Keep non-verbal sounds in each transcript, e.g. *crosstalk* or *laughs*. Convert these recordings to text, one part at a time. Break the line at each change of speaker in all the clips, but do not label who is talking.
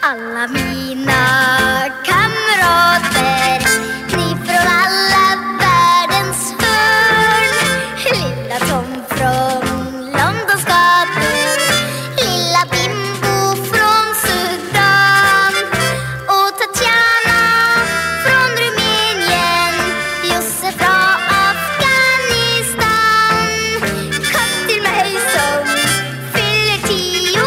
alla mina kamrater Ni från alla världens hörn Lilla Tom från Londons gator Lilla Bimbo från Sudan Och Tatjana från Rumänien Josef från Afghanistan Kom till mig som fyller tio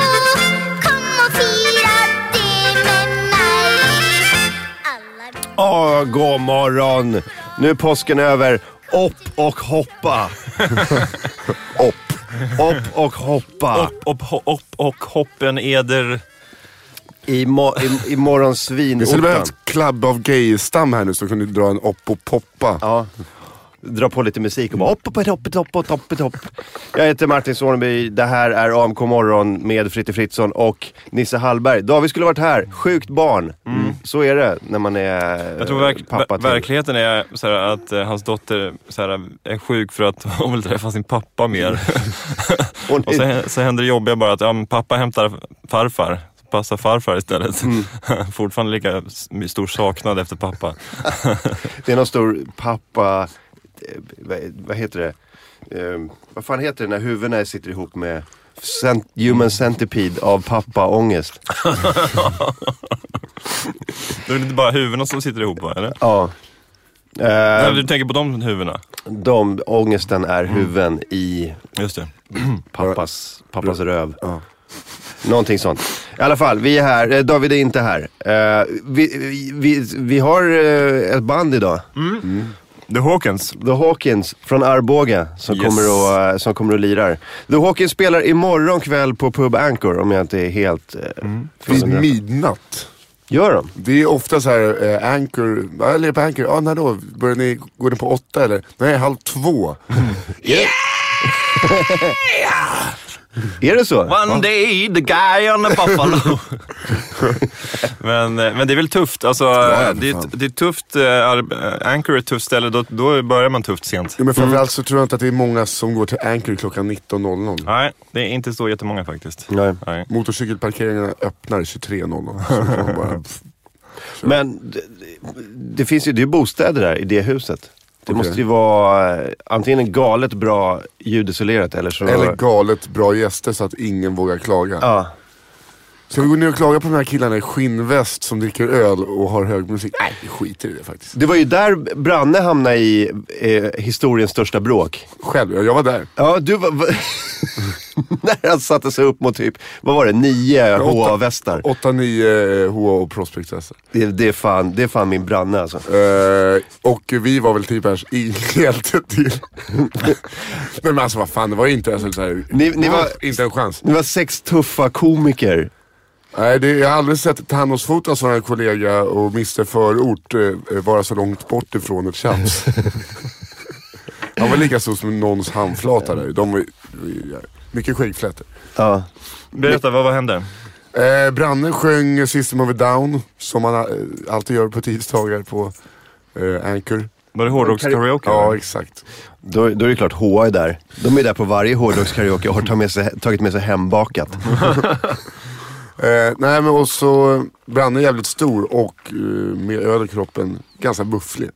Kom och fira det med mig Alla
Åh, god morgon! Nu är påsken över. Upp och
*laughs*
hoppa! upp. Upp och hoppa.
Upp, upp, ho- upp och hoppen eder.
I, mo- i, i
Vi skulle
morgonsvinorten.
behövt klubb av gaystam här nu som kunde dra en upp och poppa.
Ja. Dra på lite musik och bara upp, upp, upp, upp, upp, upp, upp, upp. Jag heter Martin Soneby. Det här är AMK morgon med Fritte Fritzson och Nisse Hallberg. David skulle varit här. Sjukt barn.
Mm.
Så är det när man är eh,
Jag tror verk,
pappa
ver-
till.
verkligheten är så här att eh, hans dotter så här, är sjuk för att *laughs* hon vill träffa sin pappa
*laughs*
mer.
Och,
och så, hä- så händer det jobbiga bara att ja, men pappa hämtar farfar. Så Passar farfar istället.
Mm.
*laughs* Fortfarande lika s- stor saknad efter
*laughs*
pappa.
Det är någon stor pappa... eh, Vad, vad heter det? Eh, vad fan heter det när huvudena sitter ihop med cent, human centipede av pappa-ångest?
Det är väl inte bara huvudena som sitter ihop va? Eller?
Ja.
Eller
Eh,
du tänker på de huvudena?
de, ångesten är
Mm.
huvuden i
Just det.
*clears throat* pappas, pappas röv.
Ja.
Någonting sånt. I alla fall, vi är här. Eh, David är inte här. Eh, vi, vi, vi, vi har eh, ett band idag.
Mm.
Mm.
The Hawkins.
The Hawkins från Arboga som,
Yes.
kommer och, eh, som kommer och lirar. The Hawkins spelar imorgon kväll på Pub Anchor om jag inte är helt... Eh,
Mm.
Vid
felunderrättad.
midnatt.
Gör de?
Det är ofta så här, eh, Anchor, ja, eller på Anchor, ja när då? Börjar ni, går ni på åtta eller? Nej, halv två.
Är det så?
One day the guy on the
*laughs*
buffalo. men, eh, men det är väl tufft. Alltså,
ja,
eh, det, är,
fan.
det är tufft. eh, ar- eh, Anchor är ett tufft ställe. Då, då börjar man tufft sent.
Ja, men framförallt så tror jag inte att det är många som går till Anchor klockan 19.00.
Nej, det är inte så jättemånga faktiskt.
Nej.
Nej.
Motorcykelparkeringarna
*laughs*
öppnar 23.00. Så får man bara, pff,
Men det, det- det finns ju det är ju bostäder där i det huset. Det
Okej.
måste ju vara eh, antingen galet bra ljudisolerat eller så...
eller galet bra gäster så att ingen vågar klaga.
Ja.
Ska vi gå ner och klaga på de här killarna i skinnväst som dricker öl och har hög musik? Nej, vi skiter i det faktiskt.
Det var ju där Branne hamnade i eh, historiens största bråk.
Själv, jag jag var där.
Ja, du var... var- *laughs* När han satte sig upp mot typ, vad var det, nio
åtta-
HA-västar.
8-9 HA och Prospect Väster.
Det, det, är fan, det är fan min Branne alltså.
Eh, och vi var väl typ här i *laughs* hjälte
*laughs*
till. Men men alltså vad fan, det var ju inte ens en så här,
Ni- ni var-
Inte en chans.
Ni var sex tuffa komiker.
Nej, det, jag har aldrig sett Thanos-fotas vår kollega och Mr Förort eh, vara så långt bort ifrån ett tjafs.
*laughs*
Han var lika stor som någons handflata där. De var, mycket skäggflätor.
Ja.
Berätta, vad, vad hände?
Eh, Branne sjöng System of a Down, som han eh, alltid gör på tisdagar på eh, Anchor.
Var det hårdrocks-karaoke?
Ja,
eller?
exakt.
Då, då är det klart HA är där. De är där på varje hårdrockskaraoke och har tagit med sig, tagit med sig hembakat.
Eh, nej men och så, Branne är jävligt stor och eh, med öl i kroppen ganska bufflig.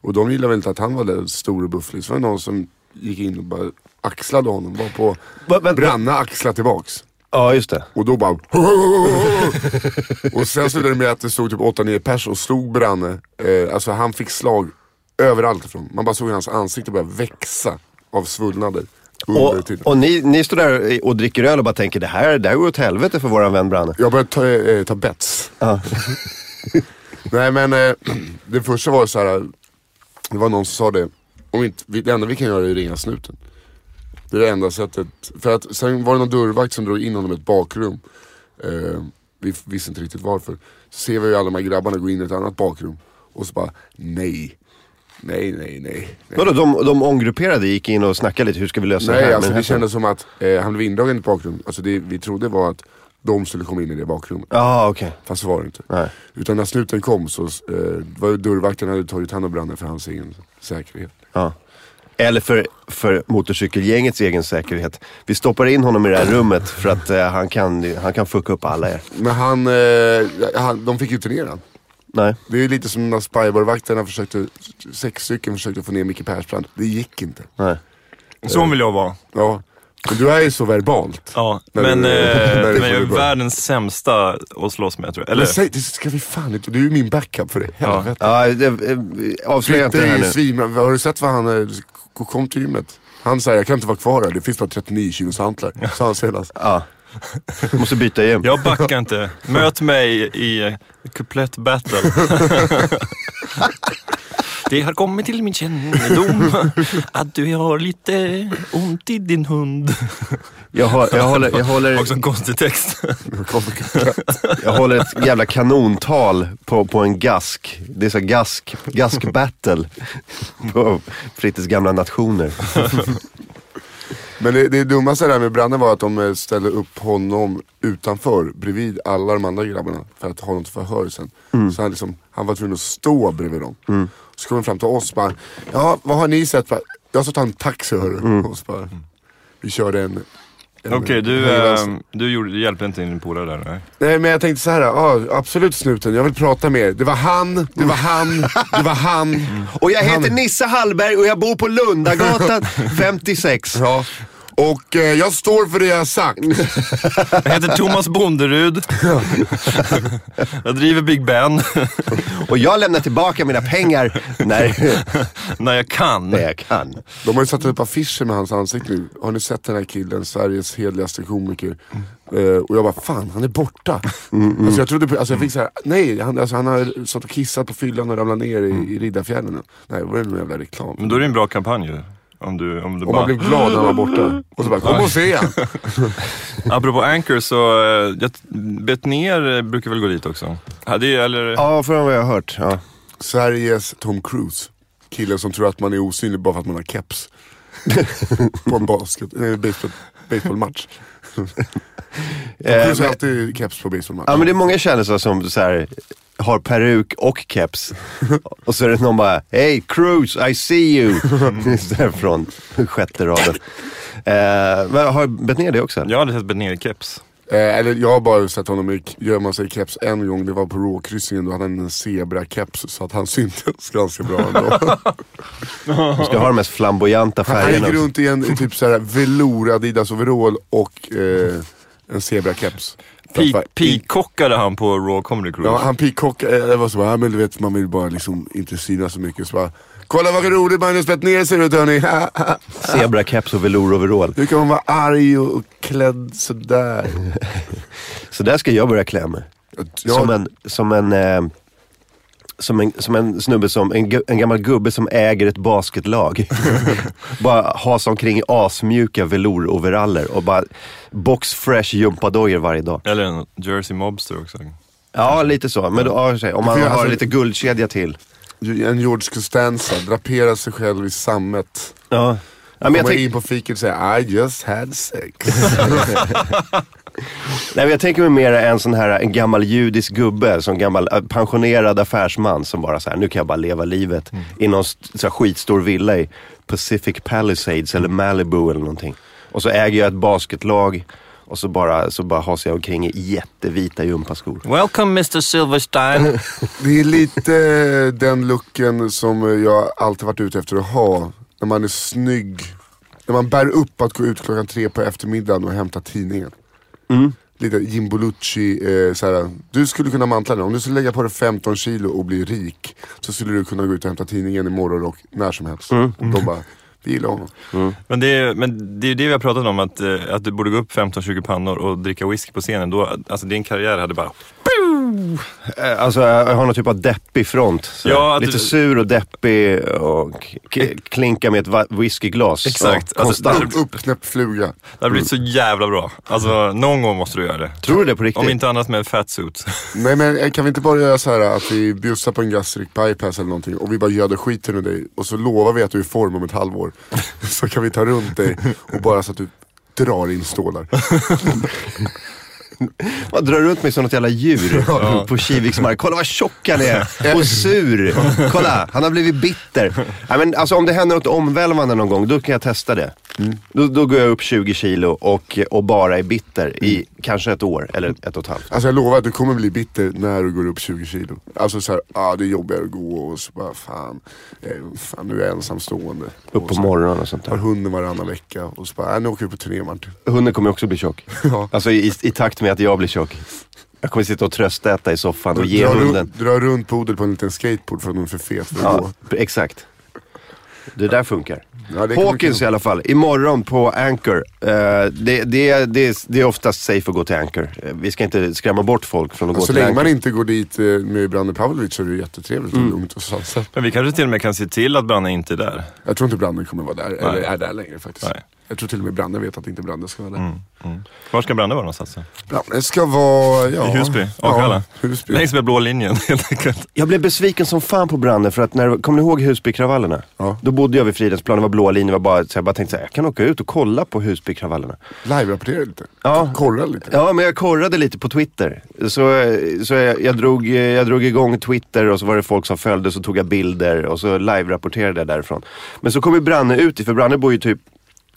Och de gillade väl inte att han var där stor och bufflig. Så var det någon som gick in och bara axlade honom. Var på
Va- vänta.
Branne axlade tillbaks.
Ja, just det.
Och då bara... *laughs* och sen slutade det med att det stod typ 8-9 pers och slog Branne. Eh, alltså han fick slag överallt ifrån. Man bara såg hur hans ansikte började växa *laughs* av svullnader. Under
Och,
tiden.
och ni, ni står där och dricker öl och bara tänker det här, det här går åt helvete för våran vän Branne.
Jag började ta, eh, ta bets.
Ja.
Nej men eh, det första var så här. Det var någon som sa det. Om inte, vi- det enda vi kan göra är att ringa snuten. Det är det enda sättet. För att sen var det någon dörrvakt som drog in honom i ett bakrum. Eh, vi f- visste inte riktigt varför. Så ser vi ju alla de här grabbarna gå in i ett annat bakrum. Och så bara nej. Nej, *laughs* nej, nej. nej.
Vadå, de, de omgrupperade gick in och snackade lite, hur ska vi lösa det här?
Nej, alltså
Men här-
det kändes som att eh, han blev indragen i ett bakrum. Alltså det vi trodde var att de skulle komma in i det bakrummet.
Ja, okej.
Fast så var det inte.
Nej.
Utan när snuten kom så eh, var ju dörrvakten hade tagit hand om branden för hans egen säkerhet.
Ja. Eller för, för motorcykelgängets egen säkerhet. Vi stoppar in honom i det här rummet för att eh, han, kan, han kan fucka upp alla er.
Men han, eh, han, de fick ju turnera.
Nej.
Det är lite som när Spybar-vakterna försökte, sex stycken försökte få ner Micke Persbrandt. Det gick inte.
Nej.
Sån vill jag vara.
Ja. Men du är ju så verbalt.
Ja,
När
men,
du-
eh, men
när du
jag
får
är
det bra.
världens sämsta att slåss med tror jag. Eller?
Men säg, det ska vi fan inte, du är ju min backup för det. Helvete.
Eh. Ja, det, eh, avslöja inte
Fritte
det här
är ju
nu.
svin, har du sett vad han, eh, k- kom till gymmet? Han säger, jag kan inte vara kvar här, det finns bara 39 kilos hantlar. Sa han senast.
Ja. Måste byta gym.
Jag backar inte. Möt mig i kuplett battle. *laughs* Det har kommit till min kännedom att du har lite ont i din hund.
Jag, har, jag, håller, jag, håller,
Också en konstig
*laughs*
text.
jag håller ett jävla kanontal på, på en gask. Det är så här gask, gask-battle på Frittes gamla nationer.
Men det, det dummaste där med branden var att de eh, ställde upp honom utanför, bredvid alla de andra grabbarna. För att ha något förhör sen.
Mm.
Så han, liksom, han var tvungen att stå bredvid dem. Så kom de fram till oss bara, ja vad har ni sett? Bara, Jag sa ta en taxi hörru.
Mm.
Och så bara, vi körde en... en-
Okej, du,
en-
eh, du gjorde, du hjälpte inte din polare där. Nej.
Nej men jag tänkte så här. ja absolut snuten, jag vill prata med er. Det var han, det var han, det var han.
*laughs* Och jag heter
Han-
Nisse Hallberg och jag bor på
*laughs*
Lundagatan 56.
Ja. Och eh, jag står för det jag har sagt.
Jag heter Thomas Bonderud. Jag driver Big Ben
Och jag lämnar tillbaka mina pengar när,
när jag kan.
när jag kan.
De har ju satt upp affischer med hans ansikte nu. Har ni sett den här killen, Sveriges hedligaste komiker? Eh, och jag bara, fan han är borta.
Mm,
Alltså jag trodde, på- alltså jag fick såhär, nej han, alltså, han har stått och kissat på fyllan och ramlat ner i, i Riddarfjärden. nu. Nej, var det någon jävla reklam?
Men då är det en bra kampanj ju. Om du, om du
Och
bara...
man blev glad när han var borta. Och så bara, kom och se han.
*laughs* Apropå Anchor så, eh, jag, Betnér eh, brukar väl gå dit också? Ja, det, är- eller,
Ja, från vad jag har hört. Ja.
Sveriges Tom Cruise. Killen som tror att man är osynlig bara för att man har keps. *laughs* på en basket, nej, baseball,
*laughs*
baseballmatch. Tom
Eh,
Cruise har
men-
alltid keps på baseballmatch.
Ja men det är många kändisar som så här, har peruk och keps. och så är det någon bara, hey Cruise, I see you. *laughs* så här från sjätte raden. Eh, men har
*laughs*
bett ner det också?
jag hade sett Betnér-keps.
Eh, eller jag har bara sett honom i- gömma sig i keps en gång, det var på råkryssningen. Då hade han en zebra-keps så att han *laughs* syntes ganska bra
*laughs*
ändå.
De ska ha de mest flamboyanta
han
färgerna.
gick
också.
runt i en typ såhär velour Adidas-overall och eh, en zebra-keps.
Pi-
Därför-
Peacockade han på Raw Comedy Crew.
Ja,
Mm.
han peacockade, eh, det var så bara, ja, men du vet man vill bara liksom inte synas så mycket. Så bara, kolla vad roligt Magnus ner ser ut hörni. *laughs*
Zebrakeps och velouroverall.
Hur kan man vara arg och och klädd sådär?
*laughs* Så där ska jag börja klä mig.
Ja,
Som en, som en, eh, som en, som en snubbe som, en, gu- en gammal gubbe som äger ett basketlag.
*laughs*
bara hasa omkring i asmjuka velouroveraller och bara box fresh gympadojor varje dag.
Eller en Jersey Mobster också.
Ja, lite så. Men då, ja, i och för sig, om
För
man
jag-
har
alltså-
lite guldkedja till.
en George Costanza, drapera sig själv i sammet.
Ja. men jag,
Komma
tänk,
in på fiket och säga I just had sex.
nej, men jag tänker mig mer en sån här en gammal judisk gubbe, som gammal eh, pensionerad affärsman som bara så här, nu kan jag bara leva livet
Mm.
i någon st- så här, skitstor villa i Pacific Palisades
Mm.
eller Malibu eller någonting. Och så äger jag ett basketlag och så bara, så bara hasar jag omkring i jättevita gympaskor.
Welcome Mr
*laughs*
Silverstein.
Det är lite eh, den looken som jag alltid varit ute efter att ha. När man är snygg. När man bär upp att gå ut klockan tre på eftermiddagen och hämta tidningen. Lite Jim Belushi, eh, såhär, du skulle kunna mantla den. Om du skulle lägga på dig 15 kilo och bli rik så skulle du kunna gå ut och hämta tidningen imorgon och när som helst. De bara, vi gillar honom.
men, det är, men det är ju det vi har pratat om, att, eh, att du borde gå upp 15-20 pannor och dricka whisky på scenen. Då, alltså din karriär hade bara...
Eh, Alltså jag har någon typ av deppig front. Så
Ja,
här.
att
lite
du-
sur och deppig och k- klinka med ett va- whiskyglas.
Exakt.
Ja,
Alltså,
konstant.
där-
Uppknäppt fluga.
Det hade blivit så jävla bra. Alltså någon gång måste du göra det.
Tror du det på riktigt?
Om inte annat med fatsuit.
Nej men eh, kan vi inte bara göra så här att vi bjussar på en gastric bypass eller någonting och vi bara göder skiten ur dig och så lovar vi att du är i form om ett halvår. *laughs* Så kan vi ta runt dig och bara så att du drar in stålar.
Man drar runt mig som något jävla djur på Kiviks mark. Kolla vad tjock han är och sur. Kolla, han har blivit bitter. Nej, men alltså, om det händer något omvälvande någon gång, då kan jag testa det. Då, då går jag upp 20 kilo och, och bara är bitter i kanske ett år eller ett och ett halvt.
Alltså jag lovar att du kommer bli bitter när du går upp 20 kilo. Alltså såhär, ah, det är jobbigare att gå och så bara fan, eh, fan nu är jag ensamstående.
Upp
Och
på
så
morgonen och sånt
Har
där.
hunden varannan vecka och så bara, äh, nu åker vi på turné Martin.
Hunden kommer också bli tjock.
Ja.
Alltså i, i takt med att jag blir tjock. Jag kommer sitta och tröstäta i soffan och ge
dra, ru-
hunden.
dra runt pudel på en liten skateboard för att hon är för fet för att
Ja,
gå.
exakt. Det där funkar.
Ja, det kommer
Hawkins
kunna-
i alla fall, imorgon på Anchor. Eh, det, det, det, det är oftast safe att gå till Anchor. Eh, vi ska inte skrämma bort folk från att gå
Så
till
Alltså, länge
Anchor.
man inte går dit eh, med Brande Pavlovic så är det ju jättetrevligt
Mm.
och lugnt och sansat.
Men vi kanske till och med kan se till att Branne inte är där.
Jag tror inte Brande kommer vara där, eller
Nej.
är där längre faktiskt.
Nej. Mm,
Jag tror till och med Brande vet att inte Brande ska vara där.
Var ska Branne vara någonstans? då?
Brande ska vara, ja.
I Husby?
Ja,
Akalla?
Husby.
Längs med blå linjen *laughs* helt enkelt.
Jag blev besviken som fan på branden för att när, kommer ni ihåg Husbykravallerna?
Ja.
Då bodde jag vid Fridhemsplan, det var blåa linjer. Jag bara, så jag bara tänkte såhär, jag kan åka ut och kolla på Husbykravallerna.
Live-rapportera lite.
Ja.
Korra lite.
Ja, men jag korrade lite på Twitter. Så, så jag, jag, drog, jag drog igång Twitter och så var det folk som följde så tog jag bilder och så live-rapporterade jag därifrån. Men så kom ju Branne ut, för Branne bor ju typ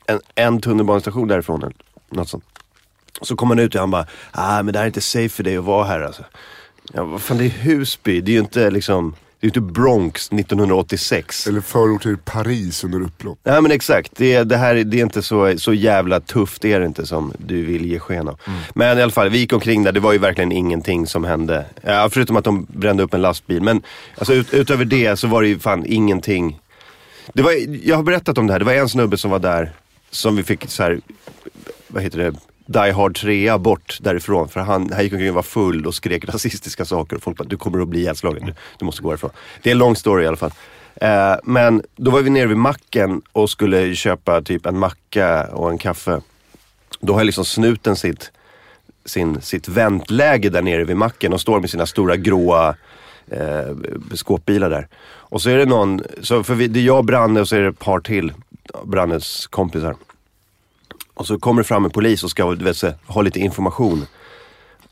en, en tunnelbanestation därifrån. eller Något sånt. Så kom han ut och han bara, ah, men det här är inte safe för dig att vara här alltså. Ja, vad fan det är Husby, det är ju inte liksom, det är ju inte Bronx 1986.
Eller förort till Paris under upplopp.
Nej men exakt, det, det här är- det är inte så, så jävla tufft är det inte som du vill ge sken av.
Mm.
Men i alla fall, vi gick omkring där, det var ju verkligen ingenting som hände. Ja, förutom att de brände upp en lastbil. Men alltså, ut, utöver det så var det ju fan ingenting. Det var, jag har berättat om det här, det var en snubbe som var där som vi fick så här, vad heter det, Die Hard 3 bort därifrån. För han, han gick omkring och var full och skrek rasistiska saker. Och folk bara, du kommer att bli ihjälslagen. Du, du måste gå härifrån. Det är en lång story i alla fall. Eh, men då var vi nere vid macken och skulle köpa typ en macka och en kaffe. Då har liksom snuten sitt, sin, sitt väntläge där nere vid macken och står med sina stora gråa eh, skåpbilar där. Och så är det någon, så för vi, det är jag, Branne och så är det ett par till, Brannes kompisar. Och så kommer det fram en polis och ska du vet, så, här, ha lite information.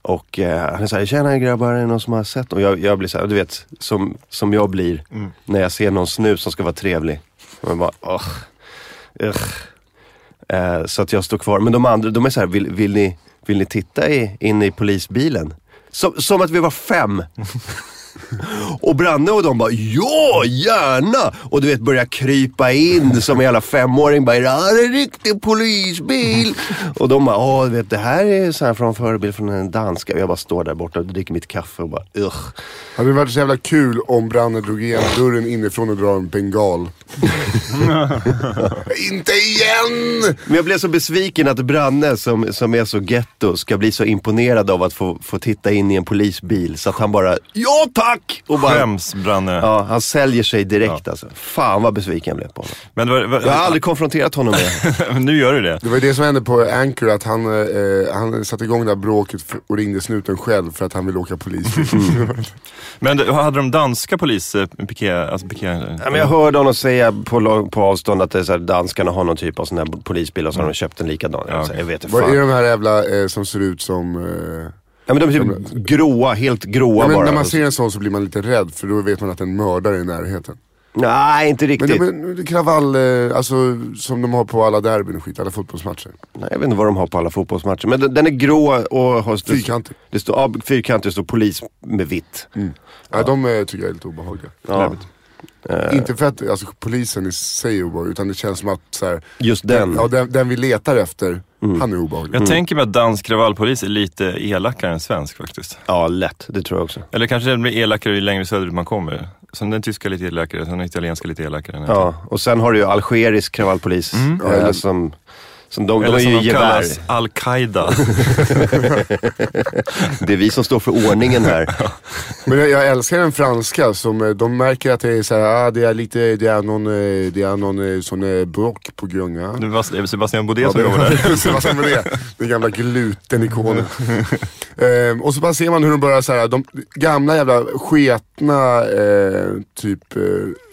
Och eh, han är såhär, tjena grabbar, är det någon som har sett? Och jag, jag blir såhär, du vet, som, som jag blir
Mm.
när jag ser någon snut som ska vara trevlig. Och jag bara, åh, ugh. Eh, så att jag står kvar. Men de andra, de är såhär, vill, vill, ni, vill ni titta i, in i polisbilen? Som, som att vi var fem. *laughs* Och Branne och de bara, ja gärna! Och du vet börja krypa in som en jävla femåring. Bara, är det här en riktig polisbil? Och de bara, ja du vet det här är så här från förebild från en danska. Och jag bara står där borta och dricker mitt kaffe och bara, ugh.
Hade det varit så jävla kul om Branne drog igen dörren inifrån och drar en bengal. Inte igen!
Men jag blev så besviken att Branne som, som är så ghetto ska bli så imponerad av att få, få titta in i en polisbil. Så att han bara, ja tack! Och bara,
Skäms Branne.
ja, han säljer sig direkt alltså. Fan vad besviken jag blev på honom.
Men det var, var,
Jag har aldrig konfronterat honom med
*laughs*
det.
Men nu gör du det.
Det var ju det som hände på Anchor, att han, eh, han satte igång det här bråket för- och ringde snuten själv för att han ville åka
Mm.
*laughs* polisbil.
Men du, hade de danska polis, eh, piké, alltså piké,
Ja, men jag hörde honom säga på, lo- på avstånd att det är så här, danskarna har någon typ av sån här polisbil och så har de köpt en likadan. Jag, jag vet inte
Vad
fan.
är de här jävla eh, som ser ut som... Eh,
Ja, men de är typ gråa, helt gråa
ja, men
bara.
när man ser en sån så blir man lite rädd för då vet man att en mördare är i närheten.
Nej, inte
Men,
riktigt.
det- men det är kravall, eh, alltså som de har på alla derbyn och skit, alla fotbollsmatcher.
Nej, jag vet inte vad de har på alla fotbollsmatcher. Men den, den är grå och har...
Fyrkantig.
Alltså, Det står, ja, fyrkantig, det står polis med vitt.
Ja. de eh, tycker jag är lite obehagliga.
Ja. Eh.
Inte för att alltså, polisen i sig är obehaglig, utan det känns som att så här,
Just den. Mm.
Ja, den, den vi letar efter, han är obehaglig. Mm.
Jag tänker mig att dansk kravallpolis är lite elakare än svensk faktiskt.
Ja, lätt. Det tror jag också.
Eller kanske den blir elakare ju längre söderut man kommer. Sen den tyska är lite elakare, sen den italienska lite elakare. än den-
Ja, och sen har du ju algerisk kravallpolis. eh,
eller-
som, som de, de
Eller
har
som
ju
de
gevär.
kallas,
*laughs*
al-Qaida.
Det är vi som står för ordningen här.
Men jag, jag älskar den franska som eh, de märker att det är så här, ah, det är lite, det är någon, eh, det är någon eh, sån eh, bråck på gunga.
Det var Sebastian Baudet
Ja,
som jobbar *laughs* där.
*laughs* det- så vad som är det? Den gamla glutenikonen. ehm, och så bara ser man hur de börjar så här, de gamla jävla sketna eh, typ eh,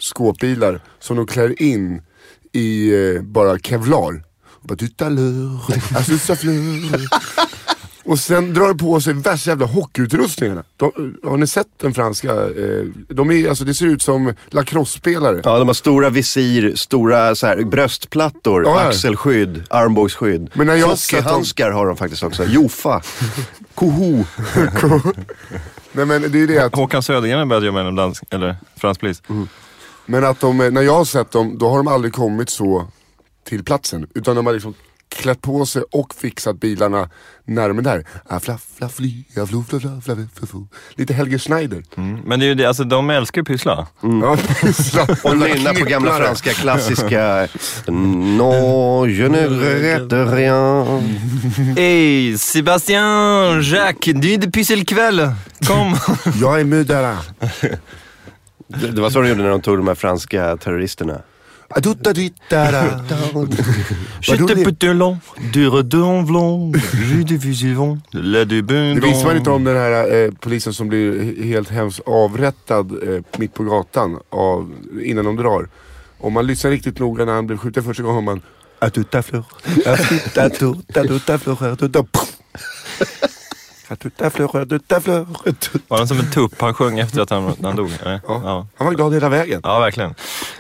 skåpbilar som de klär in i eh, bara kevlar. Och bara, du talur, alltså, Och sen drar de på sig värsta jävla hockeyutrustningarna. De, har ni sett den franska? Eh, de är, alltså, det ser ut som lacrossespelare.
Ja, de har stora visir, stora så här, bröstplattor,
Ja, ja.
axelskydd, armbågsskydd.
Men när jag har sett dem-
Hockeyhandskar har de faktiskt också. Jofa. Koho.
Nej men det är det att,
Håkan Södergren har börjat jobba inom dansk, eller fransk polis.
Mm. men att de, eh, när jag har sett dem, då har de aldrig kommit så till platsen. Utan de har liksom klätt på sig och fixat bilarna närmare där. Ah, fla, fla, fly, ah, flo, fla, fla, fla, fla, fla. Lite Helge Schneider.
Mm. Men det är ju det, alltså de älskar ju pyssla.
Mm. Ja,
*laughs* Och nynna på gamla franska
*laughs*
klassiska... Non, je ne regrette rien.
Hej, Sebastian, Jacques, det är pysselkväll. Kom.
*laughs* Jag är mördare.
Det, det var så de gjorde när de tog de här franska terroristerna.
Adutta dittara.
J'étais putain lent, du redon blanc, j'ai du fusilvant, la du
Det visste man inte om den här eh, polisen som blir helt hemskt avrättad eh, mitt på gatan av, innan de drar. Om man lyssnar riktigt noga när han blev skjuten första gången, hör man
A tout à fleur, à tout, à tout, à tout à fleur, à tout à... À tout à fleur, à tout à fleur, à tout.
Var han som en tupp? Han sjöng efter att han, när han dog? eller?
ja.
ja.
Han var glad hela vägen.
Ja, verkligen.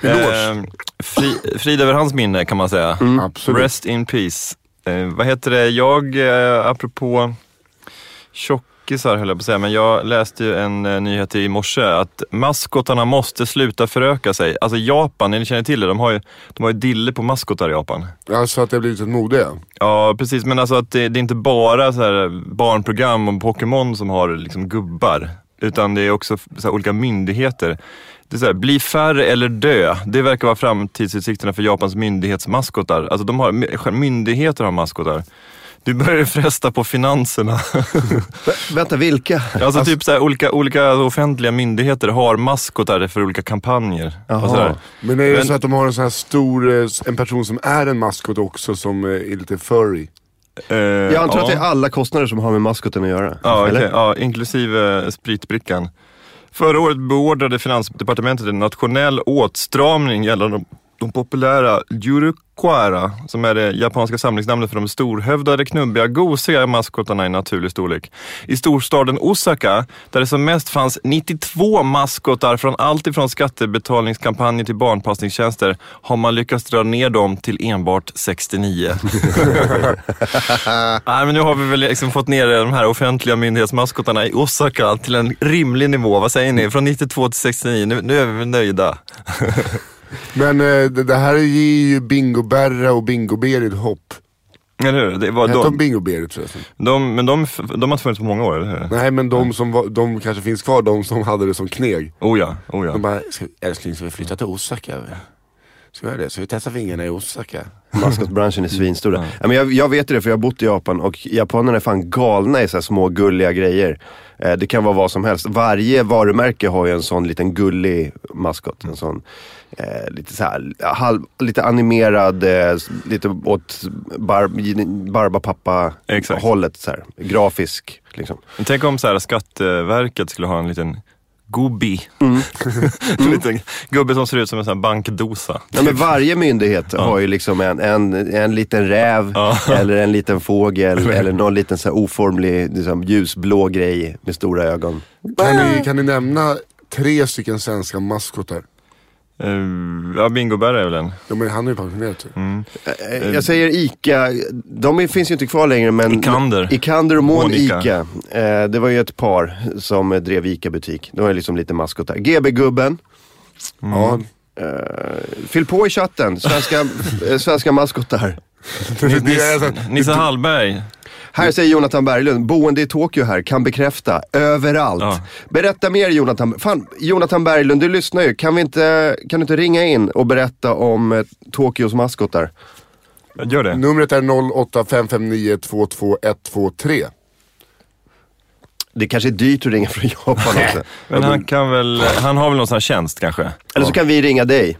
Ehm,
Eloge. Mm,
fri, frid över hans minne kan man säga.
Absolut.
Rest in peace. Eh, vad heter det, jag, eh, apropå tjockisar höll jag på att säga, men jag läste ju en eh, nyhet i morse att maskotarna måste sluta föröka sig. Alltså Japan, ni känner till det, de har ju, de har ju dille på maskotar i Japan.
Alltså att det har blivit ett mode ja.
Ja, precis. Men alltså att det, det är inte bara så här barnprogram och Pokémon som har liksom gubbar. Utan det är också f- så här olika myndigheter. Det är så här, bli färre eller dö. Det verkar vara framtidsutsikterna för Japans myndighetsmaskotar. Alltså de har, my- myndigheter har maskotar. Du börjar fresta på finanserna. *laughs*
Vänta, vilka?
Alltså typ så här, olika, olika offentliga myndigheter har maskotar för olika kampanjer. Och så
Jaha.
där.
Men är det
Men-
så att de har en sån här stor, eh, en person som är en maskot också som eh, är lite furry?
Eh,
Jag antar att
ja.
det är alla kostnader som har med maskoten att göra.
Ja,
eller?
okej. ja inklusive eh, spritbrickan. Förra året beordrade Finansdepartementet en nationell åtstramning gällande de, de populära Juruquara, som är det japanska samlingsnamnet för de storhövdade, knubbiga, gosiga maskotarna i naturlig storlek. I storstaden Osaka, där det som mest fanns 92 maskotar från allt ifrån skattebetalningskampanjer till barnpassningstjänster, har man lyckats dra ner dem till enbart *laughs* 69. *laughs* Nej, men nu har vi väl liksom fått ner de här offentliga myndighetsmaskotarna i Osaka till en rimlig nivå. Vad säger ni? Från 92 till 69, nu, nu är vi väl nöjda.
Men eh, det, det här ger ju Bingo-Berra och Bingo-Berit hopp.
Eller hur? Det var
Hette de
de,
Bingo-Berit förresten?
de, Mm, men de, de har inte funnits på många år, eller hur?
Nej men de som var, de kanske finns kvar, de som hade det som kneg.
Oh ja, oh ja.
De bara, ska, älskling ska vi flytta till Osaka? Ska vi göra det? Ska vi testa fingrarna i Osaka?
*laughs* Maskotbranschen är svinstora. Ja, men jag, jag vet ju det för jag har bott i Japan och japanerna är fan galna i så här små gulliga grejer. Eh, det kan vara vad som helst. Varje varumärke har ju en sån liten gullig maskot. En sån eh, lite, så här, halv, lite animerad, eh, lite åt bar,
Exakt.
Barbapapa-hållet. Så här. Grafisk. Liksom.
Men Tänk om så här, Skatteverket skulle ha en liten Gubbi.
Mm.
*laughs* en liten gubbe som ser ut som en sån här bankdosa.
Ja, men varje myndighet har ju liksom en, en, en liten räv
Ja.
eller en liten fågel eller någon liten så här oformlig liksom, ljusblå grej med stora ögon.
Kan ni, kan ni nämna tre stycken svenska maskotar?
Uh, ja, Bingo-Berra är väl en. Mm.
Ja, men han är ju pensionerad typ.
Eh, Jag säger ICA, de är- finns ju inte kvar längre men...
Ikander.
Ikander och Mån
Monica.
ICA. Eh, Det var ju ett par som eh, drev ICA-butik. De var ju liksom lite maskotar. GB-gubben.
Mm.
Ja,
eh, Fyll på i
*laughs*
chatten, svenska, eh, svenska maskotar.
det, det, är så
Nisse,
här-
Nisse Hallberg.
Här säger Jonathan Berglund, boende i Tokyo här, kan bekräfta överallt.
Ja.
Berätta mer Jonathan. Fan, Jonathan Berglund, du lyssnar ju. Kan, vi inte, kan du inte ringa in och berätta om eh, Tokyos maskotar?
Gör det.
numret är 0855922123.
Det kanske är dyrt att ringa från Japan också.
Men han kan väl, han har väl någon sån här tjänst kanske?
Eller så kan vi ringa dig.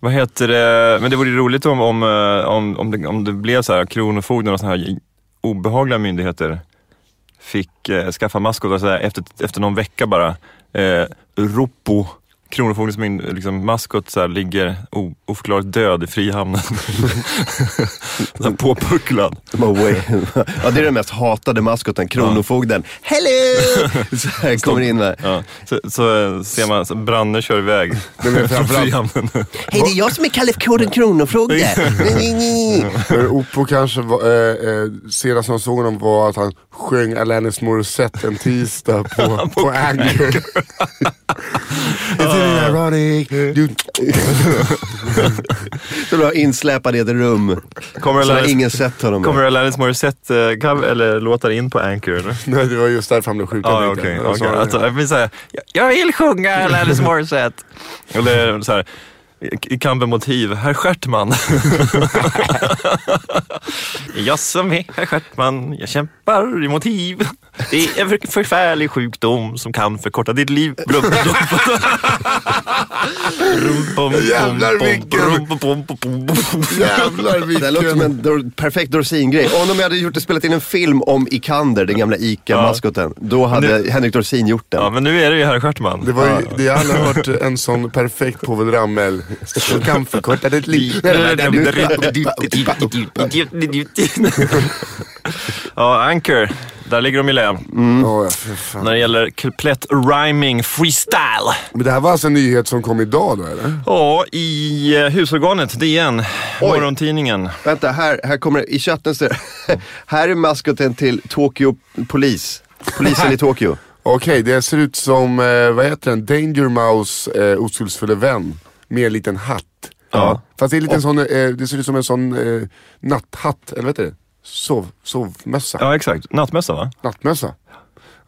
Vad heter det? Men det vore ju roligt om, om, eh, om, om, det, om det blev så här Kronofogden och såna här obehagliga myndigheter fick eh, skaffa maskot och så här, efter, efter någon vecka bara. Eh, Ropo Kronofogdens min, liksom, maskot så här, ligger o- oförklarligt död i Frihamnen. *laughs* Så här Påpucklad.
No way. *laughs* ja, det är den mest hatade maskoten, Kronofogden. Hello! *laughs* Så här kommer in med.
Ja. Så, så eh, ser man så Branne kör iväg
Men det
*laughs* från
är framförallt-
Frihamnen.
Hej, det är jag som är Kalle Kåren Kronofogde.
*laughs* För Opo kanske, var- eh, eh, senaste han såg honom var att han sjöng Alanis Morissette en
*laughs*
tisdag på, på Anchor. Isn't it ironic? Du,
*laughs* Så bra insläpad i ett rum.
Kommer
Så har
Alanis-
ingen sett honom.
Kommer Alanis Morissette eh, cover, eller låtar in på Anchor? eller?
*laughs* nej, det var just därför han blev skjuten.
Ja,
tänkte
okej.
jag. Alltså,
okej. Alltså, jag vill säga, jag- jag vill sjunga Alanis
*laughs*
Morissette. Eller så här, i- i kampen mot hiv, herr Stjärtman. *laughs* jag som är herr Stjärtman, jag kämpar emot hiv. Det är en för- förfärlig sjukdom som kan förkorta ditt liv. Blum, blum, blum. Rum, pom, pom,
Jävlar,
pom,
vilken-
rum, pom, pom, pom, pom, pom.
*laughs* Jävlar
Det här låter som
vilken...
en dor- perfekt Dorsin-grej. Om de hade gjort det, spelat in en film om Ikander, den gamla ICA-maskoten, då hade
Men
Henrik Dorsin gjort den.
Ja, men nu är *laughs* det ju herr Stjärtman.
Det var ju, det jag har aldrig hört en sån perfekt Povel Ramel. Som kan förkorta
*laughs*
ditt liv.
*laughs* Ja, Anchor. Där ligger de i lä. Mm.
Åh, ja, för fan.
När det gäller kuplett rhyming freestyle.
Men det här var alltså en nyhet som kom idag då eller?
Ja, i eh, husorganet DN, morgontidningen.
Vänta, här, här kommer det. I chatten står *laughs* det- Här är maskoten till Tokyo Polis. Polisen i
*laughs*
Tokyo.
Okej, det ser ut som, eh, vad heter den? Danger Mouse eh, oskuldsfulle vän. Med en liten hatt.
Ja.
Fast det är en liten sån, eh, det ser ut som en sån eh, natthatt, eller vad heter det? Sov, sovmössa.
Ja, exakt. Nattmössa va?
Nattmössa.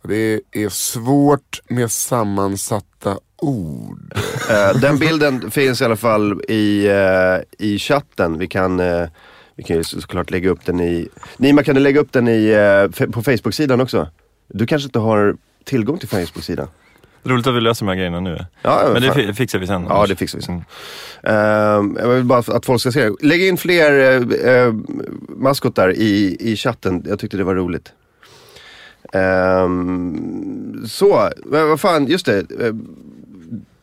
Det är svårt med sammansatta ord.
Eh, den bilden finns i alla fall i, eh, i chatten. Vi kan, eh, vi kan ju så- såklart lägga upp den i... Nima, kan du lägga upp den i, eh, fe- på Facebook-sidan också? Du kanske inte har tillgång till Facebook-sidan?
Roligt att vi löser de här grejerna nu.
Ja,
Men det
fan.
fi- fixar vi sen.
Ja, det fixar vi sen. Ehm, jag vill bara att folk ska se det. Lägg in fler eh, eh, maskotar i, i chatten. Jag tyckte det var roligt. Ehm, så, men vad fan, just det. Eh,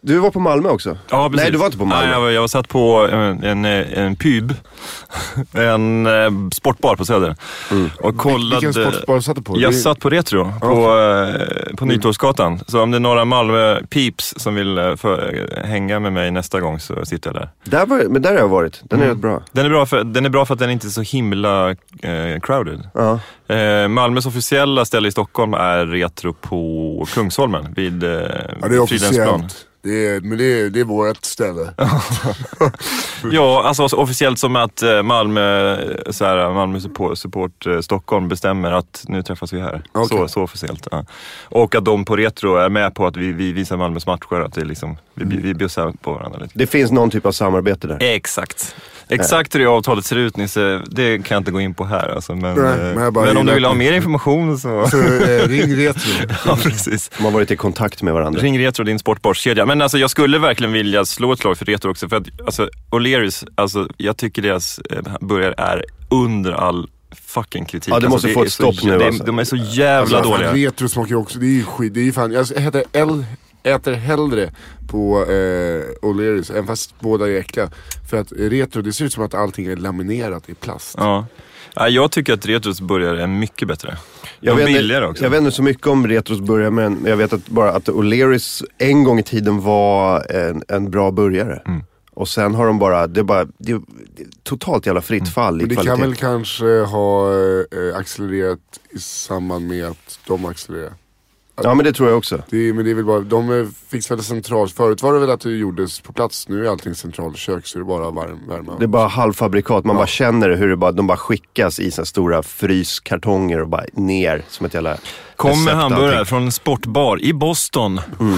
du var på Malmö också?
Ja, precis.
Nej, du var inte på Malmö.
Nej, jag, var, jag var satt på en, en, eh, en pub, *laughs* en eh, sportbar på Söder.
Mm.
Och kollade...
Vilken sportbar satt du på?
Jag
Det Mm. är-
satt på Retro på, eh, på Nytorgsgatan. Så om det är några Malmö-peeps som vill eh, för, hänga med mig nästa gång så sitter jag där.
Där var, men där har jag varit. Den
Mm.
är rätt bra.
Den är bra för, den är bra för att den inte är så himla eh, crowded.
Ja.
Eh, Malmös officiella ställe i Stockholm är Retro på Kungsholmen vid eh,
Ja, det är
Fridhemsplan.
officiellt. Det är, men det är, det är
*laughs*
vårt ställe.
Ja, alltså så officiellt som att eh, Malmö, eh, så här, Malmö support, support eh, Stockholm bestämmer att nu träffas vi här.
Okej.
Så, så officiellt. Ja. Och att de på Retro är med på att vi, vi visar Malmös matcher, att det är liksom, vi, vi- vi bjussar på varandra lite.
Det finns någon typ av samarbete där.
Exakt. Exakt hur det avtalet ser ut Nisse, det kan jag inte gå in på här alltså, men,
Nej,
eh,
men jag bara
men om
gillar
du vill ha
att-
mer information
*laughs*
så...
Så, eh, ring Retro.
*laughs* ja, precis.
De har varit i kontakt med varandra.
Ring Retro, din sportbarskedja. Men alltså, jag skulle verkligen vilja slå ett slag för Retro också. För att alltså, O'Learys, alltså, jag tycker deras eh, burgare är under all fucking kritik.
Ja, det måste
alltså,
få
är
ett
så
stopp nu,
jä- det är-
alltså.
De är så jävla
Alltså, fan,
dåliga.
Retro smakar ju också, det är ju skit. Det är ju fan, jag äter, el, äter hellre på eh, O'Learys, även fast båda är äckliga. För att retro, det ser ut som att allting är laminerat i plast.
Ja. Ja, jag tycker att Retros burgare är mycket bättre.
Jag
de är
vet inte-
billigare också.
Jag vet inte så mycket om Retros burgare, men jag vet att bara att O'Learys en gång i tiden var en, en bra burgare.
Mm.
Och sen har de bara, det är bara, det är det är totalt jävla
Mm.
fritt fall
Men
i
det
kvalitet.
kan väl kanske ha eh, accelererat i samband med att de accelererar.
Ja men det tror jag också.
Det är, men det är väl bara, de eh, fixade centralt. Förut var det väl att det gjordes på plats, nu är allting centralkök så det är bara varm, värme.
Det är bara halvfabrikat, man bara känner hur det bara, de bara skickas i sina stora fryskartonger och bara ner som ett jävla
Kom med
recept,
hamburgare
allting.
från en sportbar i Boston.
*laughs*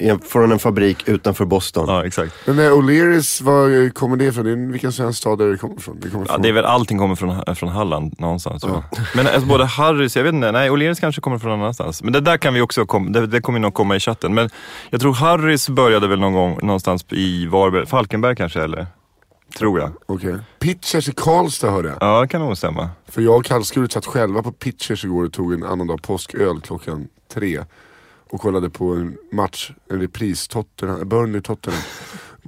I en- Från en fabrik utanför Boston.
Ja, exakt.
Men eh, O'Learys, var eh, kommer det ifrån? Det är en- Vilken svensk stad är det kommer ifrån? Det kommer
Ja,
från
det är väl allting kommer från, eh, från Halland någonstans tror jag. Men alltså, både Harrys, jag vet inte, nej O'Learys kanske kommer från någon annanstans. Men det där kan vi också, kom, det, det kommer nog komma i chatten. Men jag tror Harrys började väl någon gång någonstans i Varberg, Falkenberg kanske eller? Tror jag.
Okej. Pitchers i Karlstad hörde jag.
Ja, det kan nog stämma.
För jag och kallskuret satt själva på Pitchers igår och tog en annan dag påsköl klockan tre. och kollade på en match, en repris, Tottenham, Burnley Tottenham.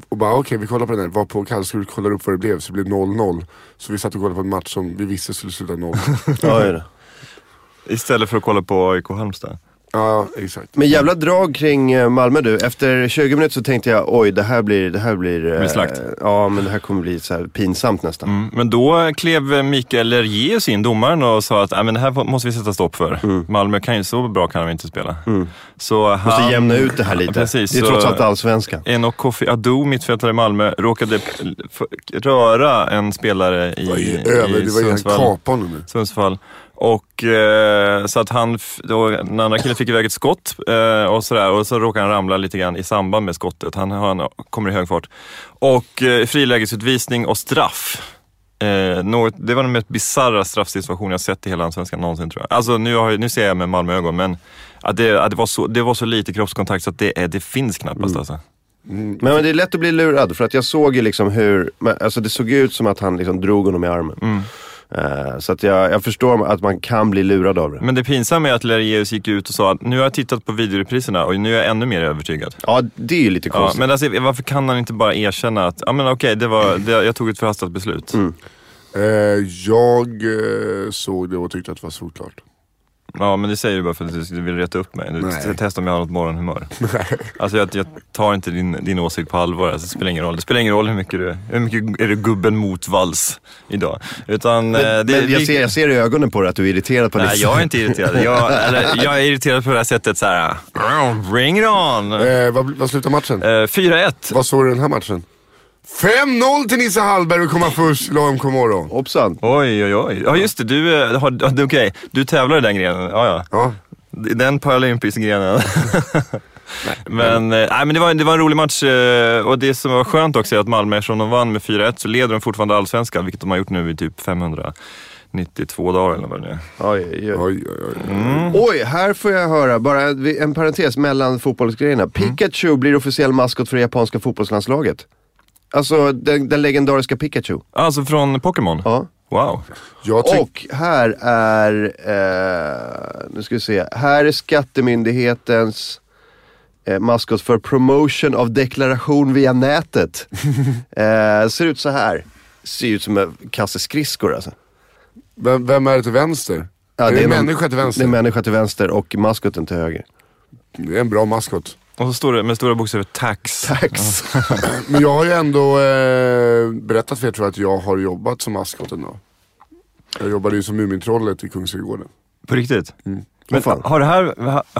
Och bara okej vi kollar på den här, var på Kallskuret kollade upp vad det blev så det blev 0-0. Så vi satt och kollade på en match som vi visste skulle sluta 0.
Ja, ja.
Istället för att kolla på AIK Halmstad.
ja exakt.
Men jävla drag kring eh, Malmö du. Efter 20 minuter så tänkte jag oj det här blir... Det här blir, eh,
blir slakt.
Ja men det här kommer bli så här pinsamt nästan.
Mm, Men då klev Mikael Lergeus in, domaren, och sa att "Nej, men det här måste vi sätta stopp för. Malmö kan ju, så bra kan de inte spela. Så han,
Mm. Måste jämna ut det här lite.
precis,
det är
så-
trots allt allsvenskan.
Enok Kofi Adu, mittfältare i Malmö, råkade p- f- röra en spelare i,
Det var ju
i
över, det var ju en
Sundsvall.
kapa honom nu.
Sundsvall. Och eh, så att han, f- då, den andra killen fick iväg ett skott eh, och sådär och så råkade han ramla lite grann i samband med skottet. Han, han kommer i hög fart. Och eh, frilägesutvisning och straff. Eh, något, det var den mest bisarra straffsituation jag sett i hela Allsvenskan någonsin tror jag. Alltså nu, har, jag- nu ser jag med Malmöögon men att det, att det, var, så, det var så lite kroppskontakt så att det, är, det finns
Mm.
knappast alltså.
Men, men det är lätt att bli lurad för att jag såg ju liksom hur, men, alltså det såg ut som att han liksom drog honom i armen.
Mm.
Eh, så att jag, jag förstår att man kan bli lurad av det.
Men det pinsamma är att Lergeus gick ut och sa att nu har jag tittat på videorepriserna och nu är jag ännu mer övertygad.
Ja det är ju lite
Ja,
konstigt.
men alltså, varför kan han inte bara erkänna att ja, men okej, det var, det, jag tog ett förhastat beslut?
Eh, jag eh, såg det och tyckte att det var solklart.
Ja, men det säger du bara för att du vill reta upp mig. Du
Nej.
t- testar om jag har något morgonhumör. Alltså, jag, jag tar inte din, din åsikt på allvar. Alltså, det spelar ingen roll. Det spelar ingen roll hur mycket du hur mycket är du gubben mot vals idag. Utan, eh, det,
Men, men jag, ser, jag ser i ögonen på dig att du är irriterad på Nisse.
Nej, jag är inte irriterad. Jag, eller, jag är irriterad på det här sättet så här. Bring it on! Eh,
Eh, vad, vad slutade matchen?
4-1.
Vad såg du i den här matchen? 5-0 till Nisse Hallberg och komma först till AMK morgon.
Hoppsan.
Oj, oj, oj. Ja, just det. Du, eh, har- okej, du tävlar i den grenen. Ja, ja.
Ja.
Den paralympiska
*laughs*
grenen. men, eh, nej, men det, var, det var en rolig match eh, och det som var skönt också är att Malmö, eftersom de vann med 4-1, så leder de fortfarande allsvenskan, vilket de har gjort nu i typ 592 dagar eller vad det nu är.
Oj, oj, oj.
Oj, oj, oj.
Oj, här får jag höra, bara en parentes mellan fotbollsgrejerna.
Mm.
Pikachu blir officiell maskot för det japanska fotbollslandslaget. Alltså den, den legendariska Pikachu.
Alltså från Pokémon?
Ja.
Wow.
Jag tyck-
Och här är, eh, nu ska vi se, här är skattemyndighetens eh, maskot för promotion av deklaration via
*laughs*
nätet. eh, ser ut så här. Ser ut som en kasse skridskor alltså.
vem, vem är det till vänster?
Ja,
är det, en
någon-
människa till vänster?
Det är en människa till vänster och maskoten till höger.
Det är en bra maskot.
Och så står det med stora bokstäver tax.
Tax.
Men jag har ju ändå eh, berättat för er tror jag, att jag har jobbat som maskot en dag. Jag jobbade ju som Mumintrollet i Kungsträdgården.
På riktigt? Men
Mm. fan.
har det här,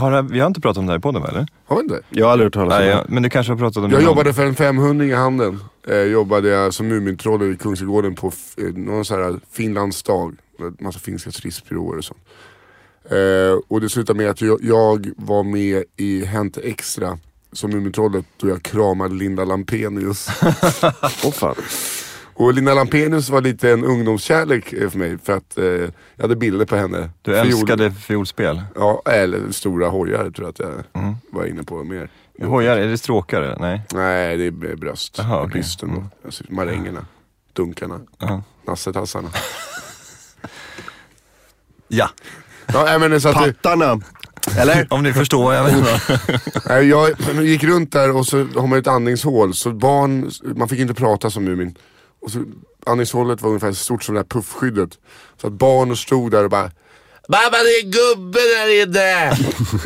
har det här, vi har inte pratat om det här i podden va, eller?
Har vi inte?
Jag har aldrig hört talas om
Nej,
det.
ja, men du kanske har pratat om det
Jag
någon-
jobbade för en 500 i handen. Eh, jobbade jag som Mumintrollet i Kungsträdgården på f- eh, någon sån här Finlands dag. Med Massa finska turistbyråer och sånt. Eh, och det slutade med att jag, jag var med i Hänt Extra som Mumintrollet då jag kramade Linda Lampenius.
Åh fan.
Och Linda Lampenius var lite en ungdomskärlek eh, för mig för att eh, jag hade bilder på henne.
Du
Fiol-
älskade fiolspel.
Ja, eller stora hojar tror jag att jag var inne på mer.
Mm. Hojar, är det stråkare? Nej.
Nej, det är b- bröst.
Jaha, okej. Mm.
Bysten då. Alltså, marängerna. Dunkarna.
Ja.
Nassetassarna.
*laughs* ja.
Ja, nej, men så att det,
Pattarna.
*laughs*
Eller?
Om ni förstår vad jag menar.
nej, jag gick runt där och så har man ett andningshål. Så barn, man fick inte prata som Mumin. Och så, andningshålet var ungefär så stort som det här puffskyddet. Så att barn stod där och bara Babba det är gubben där inne!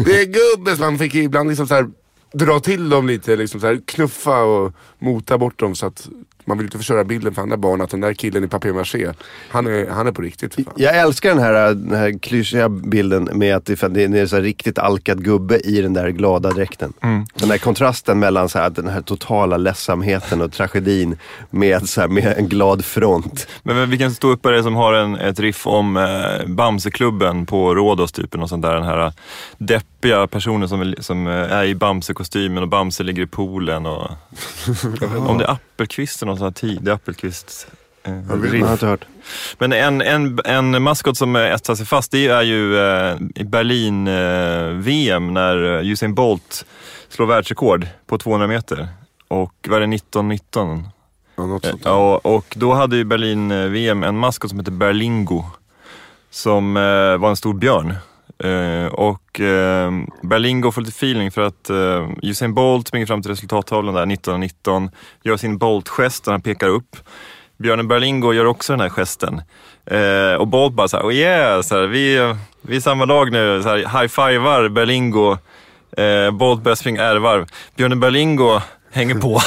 Det är gubben! Så man fick ibland liksom så här, dra till dem lite, liksom så här, knuffa och mota bort dem så att man vill inte förstöra bilden för andra barn att den där killen i papier-maché, han är, han är på riktigt. för Fan.
Jag älskar den här, den här klyschiga bilden med att det det är en så här riktigt alkad gubbe i den där glada dräkten.
Mm.
Den där kontrasten mellan så här, den här totala ledsamheten och tragedin med, så här, med en glad front.
Men men vilken ståuppare som har en, ett riff om eh, Bamseklubben på Rhodos typen och sånt där. Den här eh, deppiga personen som, är- som eh, är i Bamse-kostymen och Bamse ligger i poolen. Och, om det är Appelqvist eller någon sån här tidig Appelqvist. eh,
Man
riff.
har inte hört.
Men en, en, en maskot som eh, etsar sig fast det är ju eh, i Berlin-VM när eh, Usain Bolt slår världsrekord på 200 meter. Och var det 19-19?
Ja, något sånt.
Ja, och då hade ju Berlin-VM eh, en maskot som hette Berlingo. Som eh, var en stor björn. Eh, och eh, Berlin går för lite feeling för att eh, Usain Bolt springer fram till resultattavlan där 1919, gör sin Bolt-gest där han pekar upp. Björn Berlingo gör också den här gesten. Eh, och Bolt bara så här, oh yeah, så här, vi, vi är samma lag nu, så här, high-fivar Berlingo. Eh, Bolt börjar springa R-varv. Björn Berlingo hänger på. *laughs*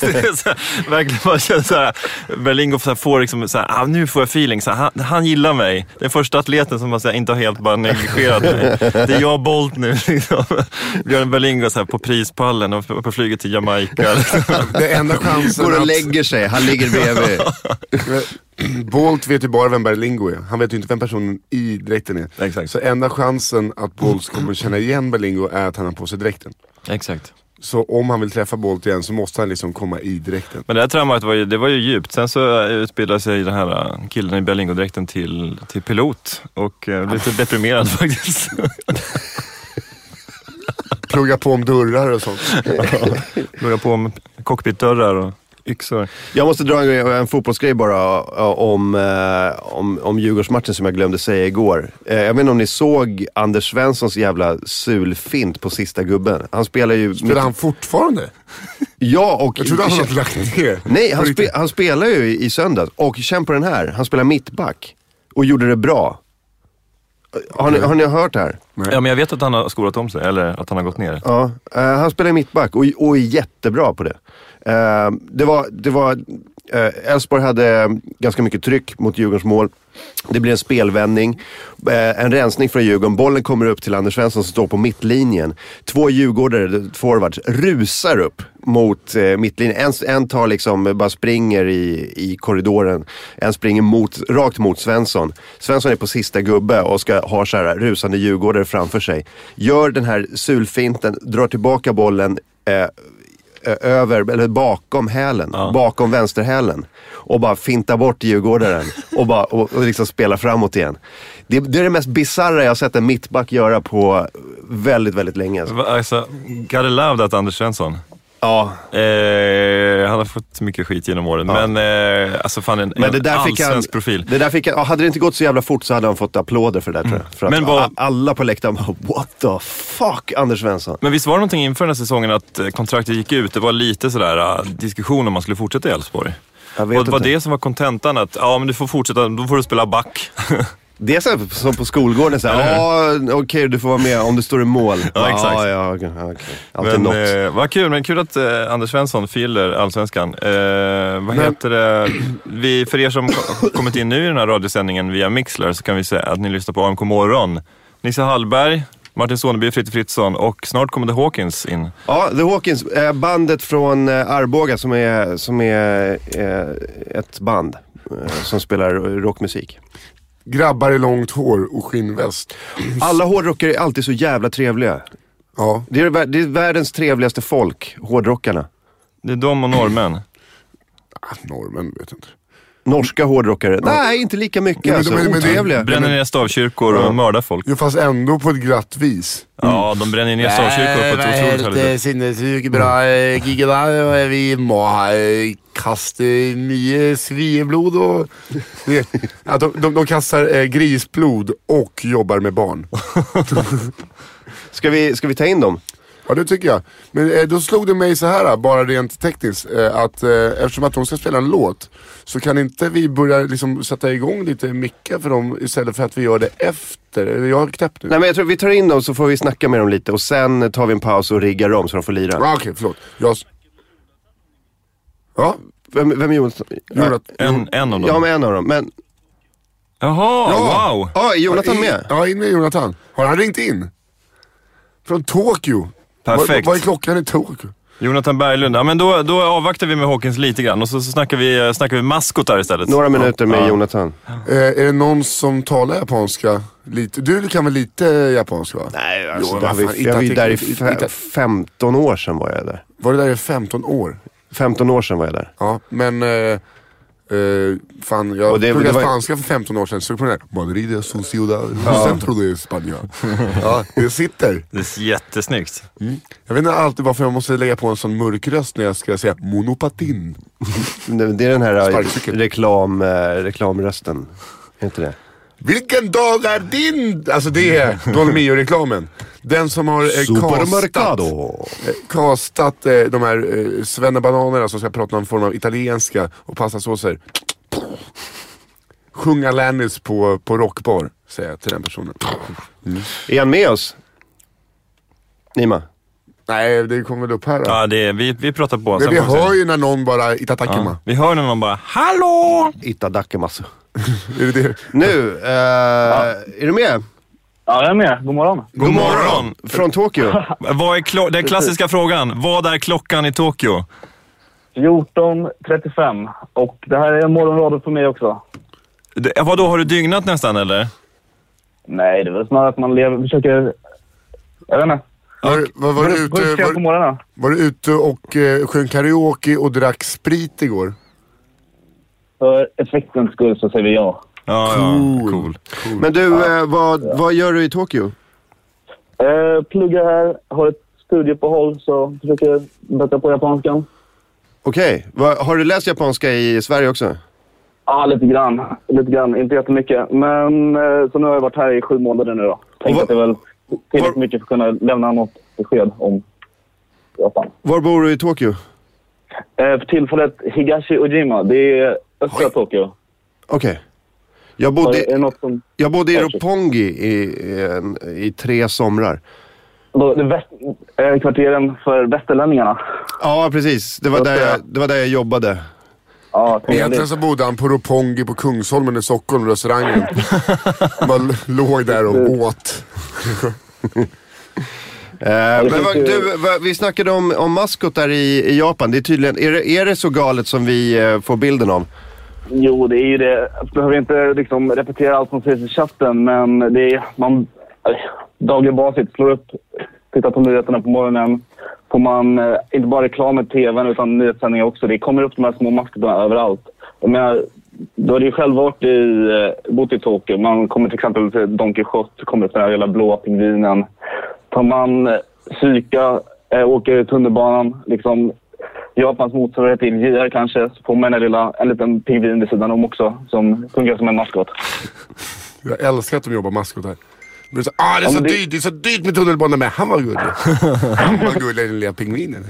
Det är så här, verkligen man känner så här, Berlingo så här får liksom, så här, ah, nu får jag feeling. Så här, han, han gillar mig. Den första atleten som man så här, inte har helt bara negligerat mig. Det är jag Bolt nu. *laughs* Liksom. Björn Berlingo så här, på prispallen och på flyget till Jamaica. *laughs* Liksom.
*laughs*
Det enda chansen
Går och
att...
lägger sig, han ligger bredvid.
Bolt vet ju bara vem Berlingo är. Han vet ju inte vem personen i dräkten är.
Exakt.
Så enda chansen att Bolt kommer känna igen Berlingo är att han har på sig dräkten.
Exakt.
Så om han vill träffa Bolt igen så måste han liksom komma i dräkten.
*laughs* Men det här traumat var ju, det var ju djupt. Sen så eh, utbildade sig den här äh, killen i Berlingodräkten till, till pilot och eh, blev lite deprimerad *laughs*
*laughs*
faktiskt.
Plugga på om dörrar och sånt.
Började på med cockpitdörrar och yxor.
Jag måste dra en, grej- en fotbollsgrej bara eh, om, eh, om, om Djurgårdsmatchen som jag glömde säga igår. Eh, jag vet inte om ni såg Anders Svenssons jävla sulfint på sista gubben. Han spelar ju...
Spelar han fortfarande?
Ja, och...
Jag trodde han hade lagt ner.
Nej, han,
På riktigt.
spe, han spelar ju i, i söndags. Och känn på den här. Han spelar mittback. Och gjorde det bra. Har ni, har ni hört det här?
Ja, men jag vet att han har skolat om sig, eller att han har gått ner.
Ja, eh, han spelar i mittback och, och är jättebra på det. Eh, det var... Det var eh, Elfsborg hade ganska mycket tryck mot Djurgårdens mål. Det blir en spelvändning, eh, en rensning från Djurgården. Bollen kommer upp till Anders Svensson som står på mittlinjen. Två djurgårdare, forwards, rusar upp mot eh, mittlinjen. En, en tar liksom, eh, bara springer i, i korridoren. En springer mot, rakt mot Svensson. Svensson är på sista gubbe och ska ha så här rusande djurgårdare framför sig. Gör den här sulfinten, drar tillbaka bollen. Eh, eh, över, eller bakom hälen, bakom vänsterhälen. Och bara finta bort djurgårdaren *laughs* och, bara, och, och liksom spela framåt igen. Det, det är det mest bisarra jag har sett en mittback göra på väldigt, väldigt länge. alltså.
Va- Alltså, gotta love that Anders Svensson.
Ja,
Eh, han har fått mycket skit genom åren, men eh, alltså fan en,
men det där
en
fick han,
allsvensk profil.
Det där fick han, ja, hade det inte gått så jävla fort så hade han fått applåder för det där tror jag. För att
Mm. Men vad-
a- alla på läktaren bara, what the fuck Anders Svensson.
Men visst var det någonting inför den här säsongen att eh, kontraktet gick ut? Det var lite sådär eh, diskussion om man skulle fortsätta i Elfsborg.
Jag vet
Och det var
inte.
det som var kontentan, att ja, men du får fortsätta, då får du spela back.
Det är så här, som på skolgården, så här, ja okej du får vara med om du står i mål.
Ja, exakt.
Ja, ja, okej, ja, okej. Alltid
men,
något.
eh, vad kul, men kul att eh, Anders Svensson fyller Allsvenskan. Eh, vad heter det? Vi, för er som ko- kommit in nu i den här radiosändningen via Mixler så kan vi säga att ni lyssnar på AMK morgon. Nisse Hallberg, Martin Soneby, Fritte Fritzson och snart kommer The Hawkins in.
Ja, The Hawkins, eh, bandet från eh, Arboga som är, som är eh, ett band eh, som spelar rockmusik.
Grabbar i långt hår och skinnväst.
Alla hårdrockare är alltid så jävla trevliga.
Ja.
Det är, vär- det är världens trevligaste folk, hårdrockarna.
Det är de och norrmän.
Ah, Norrmän vet jag inte.
Norska hårdrockare, nej inte lika mycket
men-
alltså.
men- men-
Otrevliga.
Bränner ner stavkyrkor och mördar folk.
Jo fast ändå på ett glatt vis.
Ja, de bränner ner stavkyrkor på ett otroligt härligt sätt.
sinnessykt bra eh, gig där. Vi må ha eh, kasta mycket sviblod *laughs* och... Att de, de, de kastar eh, grisblod och jobbar med barn.
Ska, vi, ska vi ta in dem?
Ja det tycker jag. Men eh, då slog det mig så här bara rent tekniskt. Eh, att eh, eftersom att de ska spela en låt så kan inte vi börja liksom sätta igång lite mickar för dem istället för att vi gör det efter. Eller Jag har knäppt nu.
Nej men jag tror vi tar in dem så får vi snacka med dem lite och sen tar vi en paus och riggar dem så de får lira.
Ah, Okej, förlåt. Jag... s- Ja,
Vem, vem är Jonas?
Jonathan.
En, en av
Ja,
dem.
men en av dem. Men,
Jaha, wow!
ja, är Jonathan
I-
med?
Ja, in med Jonathan. Har han ringt in? Från Tokyo.
Perfekt.
Vad är klockan i Tokyo?
Jonathan Berglund. Ja, men då, då avvaktar vi med Hawkins lite grann och så, så snackar vi, eh, snackar vi maskotar istället.
Några minuter med
Ja.
Jonathan.
Eh, är det någon som talar japanska? Lite. Du kan väl lite japanska va?
Nej,
Jo,
alltså,
vad
där vi,
fan,
jag var ju
Itatec-
där i
Itatec-
fe, 15 år sedan var jag där.
Var det där i 15 år?
15 år sedan var jag där.
Ja, men... Eh, eh, fan, jag
Och det-
pluggade
det var-
spanska för 15 år sedan. Så på den här. Madrid är sociedad. Centro
*laughs*
de España. ja, det sitter.
Det är jättesnyggt.
Jag vet inte alltid varför jag måste lägga på en sån mörk röst när jag ska säga monopatin.
Det det är den här eh,
Sparkcykel.
reklam, eh, reklamrösten. Är inte det?
Vilken dag är din? Alltså
*laughs*
det är Dolmio-reklamen. Den som har eh, kastat,
Supermercado.
eh, kastat eh, de här eh, svennebananerna som ska prata någon form av italienska och pastasåser. Sjung Alanis på, på rockbar, säger jag till den personen.
Mm. Är han med oss? Nima?
Nej, det kommer väl upp här då.
Ja, det är, vi, vi pratar på.
Men
sen
vi
får se.
hör ju när någon bara itatakima.
ja. Vi hör när någon bara Hallå!
Itadakimasu.
*laughs* Är det det?
Nu, eh, är du med?
Ja, jag är med. God morgon.
God, morgon!
Från Tokyo.
*laughs* Vad är klo- den klassiska frågan. Vad är klockan i Tokyo?
14.35 och det här är en morgonradio för mig också.
Det, vadå, har du dygnat nästan eller?
Nej, det är väl snarare att man lever, försöker... Jag vet inte.
Var, var, var, du ute,
Buskar på
var,
morgonen.
var du ute och eh, sjöng karaoke och drack sprit igår?
För effektens skull så säger vi ja.
Ja, ja, cool.
Men du, eh, vad, vad gör du i Tokyo?
Eh, pluggar här, har ett studieuppehåll så försöker bättra på japanskan.
Okej, vad- har du läst japanska i Sverige också?
Ja, lite grann. Lite grann. Inte jättemycket. Men eh, så nu har jag varit här i sju månader nu då.
Och
Tänkte
vad-
att det är väl tillräckligt
var-
mycket för att kunna lämna något besked om Japan.
Var bor du i Tokyo?
Eh, för tillfället Higashi Ojima. Det är östra Tokyo.
Okej. Jag
Har-
bodde,
Är det något som...
jag bodde i Roppongi i, i, en- i tre somrar.
Då, det väst, eh, kvarteren för västerlänningarna.
Ja, precis. Det var där jag, det var där jag jobbade.
Ja,
Egentligen
trevligt.
så bodde han på Ropongi på Kungsholmen i
*laughs*
Stockholm, restaurangen. Man l- låg där och åt.
Eh, men
finns
vad,
ju-
du, vad, vi snackade om, om maskotar i, i Japan. Det är tydligen, är det, är det så galet som vi eh, får bilden av?
Jo, det är ju det. Jag behöver inte liksom, repetera allt som sägs i chatten, men det är... Man, eh, daglig basis. Slår upp, tittar på nyheterna på morgonen. Får man eh, inte bara reklam i tvn utan nyhetssändningar också. Det kommer upp de här små maskotarna överallt. Jag menar, du har ju själv varit i, eh, bott i Tokyo. Man kommer till exempel till Don Quijote, kommer upp den här lilla blåa pingvinen. Tar man eh, psyka, eh, åker i tunnelbanan, liksom Japans motsvarighet till JR kanske, så får man en, lilla, en liten pingvin vid sidan om också som funkar som en maskot.
Jag älskar att de jobbar maskot här. Men det är så, ah, det är så
Ja, men det-
dyrt, det är så dyrt med tunnelbanan med. Han var gullig.
*laughs*
Han var gullig den lilla pingvinen.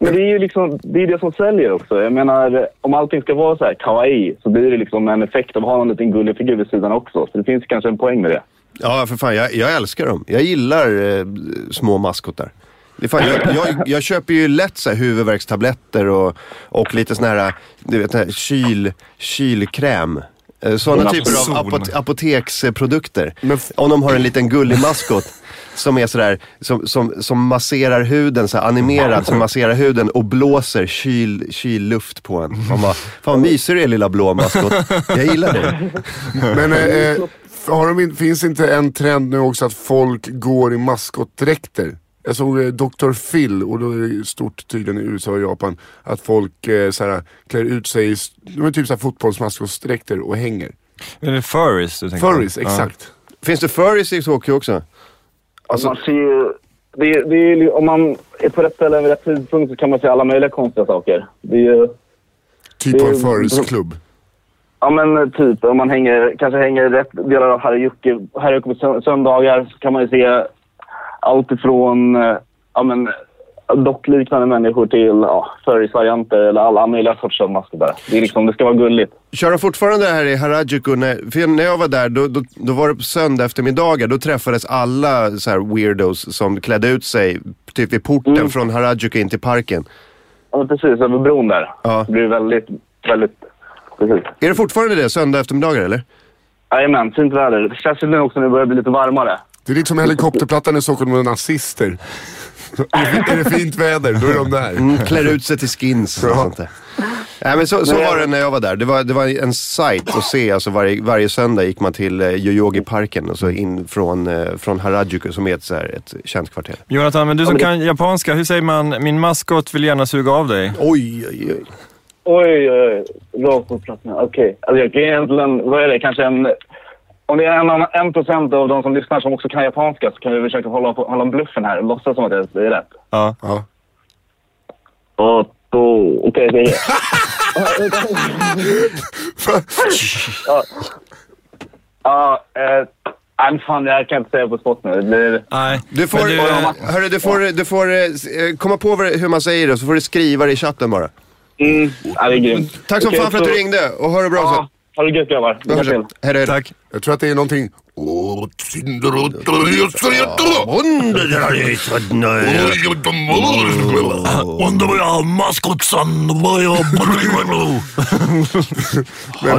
Men det är ju liksom, det, är det som säljer också. Jag menar, om allting ska vara så här kawaii så blir det liksom en effekt av att ha en liten gullig figur vid sidan också. Så det finns kanske en poäng med det.
Ja, för fan. Jag, jag älskar dem. Jag gillar eh, små maskotar. Det är fan, jag, jag, jag köper ju lätt så här, huvudvärkstabletter och, och lite sån här, du vet, sån här kyl, kylkräm. Eh, Sådana typer av
Napson.
apote apoteksprodukter.
Men f-
Om de har en liten gullig maskot som är sådär, som, som, som masserar huden, så här, animerad, som masserar huden och blåser kyl, kylluft på en. Man bara, fan vad mysig du är lilla blå maskot.
*laughs*
Jag gillar dig.
Men eh, eh, har de in, finns inte en trend nu också att folk går i maskotdräkter? Jag såg eh, Dr. Phil och då är det stort tydligen i USA och Japan att folk eh, såhär, klär ut sig i s- de är typ såhär fotbollsmaskotdräkter och hänger.
Är det furries du tänker på?
Furries, exakt.
Finns det furries i Tokyo också?
Alltså, man ser ju, det, är- det är, ju- om man är på rätt ställe vid rätt tidpunkt så kan man se alla möjliga konstiga saker. Det är ju,
Typ av en
Det-
furries-klubb.
Ja men typ, om man hänger, kanske hänger rätt delar av Harajuku, Harajuku på sö- söndagar så kan man ju se allt ifrån eh, ja, men, dockliknande människor till ja, furries-varianter eller alla möjliga sorters masker där. Det, är liksom, det ska vara gulligt.
Kör de fortfarande här i Harajuku? När, för när jag var där, då, då, då var det på söndag eftermiddagar. Då träffades alla så här weirdos som klädde ut sig typ vid porten
Mm.
från Harajuku in till parken.
Ja, men precis, över bron där.
Ja.
Det blir väldigt, väldigt... Precis.
Är det fortfarande det? Söndag eftermiddagar eller?
Jajamän, fint väder. Särskilt nu också när det börjar bli lite varmare.
Det är liksom helikopterplattan i Stockholm med nazister. är det fint väder, då är de där.
Mm, klär ut sig till skins och
Ja.
sånt där. Nej, men så, så var det när jag var där. Det var, det var en sajt att se. Alltså varje, varje söndag gick man till eh, Yoyogi-parken och så in från, eh, från Harajuku som är ett, så här, ett känt kvarter.
Jonathan, men du som kan japanska, hur säger man min maskot vill gärna suga av dig?
Oj, oj, oj.
Oj, oj, oj. Rakt på platsen. Okej. Alltså jag kan ju egentligen, vad är det, kanske en... Om det är en, annan- en procent av de som lyssnar som också kan japanska så kan vi försöka hålla, på, hålla om bluffen här och låtsas som att det är rätt.
Ja.
Ja.
Och då... Okej, okej.
Fan,
Ja, eh, nej, men fan, jag kan inte säga på spot nu. Det blir...
Nej.
Du får,
Men du,
eh,
eh,
hörru, du får, du får eh, s- eh, komma på vad- hur man säger det så får du skriva det i chatten bara.
Mm, ja, det är grymt.
Tack som
Okej,
fan för att
så-
du ringde och ha det bra
Ja,
så.
ha det gött grabbar.
Då
Lycka
hörs
till.
jag. Hej då, hej då.
tack.
Jag tror att det är någonting... Åh, synder och tröster.
Under vad jag har maskotsan, vad jag bryr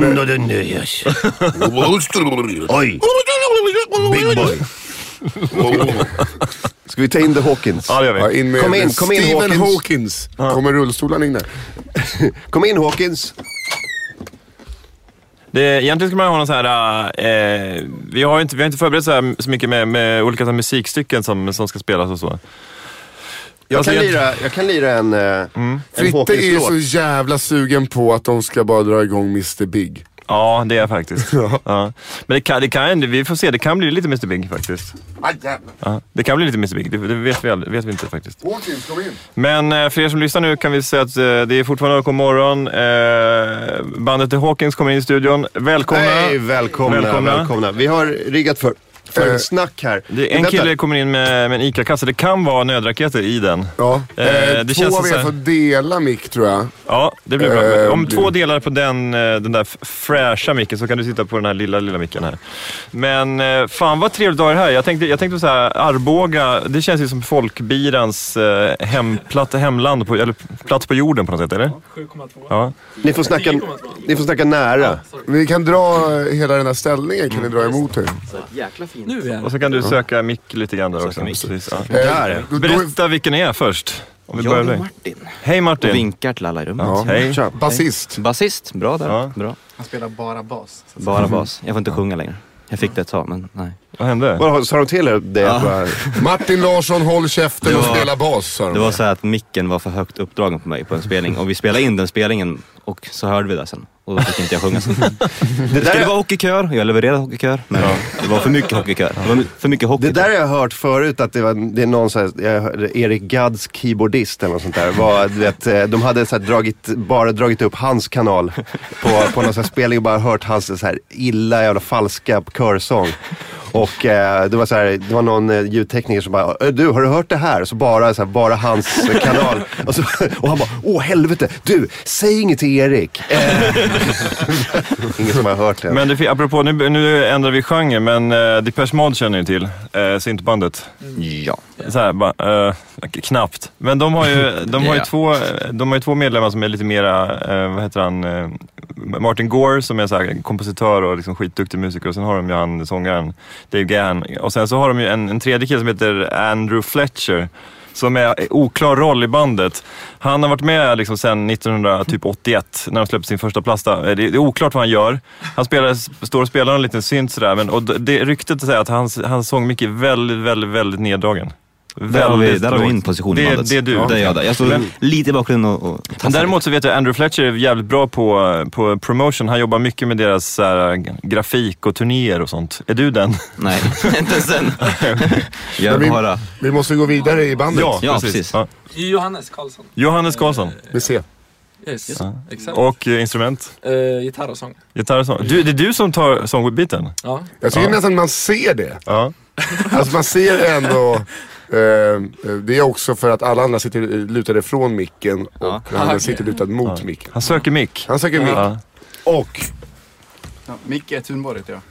Under den nöjes. Oj, big boy. Ska vi ta in The Hawkins?
Ja, det gör
Ja,
vi.
in med
Kom in, kom in,
Stephen
Hawkins.
Hawkins. Kommer rullstolen in där?
Kom in Hawkins.
Det, egentligen skulle man ha någon sån här... Eh, vi, har ju inte, vi har inte förberett så, här, så mycket med, med olika så här, musikstycken som, som ska spelas och så.
Jag
Alltså,
kan
jag- Mm.
lira, jag kan lira en, eh, en
Fritte är ju så
Hawkins-låt.
jävla sugen på att de ska bara dra igång Mr Big.
Ja, det är jag
*laughs*
faktiskt. ja. Men det kan, det kan, vi får se, det kan bli lite Mr Big faktiskt. Ja, det kan bli lite Mr Big, det, det vet, vi aldrig, vet vi inte faktiskt.
Hawkins, kom in.
Men eh, för er som lyssnar nu kan vi säga att eh, det är fortfarande OK morgon. Eh, bandet The Hawkins kommer in i studion. Välkomna!
Hej, välkomna, välkomna,
Välkomna.
välkomna. Vi har riggat för, för
Eh,
en snack här.
Det är en
Vänta.
kille kommer in med, med en ICA-kasse. Det kan vara nödraketer i den.
Ja,
Eh,
eh,
det känns
två
som
av
så här-
er får dela mick tror jag.
Ja, det blir bra.
Eh,
Om
det-
två delar på den, eh, den där f- fräscha micken så kan du sitta på den här lilla, lilla micken här. Men eh, fan vad trevligt att ha er här. Jag tänkte, jag tänkte så här, Arboga, det känns ju som folkbirans eh, hem, platt, hemland, på, eller plats på jorden på något sätt, eller?
7,2.
Ja.
Ni får snacka, ni får snacka nära.
Vi kan dra eh, hela den här ställningen, kan ni
Mm.
dra emot er?
Nu är
Och så kan du söka mick lite grann där också. Precis, ja.
Där.
Då, då,
Berätta vilken ni är först. Om vi
Jag
börjar
och
med dig.
Martin.
Hej Martin.
Och vinkar till alla i rummet.
ja.
Hej.
Tja.
Basist.
Basist, bra där.
Ja.
Bra.
Han spelar bara bas.
Mm.
Bara bas. Jag får inte sjunga längre. Jag fick det ett tag, men nej.
Vad hände?
Vad Sa de till er det? att bara-
Martin Larsson, håll käften och
Det var-
Ah. spela bas sa
Det
de.
var så här att micken var för högt uppdragen på mig på en spelning och vi spelade in den spelningen och så hörde vi det sen. Och då fick inte jag
*laughs*
sjunga sen.
Det
Det skulle
där,
vara hockeykör och jag levererade hockeykör. Men det var för mycket hockeykör. Det var för mycket hockey.
det där har jag hört förut, att det, var, det är någon så här, jag hörde Erik Gads keyboardist eller något sånt där. Var, du vet, eh, de hade så här dragit, bara dragit upp hans kanal på, på någon sån här spelning och bara hört hans så här illa jävla falska körsång. Och eh, det, var så här, det var någon eh, ljudtekniker som bara, "Ö, du har du hört det här? Så bara, så här, bara hans eh, kanal. Och, så, och han bara, åh helvete, du, säg inget till Erik. Eh, *laughs* ingen som har hört det.
Men det, fi- apropå, nu, nu ändrar vi genre, men uh, Depeche Mode känner ni till. Uh, Synthbandet.
Ja.
Så här, bara, eh, knappt. Men de har ju, de har ju
Ja.
två, de har ju två medlemmar som är lite mera, eh, vad heter han, eh, Martin Gore som är så här, kompositör och liksom skitduktig musiker och sen har de ju han sångaren Dave Gahan. Och sen så har de ju en, en tredje kille som heter Andrew Fletcher som är oklar roll i bandet. Han har varit med liksom sedan 1981 när de släppte sin första plasta. Eh, Det det är oklart vad han gör. Han spelar, står och spelar en liten synt sådär. Men, och det- det ryktet säger att hans, hans sångmick är väldigt, väldigt, väldigt neddragen.
Där har vi,
Väldigt
där har vi
lågt.
min position i
det,
bandet.
Det är du.
Det är jag där. Jag står
Men-
lite i bakgrunden och, och tassar
men däremot så vet jag att Andrew Fletcher är jävligt bra på, på promotion. Han jobbar mycket med deras så här, grafik och turnéer och sånt. Är du den?
lite.
*laughs*
Nej, *laughs* inte sen. jag
Men
är
vi,
bara...
vi måste gå vidare i bandet.
Ja, precis. Ja.
Johannes Karlsson.
Johannes Karlsson.
Med C.
Yes, exakt.
Och eh, instrument?
Eh, gitarr och sång.
Gitarr och sång. Du, det är du som tar sångbiten?
Ja.
Jag tycker nästan man ser det.
Ja.
Alltså man ser ändå. eh, det är också för att alla andra sitter lutade från micken och
Ja.
han sitter lutad mot micken.
Han söker mick.
Han söker mick.
Ja.
Och
Ja, Micke är Thunborg heter jag.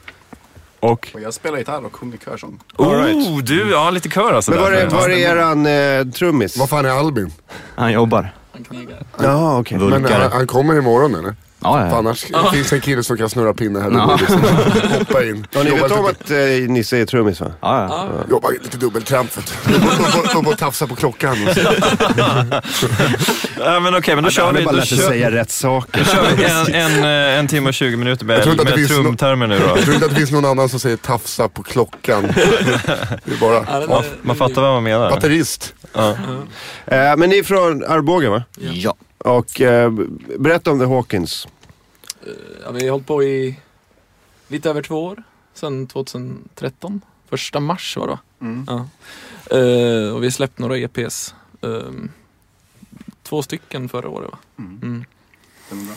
Och?
Och jag spelar gitarr och sjunger körsång.
Oh, du, ja lite kör alltså.
Men
där.
var är, var är eran eh, trummis?
vad fan är Albin?
Han jobbar.
Han knegar.
Ja, okej.
Men eh,
Vulkar.
han, han kommer imorgon eller?
ja,
För
ja.
annars finns en kille som kan snurra pinne här.
Ja.
Ja. Hoppa in.
Ja, ni
Jobba
vet
lite-
om att eh, Nisse är trummis va?
ja, ja.
Jobbar lite dubbeltramp vet du. Upp och- Upp och tafsa på
*laughs*
klockan.
Ja, men okej, men då kör
Han
vi.
har bara
Då
lärt sig
kör,
säga rätt saker.
då kör vi en, en, eh, en timme och 20 minuter
Jag
med,
tror inte att det
med
finns nå-
trumtermer nu då.
Jag tror inte att det finns någon annan som säger tafsa
*laughs*
på klockan. Det är bara
den
Man,
är-
man fattar vad man menar.
batterist.
Eh, men ni är från Arboga va?
ja.
Och eh, berätta om The Hawkins.
eh, Ja, vi har hållit på i lite över två år. Sedan 2013. Första mars var det va? Ja. Eh, och vi har släppt några EPs. Ehm, två
Mm-hmm.
stycken förra året va?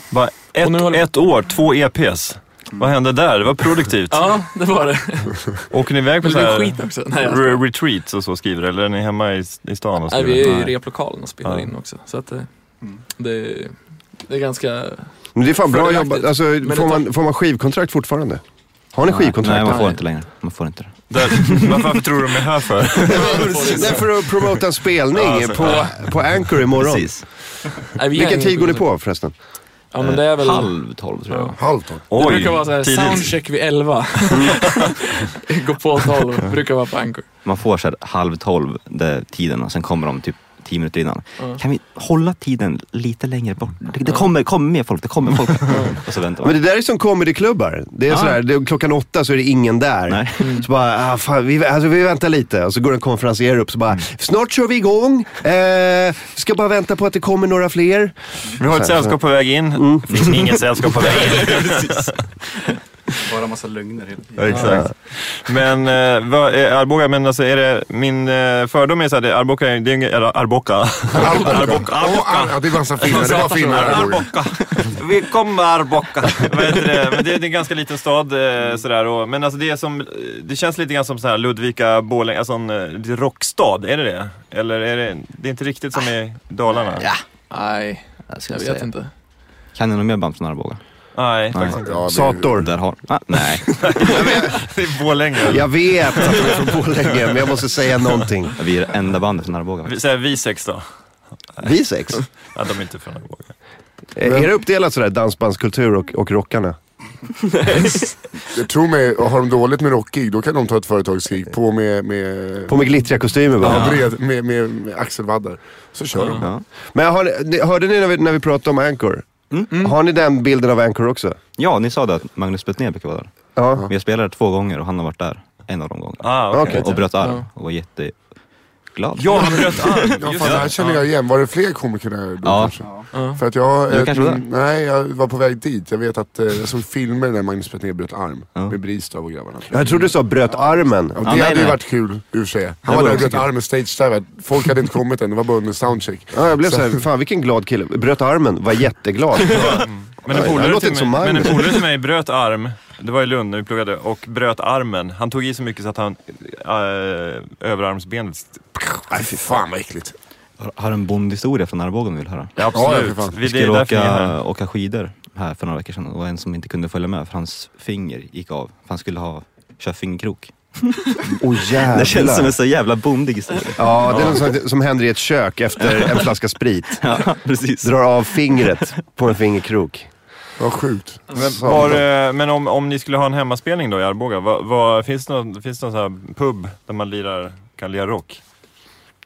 Bara
Och nu
ett,
håller-
ett år, två EPs. Vad hände där? Det var produktivt.
Ja, det var
*laughs*
det.
Åker ni iväg på
Men
så
det är
här
skit också. Nej, jag skojar.
re- retreats och så skriver eller är ni hemma i, i stan och
Nej,
skriver?
vi är i
Nej.
replokalen och spelar
Ja.
in också. Så att eh, det, det är ganska...
Men det är fan bra
Fördelaktigt.
jobbat. Alltså,
det
får, man, får man skivkontrakt fortfarande? Har ni skivkontrakt?
Nej, man får
Nej.
inte längre. Man får inte det.
Där,
*laughs*
varför, varför tror du de är här
*laughs*
för?
*laughs*
Nej, för att promota en spelning
Ja, alltså,
på, på Anchor imorgon.
Nej, vi
Vilken
hänger
tid går ni
inte-
på förresten?
Ja, men det är väl...
Halv tolv tror jag.
Halv tolv.
Oj,
Det brukar vara så här,
tidigt.
soundcheck vid
*laughs*
11. *laughs* Gå på 12, brukar vara på Anchor.
Man får så här halv tolv, det, tiden, och sen kommer de typ tio minuter innan. Kan vi hålla tiden lite längre bort? Det, det kommer, kommer mer folk, det kommer *laughs*
*laughs*
folk. Och så väntar
Men
man.
det där är som comedyklubbar. Det är
Ja.
sådär, det, klockan åtta så är det ingen där.
Nej.
Så bara, ah, fan, vi, alltså, vi väntar lite. Och så går en konferencier upp så bara,
Mm.
snart kör vi igång. Eh, ska bara vänta på att det kommer några fler.
Vi har ett sällskap på
*laughs*
väg in.
Mm.
Det finns inget sällskap på väg
*laughs*
in.
Bara massa lögner hela tiden.
Ja, exakt. Men eh, vad är Arboga, men alltså är det, min eh, fördom är såhär, det, Arboga, är- det är ingen, eller Arboga.
Arboga.
Arboga.
Åh, Ar- ja, det är bara en sån här finnar. Det var finnar.
Arboga. Vi kommer Arboga. Vad heter det? Men det är en ganska liten stad eh, sådär. Och, men alltså det är som, det känns lite grann som såhär Ludvika, Borlänge, alltså en eh, lite rockstad. Är det det? Eller är det, det är inte riktigt som i Dalarna?
Ja,
Nej,
jag skulle
jag
säga.
vet inte.
Kan ni något mer band från Arboga?
Nej,
Nej.
faktiskt inte.
Ja, det-
Sator.
Där har... Ah,
*laughs*
nej,
*laughs* Det är Borlänge.
Jag vet att jag är från Borlänge, men jag måste säga någonting.
vi är det enda bandet från Arboga.
Vi- Såhär vi sex då?
Vi sex.
Ja, de är inte från Arboga.
Eh, Är det uppdelat sådär, dansbandskultur och, och rockarna?
*laughs*
*laughs*
Jag tror mig, har de dåligt med rockig då kan de ta ett företagskrig på med, med,
På med glittriga kostymer bara.
ja. bred, med, med, med axelvaddar. Så kör de.
Ja.
Men har, ni- ni- hörde ni när vi, när vi pratade om Anchor? Har ni den bilden av Anchor också?
Mm. ja, ni sa det att Magnus Betnér brukar vara där.
Ja.
Vi har spelat där två gånger och han har varit där en av de gångerna.
Ah, okej.
Okej.
Och bröt arm
Ja.
och var jätteglad. Ja,
Ja, han bröt
Ja,
arm. Just
fan, det här känner jag igen. Var det fler komiker där då
Ja.
kanske?
Ja.
För att jag, eh,
Du kanske var där?
nej, jag var på väg dit. Jag vet att eh, jag såg filmer när Magnus Betnér bröt arm.
Ja.
Med Bristav och grabbarna.
Jag trodde du sa bröt armen.
Ja, det
Ja, nej,
hade ju
nej.
varit kul i och för sig.
vore
Han var där och
också
bröt
kul.
armen stage dive. Folk hade inte kommit än, det var bara under soundcheck.
Ja, jag blev såhär, fan vilken glad kille. Bröt armen, var
*laughs*
jätteglad.
Men en
Ja, det
polare
låter
till,
inte som
mig- men en
Magnus.
polare
*laughs*
till mig bröt arm, det var i Lund när vi pluggade, och bröt armen. Han tog i så mycket så att han, äh, överarmsbenet... st-
Nej fy fan vad äckligt.
Har- Har en bondhistoria från Arboga om vi vill höra.
Ja, ja,
Absolut.
för fan.
Vi-
Vi
det är
skulle
därför ni är här.
åka, åka skidor här för några veckor sedan och en som inte kunde följa med för hans finger gick av. För han skulle ha, köra
*laughs*
fingerkrok.
Åh jävlar.
Det känns som en så jävla bondig historia.
Ja, det är något som, som händer i ett kök efter en flaska sprit.
*laughs* Ja, precis.
Drar av fingret på en fingerkrok.
Vad sjukt.
Men, var, eh, men om, om ni skulle ha en hemmaspelning då i Arboga, vad- vad- finns det någon, finns det någon sån här pub där man lirar, kan lira rock?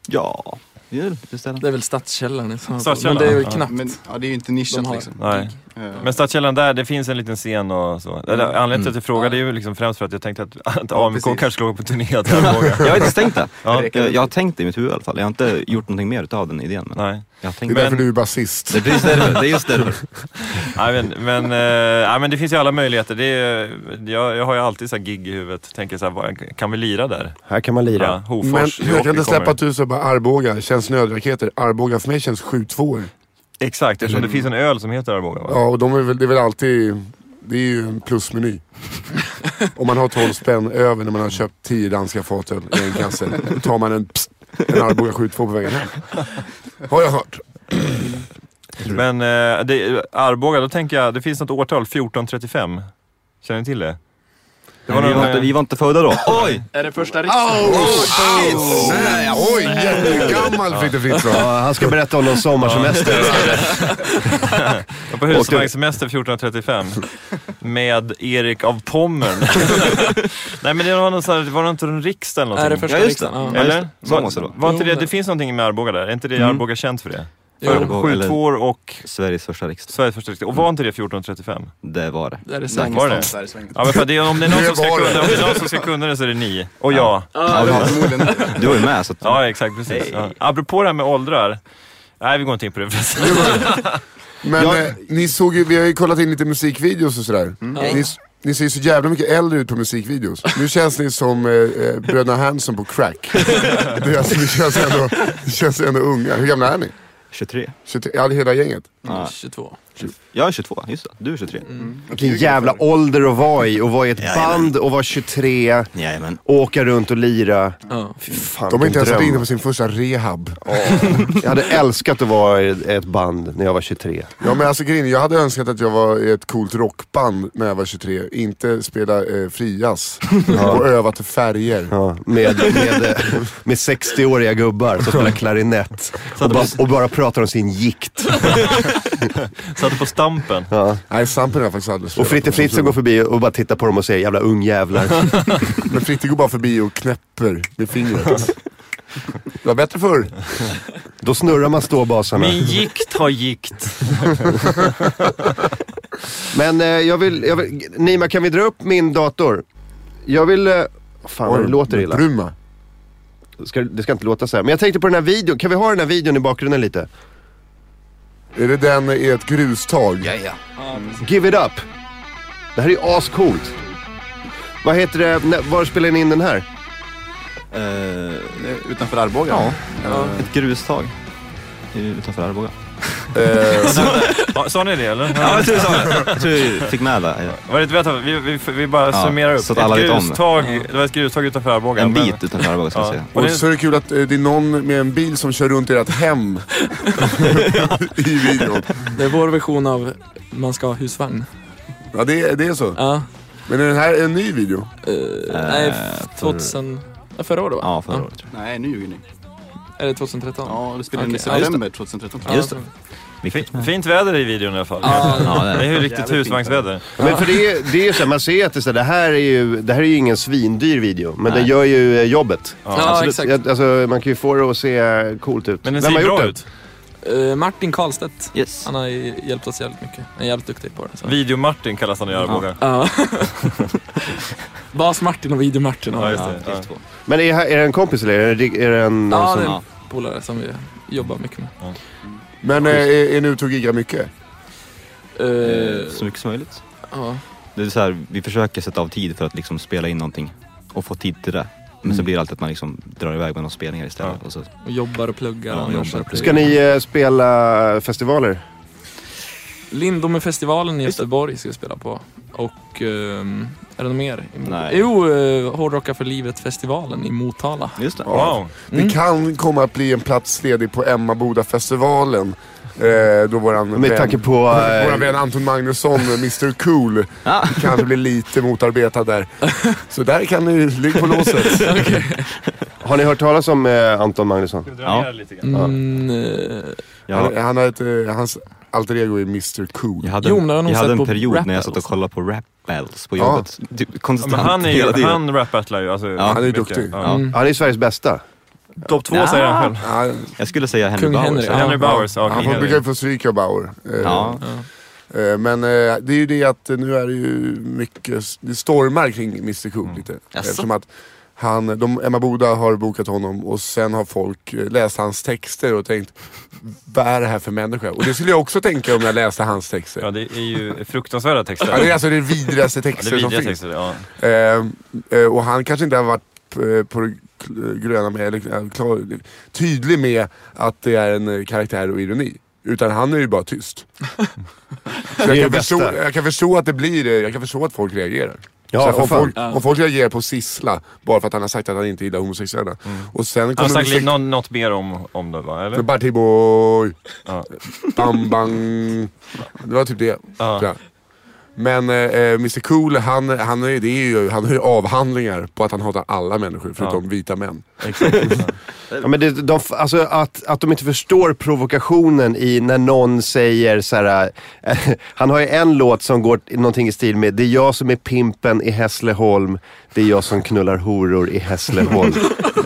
Ja, det är det ställa.
Det är väl Stadskällaren i så fall.
Stadskällaren,
Men det är ju
ja.
knappt.
Typ. Men ja, det är ju inte nischat
De har-
liksom.
Nej.
Eh,
Men Stadskällan där, det finns en liten scen och så. Eller, Anledningen till att jag frågade är ju liksom främst för att jag tänkte att, att AMK
Mm. precis.
kanske skulle åka på turné
*laughs*
till Arboga.
Jag har inte tänkt det.
Ja.
Jag, jag har tänkt det i mitt huvud i alla fall. Jag har inte gjort någonting mer utav den idén. Men
Nej.
jag har
Det är
tänkt det.
därför du är basist.
Det är precis därför. Det är just därför.
Nej, men, men, eh, nej, men det finns ju alla möjligheter. Det är, jag, jag har ju alltid så här gig i huvudet. Tänker så här, vad- kan vi lira där?
Här kan man lira.
*laughs* Ja,
Men
Hofors.
jag
det
kan inte släppa
kommer.
att du sa bara Arboga, känns nödraketer. Arboga för mig känns 7 2
Exakt, eftersom det finns en öl som heter Arboga va?
Ja och de är väl, det är väl alltid, det är ju en plusmeny. Om man har 12 spänn över när man har köpt 10 danska fatöl i en kasse. Då tar man en, pst, en Arboga 7 2 på vägen hem. Har jag hört.
Men eh, det, Arboga, då tänker jag, det finns något årtal, 1435. Känner ni till det? Det var
Vi var, inte,
någon,
vi
eh,
var inte födda då. Oj!
Är det första riksdagen?
Nej, oj, jättegammal Fritte Fritzson.
Ja, han ska berätta om någon sommarsemester.
jag var på husvagnssemester 1435 med Erik av Pommern.
*laughs*
Nej men det var någon sån här, var det inte en riksdag eller
Är det
någonting?
första
Ja, just det.
riksdagen? Ja.
Ja, just
Eller?
det. Så måste det vara.
var inte
Jo,
det,
det-
det finns någonting med Arboga där, är inte det
Mm.
Arboga känt för det?
Jo,
Arboga.
Sju
eller-
tvår och
Sveriges första riksdag.
Sveriges första riksdag. Och var inte det 1435?
Det var det.
Är det säkert?
Var det?
Så här i svängen.
Ja, men för det, om, det är någon
Det
som ska
var det.
kunna, om det är någon *laughs* som ska kunna det så är det ni. Och jag.
Ja, det var förmodligen det.
Du var ju med så att...
Ja, exakt. Precis. Ja. Apropå det här med åldrar. Nej, vi går inte in på det *laughs* förresten.
Men eh, ni såg ju, vi har ju kollat in lite musikvideos och sådär. Ni, ni ser ju så jävla mycket äldre ut på musikvideos. Nu känns ni som eh, eh, bröderna Hanson på crack. det, alltså, det, känns ändå, det känns ändå unga. Hur gamla är ni?
23.
23, ja, det är hela gänget.
Ja. 22.
Jag är 22, just det. Du är 23.
Vilken jävla ålder att vara i. Och vara i ett
Jajamän.
band och vara 23.
Jajamän.
Och åka runt och lira.
Ja.
Fy fan,
De har inte ens
vilken
varit inne
dröm.
på sin första rehab.
Jag hade älskat att vara i ett band när jag var 23.
Ja men alltså grejen är, jag hade önskat att jag var i ett coolt rockband när jag var 23. Inte spela eh,
*laughs*
frias och öva till färger.
Ja, med, med, eh, med 60-åriga gubbar som spelar klarinett. Och bara, och bara pratar om sin gikt.
Satte på stampen.
Nej, Sampen har jag faktiskt aldrig
Och
spelat
Fritte
på.
Fritzen går förbi och bara tittar på dem och säger jävla ungjävlar.
Men Fritte går bara förbi och knäpper
*laughs*
med fingret. Det var bättre förr.
Då snurrar man ståbasarna.
Min gikt har gikt.
*laughs*
*laughs*
Men eh, jag, vill, jag vill... Nima, kan vi dra upp min dator? Jag vill... Eh, fan, vad det låter illa.
Bruma.
Ska, det ska inte låta så här. Men jag tänkte på den här videon. Kan vi ha den här videon i bakgrunden lite?
Är det den i ett grustag?
Give it up. Det här är ju ascoolt. Vad heter det? När- Var spelar ni in den här?
Eh,
Utanför Arboga? Ja.
ett grustag utanför
*laughs*
Arboga.
Eh, Sa ni det eller?
Ja, jag tror du sa det. Jag tror du fick med det.
Vad är det, vänta, vi, vi, vi bara
Ja,
summerar upp.
så att alla
ett
vet om det.
grustag, det var ett grustag utanför Arboga.
En
men-
bit utanför Arboga ska jag
Ja.
säga.
Och
*laughs* Och
det,
så är det kul att eh, det är någon med en bil som kör runt i ert hem. I videon.
Det är vår version av man ska ha husvagn.
Ja, det är, det är så.
Ja.
Men är den här en ny video?
Eh, nej, f-
för-
2000... Ja, förra året va?
Ja, förra året tror
Nej, nu ljuger ni.
Är det 2013?
Ja, vi spelade den i
Okej, ja, just
september 2013.
Ja,
Just
det.
jag. Vi fick med.
fint väder i videon i alla fall.
Ja, det
Det
är
är
det.
ju riktigt husvagnsväder. *laughs*
Men för det är, det är ju så här, man ser att det, är så här, det här är ju, det här är ju ingen svindyr video. Men den
Nej.
gör ju eh, jobbet.
Ja, exakt.
Jag- Alltså, man kan ju få det att se coolt ut.
Men den
Vem
ser
har
ju
gjort
bra
den?
ut.
Eh, Martin Karlstedt.
Yes.
Han har ju hjälpt oss jävligt mycket. Han är jävligt duktig på det. Så.
Video-Martin kallas han i Arboga.
Ja. Bas-Martin och Video-Martin.
Ja,
Ja,
just det. Ja.
Gift två.
*laughs* Men är, är det en kompis eller är det, är det en... någon
ja,
som-
det är en
Ja.
polare som vi jobbar mycket med.
Men eh, är, är ni ute och giggar mycket?
Eh,
Så mycket som möjligt.
ja.
Det är så här, vi försöker sätta av tid för att liksom spela in någonting och få tid till det. Men
Mm.
så blir det alltid att man liksom drar iväg med några spelningar istället. Och så,
Och jobbar och pluggar.
Ja,
och
jobbar
så
och
att det-
Ska ni eh, spela festivaler?
Lindomefestivalen i Göteborg ska vi spela på. Och ehm, är det något mer?
Nej.
Jo, uh, Hårdrocka för livet-festivalen i Motala.
just det.
Wow.
Mm.
Det kan komma att bli en plats ledig på Emmaboda-festivalen. Eh, då våran
Med tanke
*laughs*
på... eh,
Vår vän Anton Magnusson, Mr Cool,
*laughs* Ja.
kanske blir lite motarbetad där. Så där kan ni ligga
*laughs*
på låset.
har ni hört talas om eh, Anton Magnusson?
Ja.
lite grann.
Mm, eh,
Jag,
Han, han har ett, eh, hans alter ego är Mr Cool.
jag hade
Jo,
en,
men det har nog
jag hade
sett på
en period
rap
när jag satt och
battles.
kollade på rap battles på
Ja.
jobbet. Typ
Ja,
konstant
Men han är
hela
ju,
tiden.
han rap-battlar ju. Alltså,
Ja,
han är ju
mycket.
duktig.
Ja.
Mm.
Han är Sveriges bästa.
Topp två
Ja.
säger han själv.
Ja,
Jag skulle säga Henry
Kung
Bauer.
Henry,
så-
ja.
Henry Bowers, ja,
han
King
får
Henry.
brukar få stryk av Bauer. Eh,
Ja.
eh, Men eh, det är ju det att eh, nu är det ju mycket, det stormar kring Mr Cool lite.
Mm. Jaså?
Eftersom att han, de, Emma Boda har bokat honom och sen har folk eh, läst hans texter och tänkt, vad är det här för människa? Och det skulle jag också tänka om jag läste hans texter.
Ja, det är ju fruktansvärda texter.
Ja, det är alltså det vidrigaste
Ja, det
texter
är
som
vidriga
finns.
texter. Ja.
Eh, eh, och han kanske inte har varit eh, på det kl- gröna med, eller eh, klar, tydlig med att det är en eh, karaktär och ironi. Utan han är ju
*laughs*
bara tyst. Så
Det är
jag, kan
det
förstå,
bästa.
jag kan förstå att det blir, eh, jag kan förstå att folk reagerar.
Ja,
Så här,
för
om,
fan.
folk, om folk reagerar på Sissla bara för att han har sagt att han inte gillar homosexuella.
Mm.
Och sen
Han har
kommer
sagt lite,
musik...
nå- något mer om, om det va? Eller?
Party boy,
Ja.
bam bang. Det var typ det.
Ja.
tror jag. Men eh, eh, Mr Cool, han, han, är, det är ju, han har ju avhandlingar på att han hatar alla människor förutom vita män.
*laughs* Ja, men det, de, alltså, att, att de inte förstår provokationen i när någon säger så här. eh, *laughs* han har ju en låt som går t- någonting i stil med Det är jag som är pimpen i Hässleholm. Det är jag som knullar horor i
*laughs*
Hässleholm.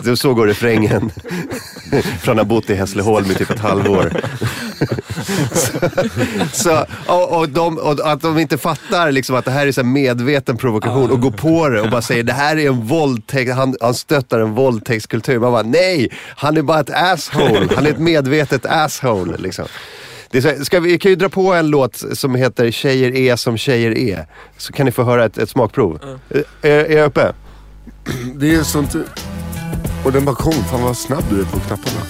Det- så går refrängen. *laughs* Från att ha bott i Hässleholm i typ ett halvår. så, och, och, de, och att de inte fattar liksom att det här är så här medveten provokation och går på det och bara säger det här är en våldtäkt, han, han stöttar en våldtäktskultur. Man bara nej, han är bara ett asshole. Han är ett medvetet asshole. Liksom. Det är så, här, ska vi, vi kan ju dra på en låt som heter Tjejer är som tjejer är. Så kan ni få höra ett, ett smakprov. Är, är jag uppe?
Det är sånt... Och den bara kom, fan vad snabb du är på knapparna.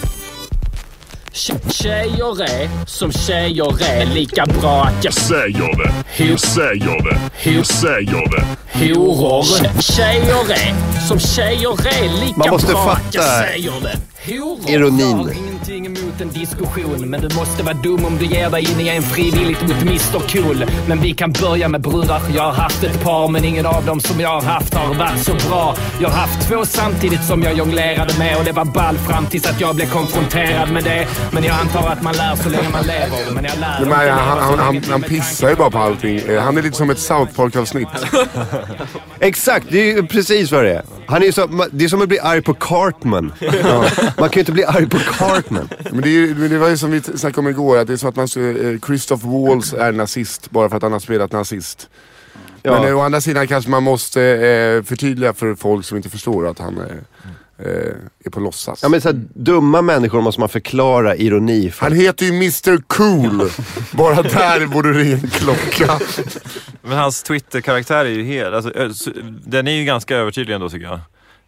Tje- Tjejer är som tjejer är lika bra att jag säger det. Hur säger det? Hur säger det? Horor. Tje- Tjejer är som tjejer är lika
Man måste
bra att jag
fatta
säger det. Horor.
ironin.
Jag har ingenting emot en diskussion men du måste vara dum om du ger dig in i en frivilligt mot Mr Cool. Men vi kan börja med brudar. Jag har haft ett par men ingen av dem som jag har haft har varit så bra. Jag har haft två samtidigt som jag jonglerade med och det var ball fram tills att jag blev konfronterad med det. Men jag antar att man lär så länge man lever. Men jag lär
Men
inte
han,
leva
han,
så
han,
länge
han,
till
han
med
pissar ju bara på allting. Eh, Han är lite som ett South Park-avsnitt.
Exakt, det är ju precis vad det är. Han är ju så, det är som att bli arg på Cartman. Man kan ju inte bli arg på Cartman.
Men det, är ju- men det var ju som vi t- snackade om igår, att det är som att man, så- eh, Christoph Waltz är nazist bara för att han har spelat nazist.
Ja.
Men eh, å andra sidan kanske man måste eh, förtydliga för folk som inte förstår att han eh, eh, är på låtsas.
Ja men så här, dumma människor måste man förklara ironi för.
Han heter ju Mr Cool. Bara där borde det ringa en klocka.
Men hans Twitter-karaktär är ju helt... Alltså, ö, s- den är ju ganska övertydlig ändå tycker jag.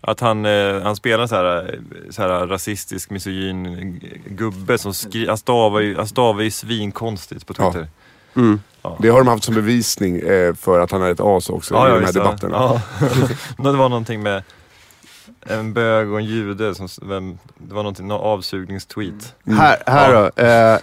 Att han, eh, han spelar så här, eh, så här rasistisk, misogyn g- gubbe som skri- han stavar, ju, han stavar ju svinkonstigt på Twitter.
Mm. Det har de haft som bevisning eh, för att han är ett as också i de här
visst,
debatterna.
Ja. *laughs* Men det var någonting med en bög och en jude. Som, s- vem, det var någonting, någon avsugningstweet.
Mm.
Mm.
Här, här då. Eh,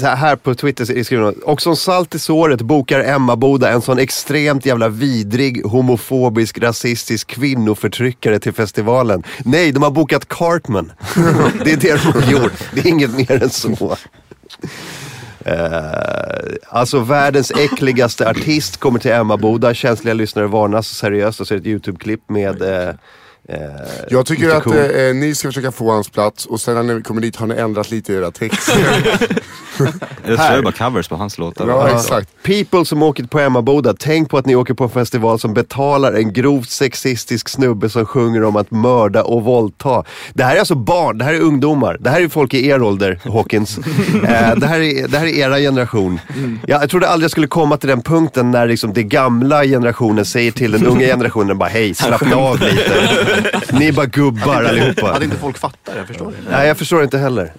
så här, här på Twitter så skriver någon. Och som salt i såret bokar Emma Boda en sån extremt jävla vidrig, homofobisk, rasistisk kvinnoförtryckare till festivalen. Nej, de har bokat
*laughs*
Cartman. det är det de har gjort. Det är inget mer än så. Eh, alltså världens äckligaste artist kommer till Emma Boda. Känsliga lyssnare varnas seriöst. Och så är det ett YouTube-klipp med... Eh, eh,
Jag tycker
Mr.
att
Cool.
eh, ni ska försöka få hans plats och sen när ni kommer dit har ni ändrat lite i
*laughs*
era texter.
Jag tror det är bara covers på hans låtar.
ja, exakt.
People som åker på Emmaboda, tänk på att ni åker på en festival som betalar en grovt sexistisk snubbe som sjunger om att mörda och våldta. Det här är alltså barn, det här är ungdomar, det här är folk i er ålder, Hawkins. eh, det, här är, det här är era generation. Jag, jag trodde aldrig jag skulle komma till den punkten när liksom det gamla generationen säger till den unga generationen bara hej, slappna av lite. Ni är bara gubbar allihopa.
Hade inte folk fattat det? Jag förstår det.
Nej, jag förstår inte heller.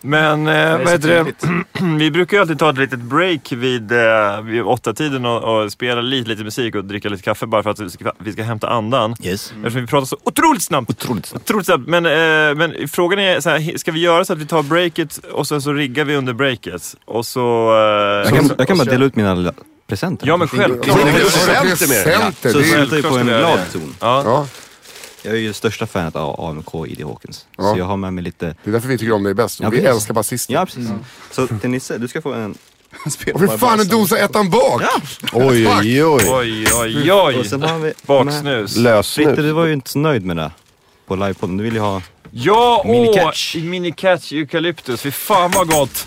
Men eh, vad
så
heter det?
tydligt.
*clears throat* vi brukar ju alltid ta ett litet break vid, eh, vid åttatiden och, och spela lite, lite musik och dricka lite kaffe bara för att vi ska, vi ska hämta andan. Mm.
Yes.
Eftersom vi pratar så otroligt snabbt. Otroligt snabbt. Men, eh, men frågan är, så här, ska vi göra så att vi tar breaket och sen så riggar vi under breaket? Och så... Eh,
Jag kan, jag kan bara dela ut mina lilla presenter.
ja men självklart.
Har ni
presenter med det?
presenter?
Så
Det är-
slutar vi typ på en glad ton.
Ja.
Ja,
Jag är ju största fanet av AMK ID Hawkins.
Ja.
Så jag har med mig lite...
det är därför vi tycker om dig bäst. Och
Ja,
vi
precis.
älskar basister.
Ja precis. Så till Nisse, du ska få en...
Och för fan en dosa ettan bak!
Oj, oj, oj.
Oj, oj, oj.
Och sen har vi...
Baksnus.
Fritte,
Lösnut.
du var ju inte så nöjd med det på livepodden. Du ville ju ha...
Ja, åh!
Minicatch.
Minicatch eukalyptus. Fy fan vad gott!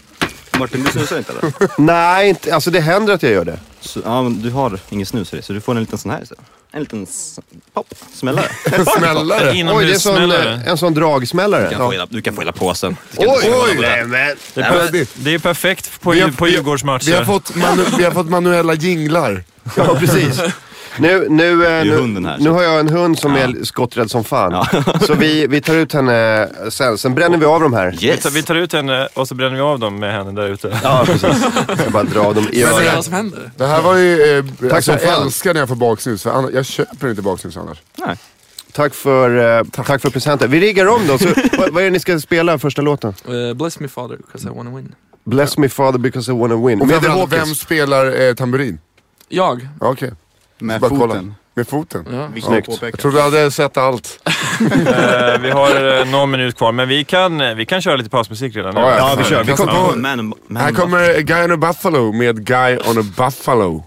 Martin, du snusar inte eller?
Nej, inte, alltså det händer att jag gör det.
Så, ja, men du har ingen snus i dig, så du får en liten sån här istället. En liten s- pop,
*laughs*
smällare.
En smällare.
Oj, det är en sån,
Inomhussmällare.
eh, en sån
Du
dragsmällare.
kan få hela, du kan få hela påsen.
Oj, oj, nej, men.
Det
Nej,
är,
men-
per- det är perfekt på,
Vi har-
på
vi-
Djurgårdsmatcher.
Vi har, fått manu,
*laughs*
vi har fått manuella jinglar.
Ja, precis. Nu, nu, eh,
ju
nu,
hunden här, så.
nu har jag en hund som
Ja.
är skotträdd som fan. *laughs* Så vi, vi tar ut henne sen. Sen bränner vi av de här.
Yes!
Så vi tar ut henne och så bränner vi av dem med henne där ute.
Ja, precis. Jag ska bara dra av dem i
Vad är
örat.
det som händer?
Det här var ju... Eh, Tack alltså,
som
jag
fan.
älskar när jag får baksnus. För anna- jag köper inte baksnus annars.
Nej.
Tack för, eh, tack för presenten. Vi riggar om
*laughs*
då. Så, vad, vad är det ni ska spela första låten?
Eh, bless me father, cause I wanna win.
Bless me father because I wanna win.
Och
Med The
framförallt, vem
Hawkins.
spelar eh, tamburin?
Jag?
Ja, Okej.
Med
Bara kolla.
foten.
Med foten?
Ja.
Snyggt.
Jag trodde du hade sett allt.
Eh, vi har eh, någon minut kvar, men vi kan, eh, vi kan köra lite pausmusik redan nu.
Ja, ja.
Ja, vi kör. Vi
Kasta
kommer-
på-
Man, and- man
Här
and-
kommer eh, Guy on a Buffalo med Guy on a Buffalo.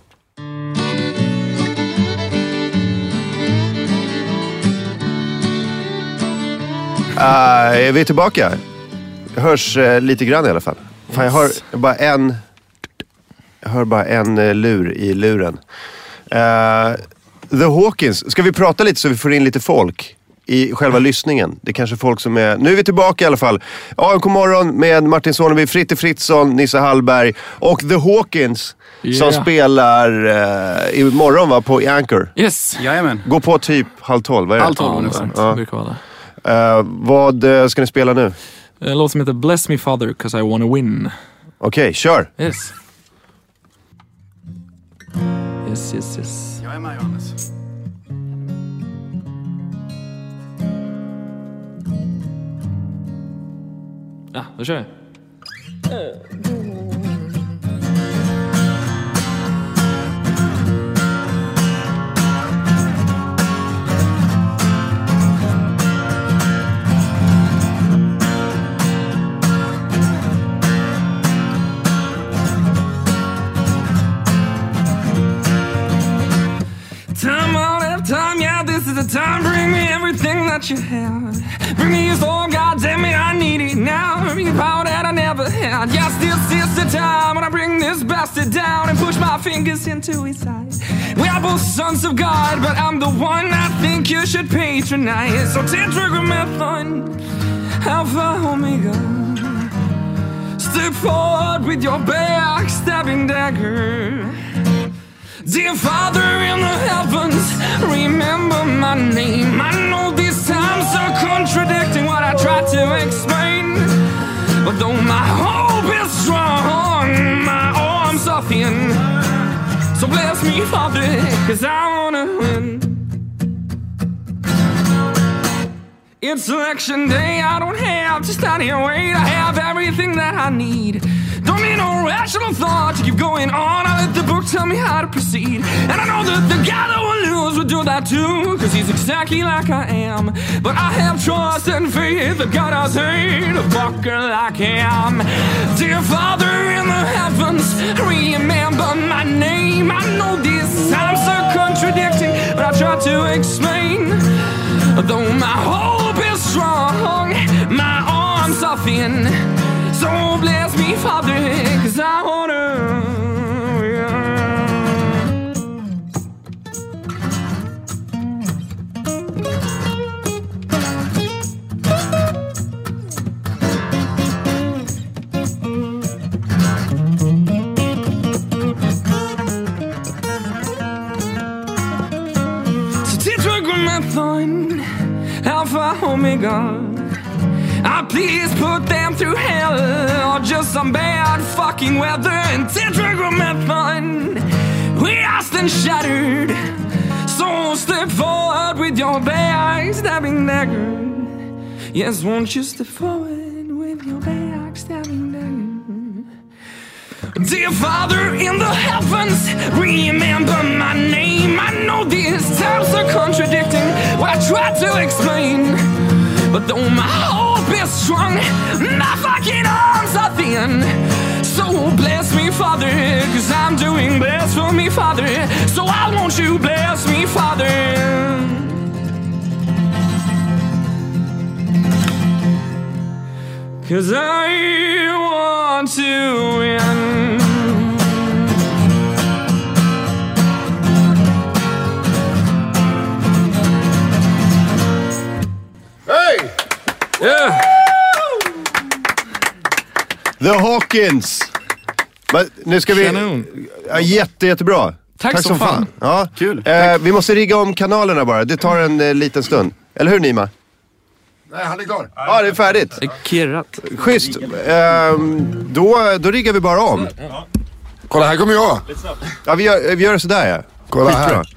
Ah, är vi tillbaka? Hörs eh, lite grann i alla fall. Fan, jag hör bara en... Jag hör bara en eh, lur i luren. Eh, The Hawkins. Ska vi prata lite så vi får in lite folk? I själva lyssningen. Det är kanske folk som är... Nu är vi tillbaka i alla fall. AMK morgon med Martin Soneby, Fritte Fritzson, Nisse Hallberg och The Hawkins. Som
Yeah.
spelar eh, imorgon va, på Anchor.
Yes!
Jajamän.
Gå på typ halv tolv, vad är det?
Halv tolv.
Ja,
ungefär.
ungefär. Brukar vara det.
Eh, vad eh, ska ni spela nu?
En låt som heter Bless Me Father Cause I Wanna Win.
Okej, kör!
Yes. Yes, yes, yes.
Jag är med Johannes.
Ja, då kör vi. Time out of time, yeah, this is the time. Bring me everything that you have. Bring me your soul, God damn it, I need it now. Bring me the power that I never had. Yes, this is the time when I bring this bastard down and push my fingers into his eyes. We are both sons of God, but I'm the one I think you should patronize. So tetragrammaton, Alpha Omega. Step forward with your backstabbing dagger. Dear Father in the heavens, remember my name. I know these times are contradicting what I tried to explain. But though my hope is strong, my arms are thin. So bless me, Father, cause I wanna win. It's election day, I don't have to stand here and wait. I have everything that I need. Don't need no rational thought to keep going on. I let the book tell me how to proceed. And I know that the guy that will lose will do that too, cause he's exactly like I am. But I have trust and faith that God has aid a fucker like him. Dear Father in the heavens, remember my name. I know these times are contradicting, but I try to explain. Though my hope is strong, my arms are thin. So bless me, Father, cause I wanna. So tetragrammaton, Alpha Omega. I please put them through hell or just some bad fucking weather and tetragrammaton. We are still shattered. So step forward with your back stabbing dagger. Yes, won't you step forward with your back stabbing dagger? Dear Father in the heavens, remember my name. I know these times are contradicting what I tried to explain. But though my hope is strong, my fucking arms are thin. So bless me, Father, cause I'm doing best for me, Father. So I want you bless me, Father. Cause I want to win.
Hej!
Yeah.
The Hawkins! Men nu ska vi...
Kanon.
Ja, jätte, jättebra.
Tack som fan.
Ja.
Kul.
Eh, vi måste rigga om kanalerna bara. Det tar en eh, liten stund. Eller hur Nima?
Nej, han är klar.
Ja, det är färdigt.
Kirrat.
Schysst. Ehm, då, då riggar vi bara om.
Kolla, här kommer jag.
Ja, vi gör, vi gör sådär ja.
Kolla
Skitbra.
här.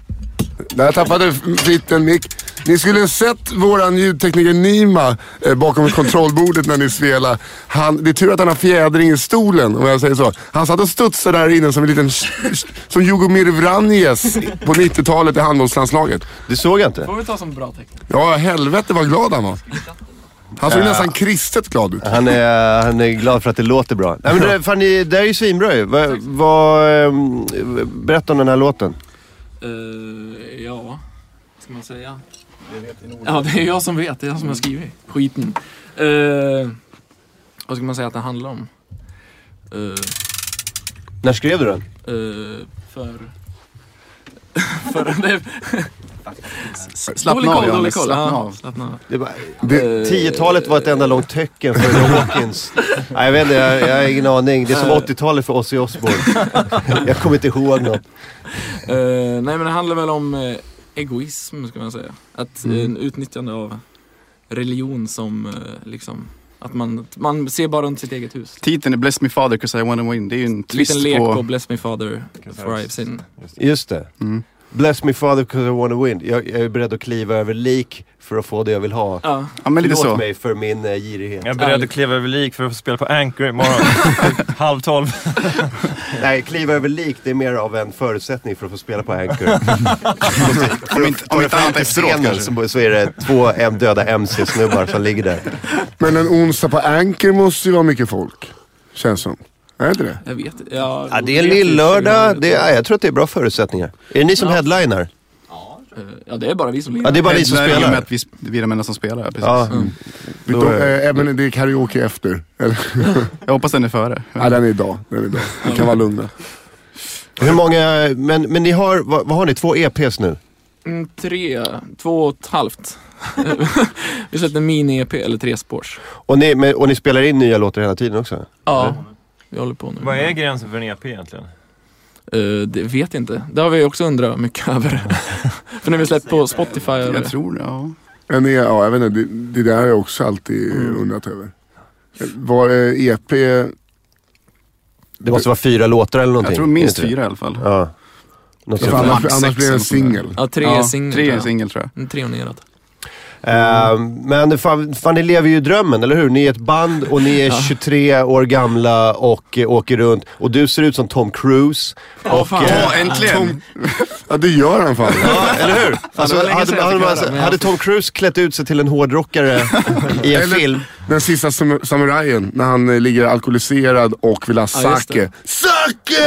Där tappade f- Fritten mick. Ni skulle ha sett våran ljudtekniker Nima eh, bakom kontrollbordet när ni spelade. Han, det är tur att han har fjädring i stolen, om jag säger så. Han satt och studsade där inne som en liten... Som Jugomir Vranjes på 90-talet i handbollslandslaget.
Det såg jag inte.
Får vi ta som bra tecken?
Ja, helvete vad glad han var. Han såg nästan kristet glad ut.
Han är, han är glad för att det låter bra. Nej, men det, där- fan, det där är ju svinbra ju. Va, vad, ehm, berätta om den här låten.
Eh, ja, vad ska man säga? Ja, det är jag som vet. Det är jag som har skrivit skiten. Eh, vad ska man säga att det handlar om? Eh,
När skrev du den?
eh, för... för det,
Slappna
dålig
av
koll, dålig koll.
Johannes, slappna
Ja,
av. Eh,
slappna av.
Det Eh, var,
Det-
tiotalet var ett enda långt tecken för The
*laughs*
Hawkins. Nej, jag vet inte. Jag, jag har ingen aning. Det är som
Eh.
80-talet för Ozzy Osbourne. *laughs* Jag kommer inte ihåg något.
Eh, nej, men det handlar väl om eh, Mm. egoism, ska man säga. Att eh, utnyttjande av religion som eh, liksom, ja,
Att man, man ser bara runt sitt eget hus.
Titeln är Bless Me Father Cause I Wanna Win. Det är ju en
En liten
twist
lek på
på...
Bless Me Father Thrives In.
Just det.
Mm.
Bless me father because I wanna win. Jag, jag är beredd att kliva över lik för att få det jag vill ha.
Ja.
Ja men lite
Förlåt
så.
mig för min eh, girighet.
Jag är beredd att kliva över lik för att få spela på Anchor
*laughs*
imorgon. Halv tolv.
Nej, kliva över lik det är mer av en förutsättning för att få spela på Anchor.
*laughs*
För
Om
att-
inte-
för att
om inte
fram
annat
till
efteråt
scenen
kanske.
så, så är det två M- döda MC-snubbar som ligger där.
Men en onsdag på Anker måste ju vara mycket folk. Känns som. Är det inte det?
Jag vet ja,
Ja, det är lill-lördag. Det är- Jag tror att det är bra förutsättningar. Är det ni som headliner?
Ja, det är bara vi som
Ja,
lirar.
det är bara ni som
Där är ju med
spelar.
att vi, vi är de enda som spelar, ja, precis.
Ja,
Mm.
Vi
Då
tog,
är-
eh, även det är karaoke efter. Eller?
Jag hoppas den är före.
Nej, den är idag. Den är idag. Vi kan vara lugna.
hur många, men, men ni har, vad, vad har ni, två EPs nu?
Mm, tre, två och ett halvt. *laughs* vi släppte en mini-EP, eller tre spårs.
Och ni, men, och ni spelar in nya låtar hela tiden också?
Ja, vi håller på nu.
Vad är gränsen för en EP egentligen?
Eh, det vet jag inte. Det har vi också undrat mycket *laughs* över. För när vi släppt på Spotify. och-
Jag tror ja.
En, E- ja, jag vet inte, det, det där har jag också alltid
Mm.
undrat över. Var det E EP?
Det måste vara fyra låtar eller någonting?
Jag tror
Är
minst
det inte det?
fyra i alla fall.
Ja. Något
För
sånt.
fan.
annars,
Max
annars
sex
blir det en
eller sånt där.
singel.
Ja, tre
ja,
är singel.
Tre
tror
är
jag.
singel tror jag.
Mm, Tre och neråt.
Ehm, men fan, fan, ni lever ju drömmen, eller hur? Ni är ett band och ni är 23 år gamla och eh, åker runt. Och du ser ut som Tom Cruise.
Åh, fan.
eh,
Åh, äntligen!
Ja det gör han fan.
Ja, eller hur? Alltså,
var länge
hade,
sedan jag
hade,
fick
man-
höra,
men jag
hade Tom Cruise klätt ut sig till en hårdrockare i en
Eller-
film?
Den sista sam samurajen när han eh, ligger alkoholiserad och vill ha
Ja, just
sake.
det.
Sake!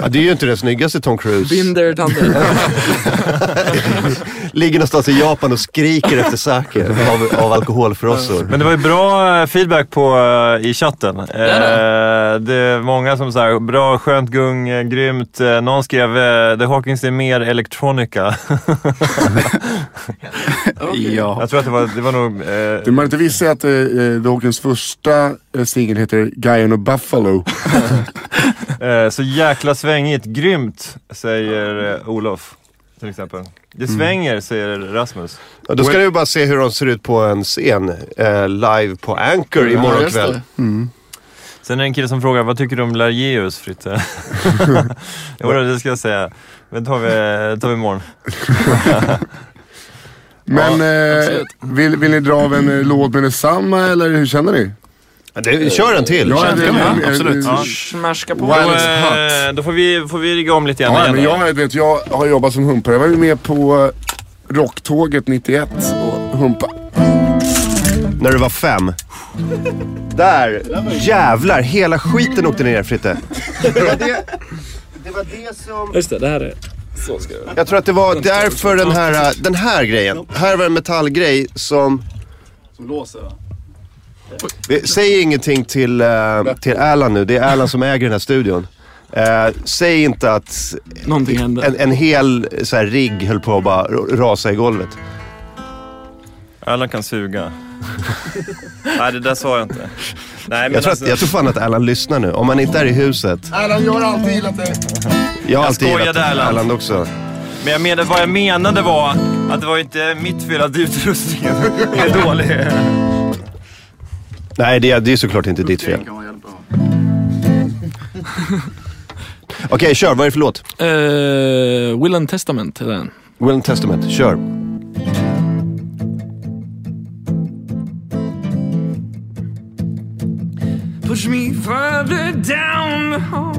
Ja, det är ju inte den snyggaste Tom Cruise.
Binder, tanter.
Ligger någonstans i Japan och skriker efter sake av, av alkoholfrossor.
Men det var ju bra eh, feedback på, eh, i chatten. Eh, det är många som sa bra, skönt gung, eh, grymt. Eh, Någon skrev eh, The Hawkins är mer
*laughs*
electronica.
Ja.
Jag tror att det var, det var nog...
Det
Eh,
man inte visste är att eh, eh, The Hawkins första eh, singel heter Guy and
*laughs*
Buffalo.
eh, så jäkla svängigt. Grymt, säger eh, Olof. Till exempel. Det svänger, säger Rasmus.
Mm. Ja, Då ska du bara se hur de ser ut på en scen eh, live på Anchor
Ja,
imorgon
just
kväll.
det. Mm.
Sen är det en kille som frågar, vad tycker du om Largeus, Fritte? jo, det ska jag säga. Men tar vi, tar vi imorgon.
Men eh,
absolut.
vill, vill ni dra av en eh, låt med detsamma eller hur känner ni?
Ja, det, kör en till.
Ja,
det- ja, absolut.
Ja,
Smärska på.
Då,
Wild as hot.
eh, då får vi, får vi rigga om lite grann
Ja,
igen.
men
då.
jag, vet, vet, jag har jobbat som humpare. Jag var ju med på eh, Rocktåget 91 och humpa.
När du var fem. Där! Jävlar, hela skiten åkte ner Fritte. Det var det, det var det som...
Just det, det här är... Så ska jag
Jag tror att det var därför den här, äh, den här grejen. Här var en metallgrej som...
Som låser va?
vi- Säg ingenting till, äh, till Alan nu. Det är Alan som äger den här studion. Eh, säg inte att
Någonting hände.
en, en hel så här, rigg höll på att bara r- rasa i golvet.
Alla kan suga. Nej, det där sa jag inte. Nej, men
Jag tror,
alltså,
att, jag tror fan att Alan lyssnar nu. Om han inte är i huset.
Alan, jag har alltid gillat dig.
Jag har alltid
skojade,
gillat
Alan.
Alan också.
men jag menade, vad jag menade var att det var inte mitt fel att utrustningen *laughs* är dålig.
Nej, det, är- det är såklart inte ditt fel. Okej, kör. Vad är det för låt?
Eh, Will and Testament heter den.
Will and Testament. Kör.
Push me further down the hall.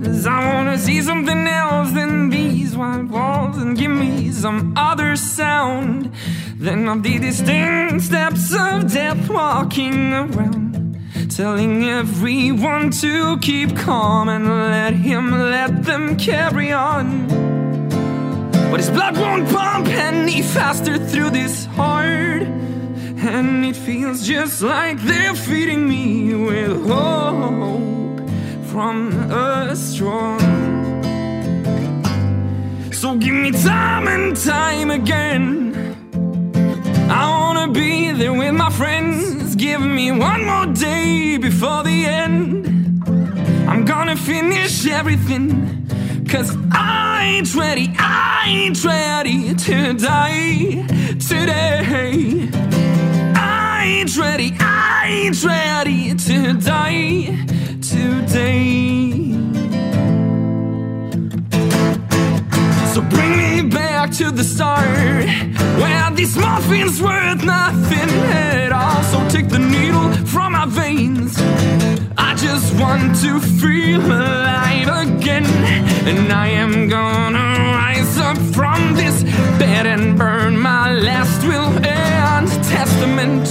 'cause I wanna see something else than these white walls and give me some other sound than of the distinct steps of death walking around. Telling everyone to keep calm and let him let them carry on. But his blood won't pump any faster through this heart. And it feels just like they're feeding me with hope from a straw. So give me time and time again. I wanna be there with my friends. Give me one more day before the end. I'm gonna finish everything. Cause I ain't ready, I ain't ready to die today. I ain't It's ready to die today. So bring me back to the start where these muffins worth nothing at all. So take the needle from my veins. I just want to feel alive again. And I am gonna rise up from this bed and burn my last will and testament.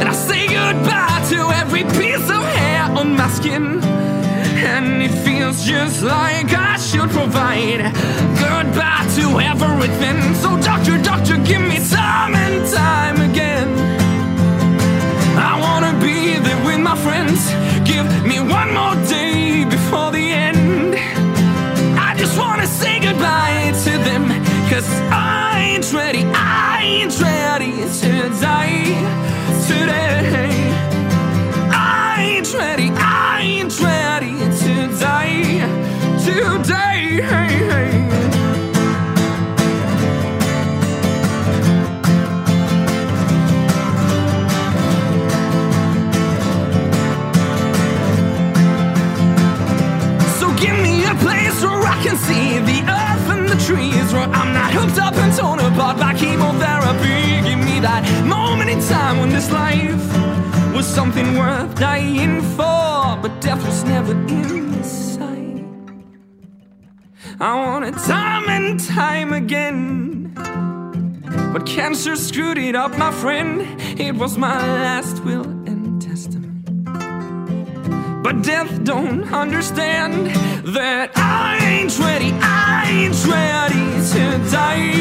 And I say goodbye to every piece of hair on my skin. And it feels just like I should provide goodbye to everything. So, doctor, doctor, give me time and time again. I wanna be there with my friends. Give me one more day before the end. I just wanna say goodbye to them. Cause I ain't ready, I ain't ready to die today. I ain't ready, I ain't ready to die today. So give me a place where I can see the earth and the trees, where I'm not hooked up and torn apart by chemotherapy. Give me that moment in time when this life was something worth dying for, but death was never in sight. I want it time and time again. But cancer screwed it up, my friend. It was my last will and testament. But death don't understand that I ain't ready, I ain't ready to die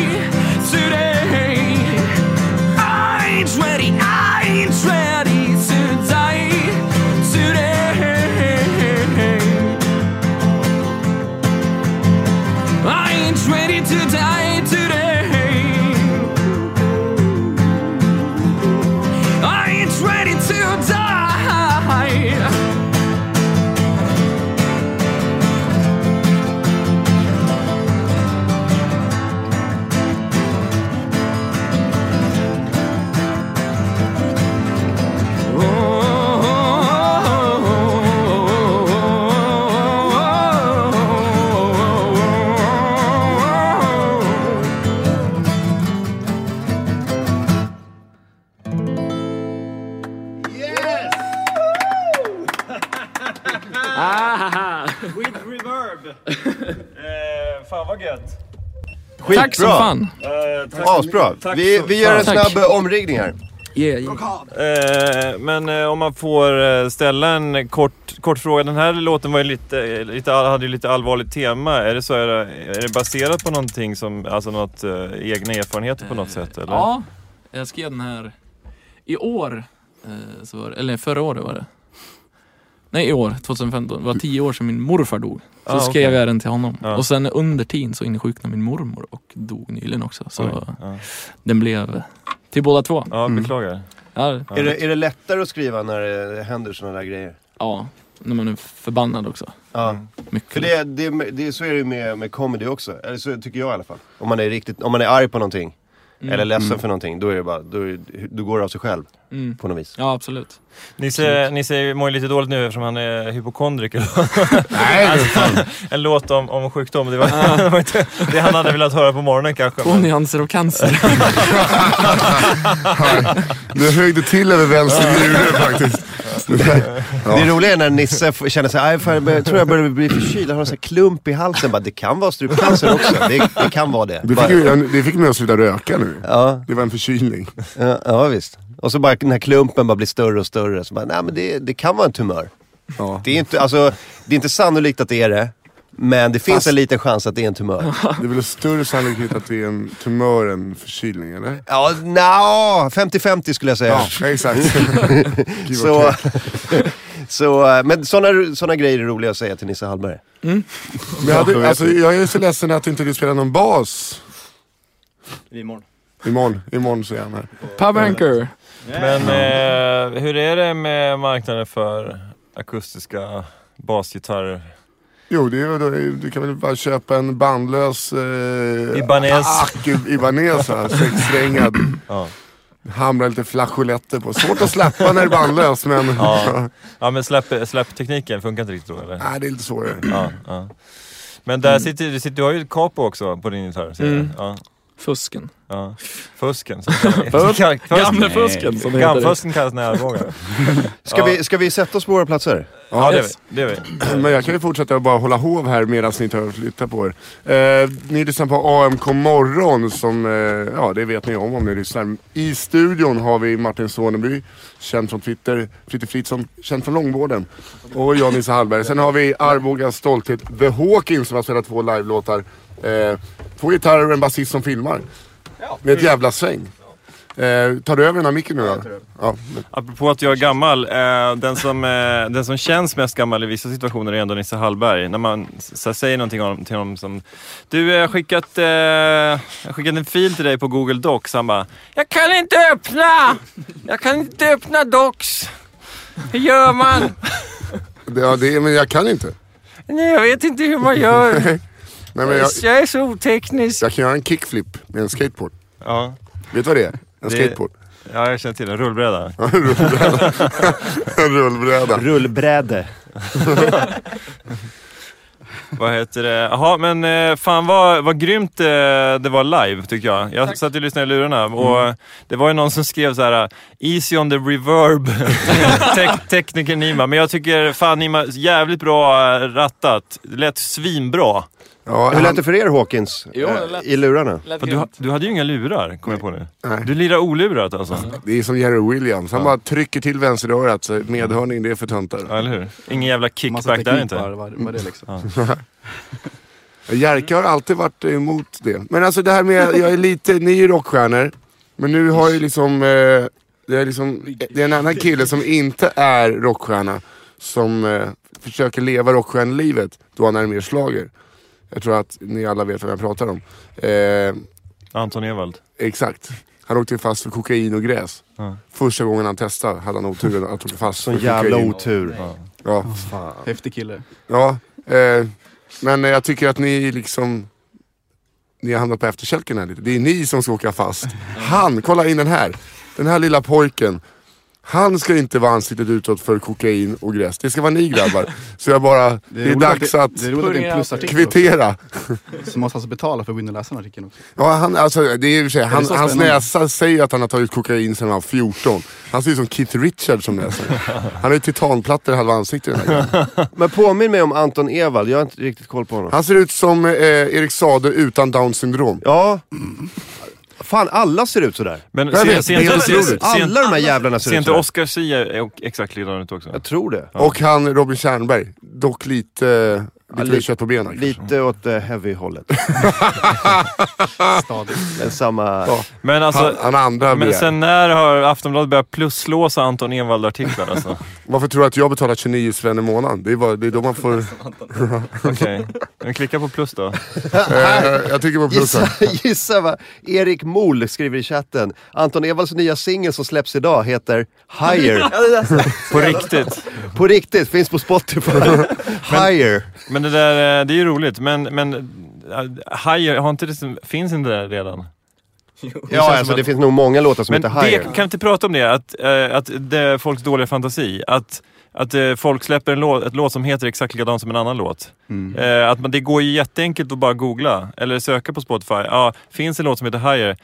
today. I ain't ready, I ain't ready to die today. I ain't ready to die today. I ain't ready to die. Ah,
With reverb. eh, fan vad gött.
Skitbra.
Tack som fan.
Eh, tack.
Asbra.
Tack
Vi,
så
vi gör en
fan.
snabb
Tack.
eh, omringning här.
Yeah, yeah.
Eh, men eh, om man får eh, ställa en kort, kort fråga. Den här låten var ju lite, eh, lite, all- hade ju lite allvarligt tema. Är det, så, är, det, är det baserat på någonting som, alltså något, eh, egna erfarenheter på något sätt? Eller?
Ja, jag skrev den här i år. eh, Så var det, eller förra året var det. Nej, i år, 2015. Det var tio år sedan min morfar dog. Så
Ah,
skrev
okej. Ah.
jag den till honom.
Ja.
Och sen under tiden så insjuknade min mormor och dog nyligen också. Så
Oj, ja.
den blev till båda två.
ja, beklagar.
Ja,
Ja.
Är det, är det lättare att skriva när det händer sådana där grejer?
ja, när man är förbannad också.
Ja.
Mycket.
För det, det, det, så är det ju med, med comedy också. Eller så tycker jag i alla fall. Om man är, riktigt, om man är arg på någonting. Eller ledsen för någonting. Då, är det bara, då, är, då går det av sig själv.
Mm.
På något vis.
Ja, absolut.
Nisse, Nisse mår ju lite dåligt nu eftersom han är hypokondriker.
*laughs*
Alltså,
Nej,
*laughs* en låt om, om sjukdom. *laughs* Det var inte det han hade velat höra på morgonen kanske. men-
Onyanser och cancer.
nu höjde det till över vänster njure
*laughs*
faktiskt.
Det är roligare när Nisse f- känner sig, "Aj, fan, jag börjar- tror jag börjar bli förkyld. Han har en sån här klump i halsen. Bara, det kan vara strupcancer också. Det, det kan vara det.
Det
Bara,
fick, ju, det fick mig att sluta röka nu.
ja,
Det var en förkylning.
ja, ja, visst. Och så bara den här klumpen bara blir större och större. Så bara, nej men det, det kan vara en tumör.
Ja.
Det är, inte, alltså, det är inte sannolikt att det är det. Men det finns en liten chans att det är en tumör.
Det är väl en större sannolikhet att det är en tumör än förkylning, eller?
Ja, nja, 50-50 skulle jag säga. *laughs*
Ja, exakt. Gud, vad
Så,
kul.
*laughs* så, eh, men sådana såna grejer är roliga att säga till Nisse Hallberg.
Mm.
Men jag, hade, alltså, jag är så ledsen att inte du spelar någon bas.
Imorgon.
Imorgon, imorgon så är han här.
Power anchor.
Men eh, hur är det med marknaden för akustiska basgitarrer?
Jo, det är, väl då- du kan väl bara köpa en bandlös... Eh,
Ibanez.
Ak, Ibanez, här, sexsträngad.
Ja.
Hamrar lite flageoletter på. Svårt att släppa när det är bandlös men... *laughs*
Ja. Ja men släpp, släpptekniken funkar inte riktigt då eller?
Nej, det är lite svårare.
Ja, ja. Men där sitter, du sitter, du har ju ett capo också på din gitarr. ser jag.
Mm.
Ja,
Fusken. *laughs*
ja. Fusken. som kallas-
Gamle
Fusken.
fusken som det heter.
Gammfusken kallas den i *laughs* Arboga.
Ska, vi, ska vi sätta oss på våra platser?
Ja det är vi. Det är vi.
*clears throat* Men jag kan ju fortsätta att bara hålla hov här medan ni tar och flyttar på er. Eh, ni lyssnar på AMK morgon som, eh, ja det vet ni om om ni lyssnar. I studion har vi Martin Soneby, känd från Twitter, Fritte Fritzson, känd från långvården. Och jag Nisse Hallberg. Sen har vi Arbogas stolthet The Hawkins som har spelat två live-låtar. Eh, två gitarrer och en basist som filmar. Med ett jävla sväng. Eh, tar du över den här micken nu då? Ja, men-
Apropå att jag är gammal, eh, den, som, eh, den som känns mest gammal i vissa situationer är ändå Nisse Hallberg. När man s- s- säger någonting om, till honom som... Du, jag har skickat, eh, jag har skickat en fil till dig på Google Docs. Han bara, jag kan inte öppna! Jag kan inte öppna Docs! Hur gör man?
det, ja, det, men jag kan inte.
Nej, jag vet inte hur man *laughs*
*laughs*
gör.
Nej, men jag,
Jag är så oteknisk.
jag kan göra en kickflip med en skateboard.
Ja,
Vet du vad det är? En
Det-
skateboard.
ja jag känner till det.
*laughs*
Rullbräda. *laughs*
En rullbräda.
Rullbräde.
Vad heter det? Jaha, men eh, fan vad, vad grymt eh, det var live tycker jag. Jag satt och lyssnade i lurarna och eh, det var ju någon som skrev så här “Easy on the reverb” Tek- tekniker Nima. Men jag tycker fan Nima, jävligt bra eh, rattat. Det lät svinbra.
Ja,
Hur lät
han,
det för er Hawkins?
Jo, det
Eh,
lät-
I lurarna?
Lät
Fan, Du, ha- du hade ju inga lurar, kom jag på nu.
Nej.
Du lirar olurat alltså.
Mm.
det är som Jerry Williams. Han bara trycker till vänsterörat. Så medhörning, det är för töntar.
Ja, eller hur? Ingen jävla kickback där inte.
Vad vad det är liksom.
*laughs* Jerka har alltid varit emot det. Men alltså det här med, jag är lite, ni är ju rockstjärnor. Men nu har ju liksom, eh, det är liksom, det är en annan kille som inte är rockstjärna. Som eh, försöker leva rockstjärnelivet då han är mer slager. Jag tror att ni alla vet vad jag pratar om. Eh,
Anton Ewald.
Exakt. Han åkte ju fast för kokain och gräs.
Ja.
Första gången han testade hade han oturen att åka fast
Sån
för
jävla
kokain.
otur.
Ja.
Häftig kille.
ja eh, men jag tycker att ni liksom... Ni har hamnat på efterkälken här lite. Det är ni som ska åka fast. Han, kolla in den här. Den här lilla pojken. Han ska inte vara ansiktet utåt för kokain och gräs. Det ska vara ni grabbar. Så jag bara, det är,
roligt
dags
det,
att
Det är roligt att det är en plusartikel också.
kvittera.
Så måste han alltså betala för att gå in och läsa den artikeln också.
Ja, han, alltså, det är i och för sig, han,
så
hans
spännande?
näsa säger att han har tagit kokain sedan han var 14. Han ser ut som Keith Richards som näsa. Han har ju titanplattor i halva ansiktet den här grejen.
Men påminn mig om Anton Ewald, jag har inte riktigt koll på honom.
Han ser ut som eh, Erik Sade utan down syndrom.
Ja. Fan, alla ser ut sådär.
Men
Jag
ser
vet,
ser
det är
inte-
helt
ser-
otroligt.
ser inte-
Alla de här jävlarna ser
ser
ut
inte
sådär.
Oscar Zia och exakt likadan ut också?
Jag tror det.
Och han Robin Stjernberg, dock lite, eh, lite mer
lite-
kött på benen. kanske.
Lite åt det heavy-hållet.
Stadigt.
Men samma...
Ja.
Men alltså...
Han, han har andra
Men
begär.
sen när har Aftonbladet börjat plusslåsa Anton Ewald-artiklar
*laughs*
alltså?
*laughs* Varför tror du att jag betalar 29 spänn i månaden? Det är, bara, det är då man får...
*laughs*
Okej,
*laughs*
men klicka på plus då.
eh, jag tycker på plussen.
Gissa, *laughs* gissa vad Erik Mol skriver i chatten. Anton Ewalds nya singel som släpps idag heter Higher.
På riktigt.
På riktigt, finns
*laughs*
på Spotify. Higher.
Men det där, eh, det är ju roligt. Men, men eh, Higher, har inte det, som- finns inte det redan?
Ja, alltså det finns nog många låtar som
Men
heter
det,
Higher.
kan vi inte prata om det? Att, eh, att det är folks dåliga fantasi. Att, att eh, folk släpper en låt, ett låt som heter exakt likadant som en annan låt.
mm.
Eh, att man, det går ju jätteenkelt att bara googla eller söka på Spotify. Ja, finns en låt som heter Higher?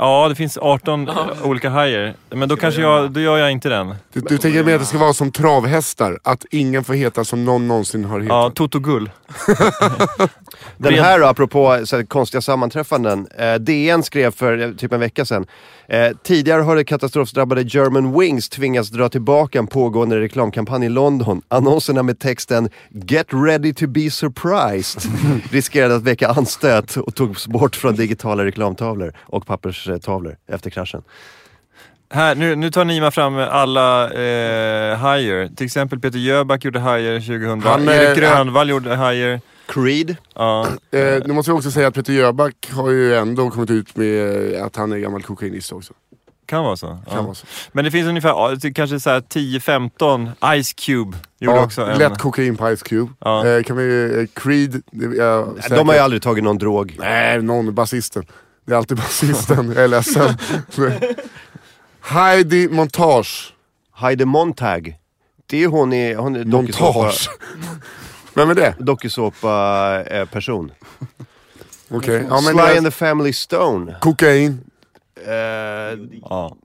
Ja, det finns 18 olika higher. Men då kanske jag, då gör jag inte den.
Du, du tänker mer att det ska vara som travhästar? Att ingen får heta som någon någonsin har hetat?
Ja, Toto Gull.
Den här då, apropå så här, konstiga sammanträffanden. Eh, DN skrev för eh, typ en vecka sedan. Eh, tidigare har det katastrofdrabbade German Wings tvingats dra tillbaka en pågående reklamkampanj i London. Annonserna med texten “Get ready to
*laughs*
be surprised” riskerade att väcka anstöt och togs bort från digitala reklamtavlor och papperstavlor efter kraschen.
Här, nu, nu tar Nima fram alla eh, higher. Till exempel Peter Jöback gjorde higher 2000.
Han, eh,
Erik Grönvall gjorde higher.
Creed.
Ja.
Eh, nu måste vi också säga att Peter Jöback har ju ändå kommit ut med eh, att han är gammal kokainist också.
Kan vara så.
Kan
ja.
vara så.
Men det finns ungefär ja, det kanske så här 10-15 Ice Cube gjorde
ja,
också en.
Lätt kokain på Ice Cube.
Ja.
Eh, kan vi, eh, Creed, det är jag säker.
De har ju aldrig tagit någon drog. *laughs*
*laughs* Nej, någon, basisten. Det är alltid basisten, jag är ledsen. Heidi Montage.
Heidi Montag. Det är ju hon i... Hon är dokusåpa-
Montage? Vem är det?
dokusåpa-person.
Okej. Ja, men
eh, Sly
det-
and the Family Stone.
Kokain.
Eh,
Ja.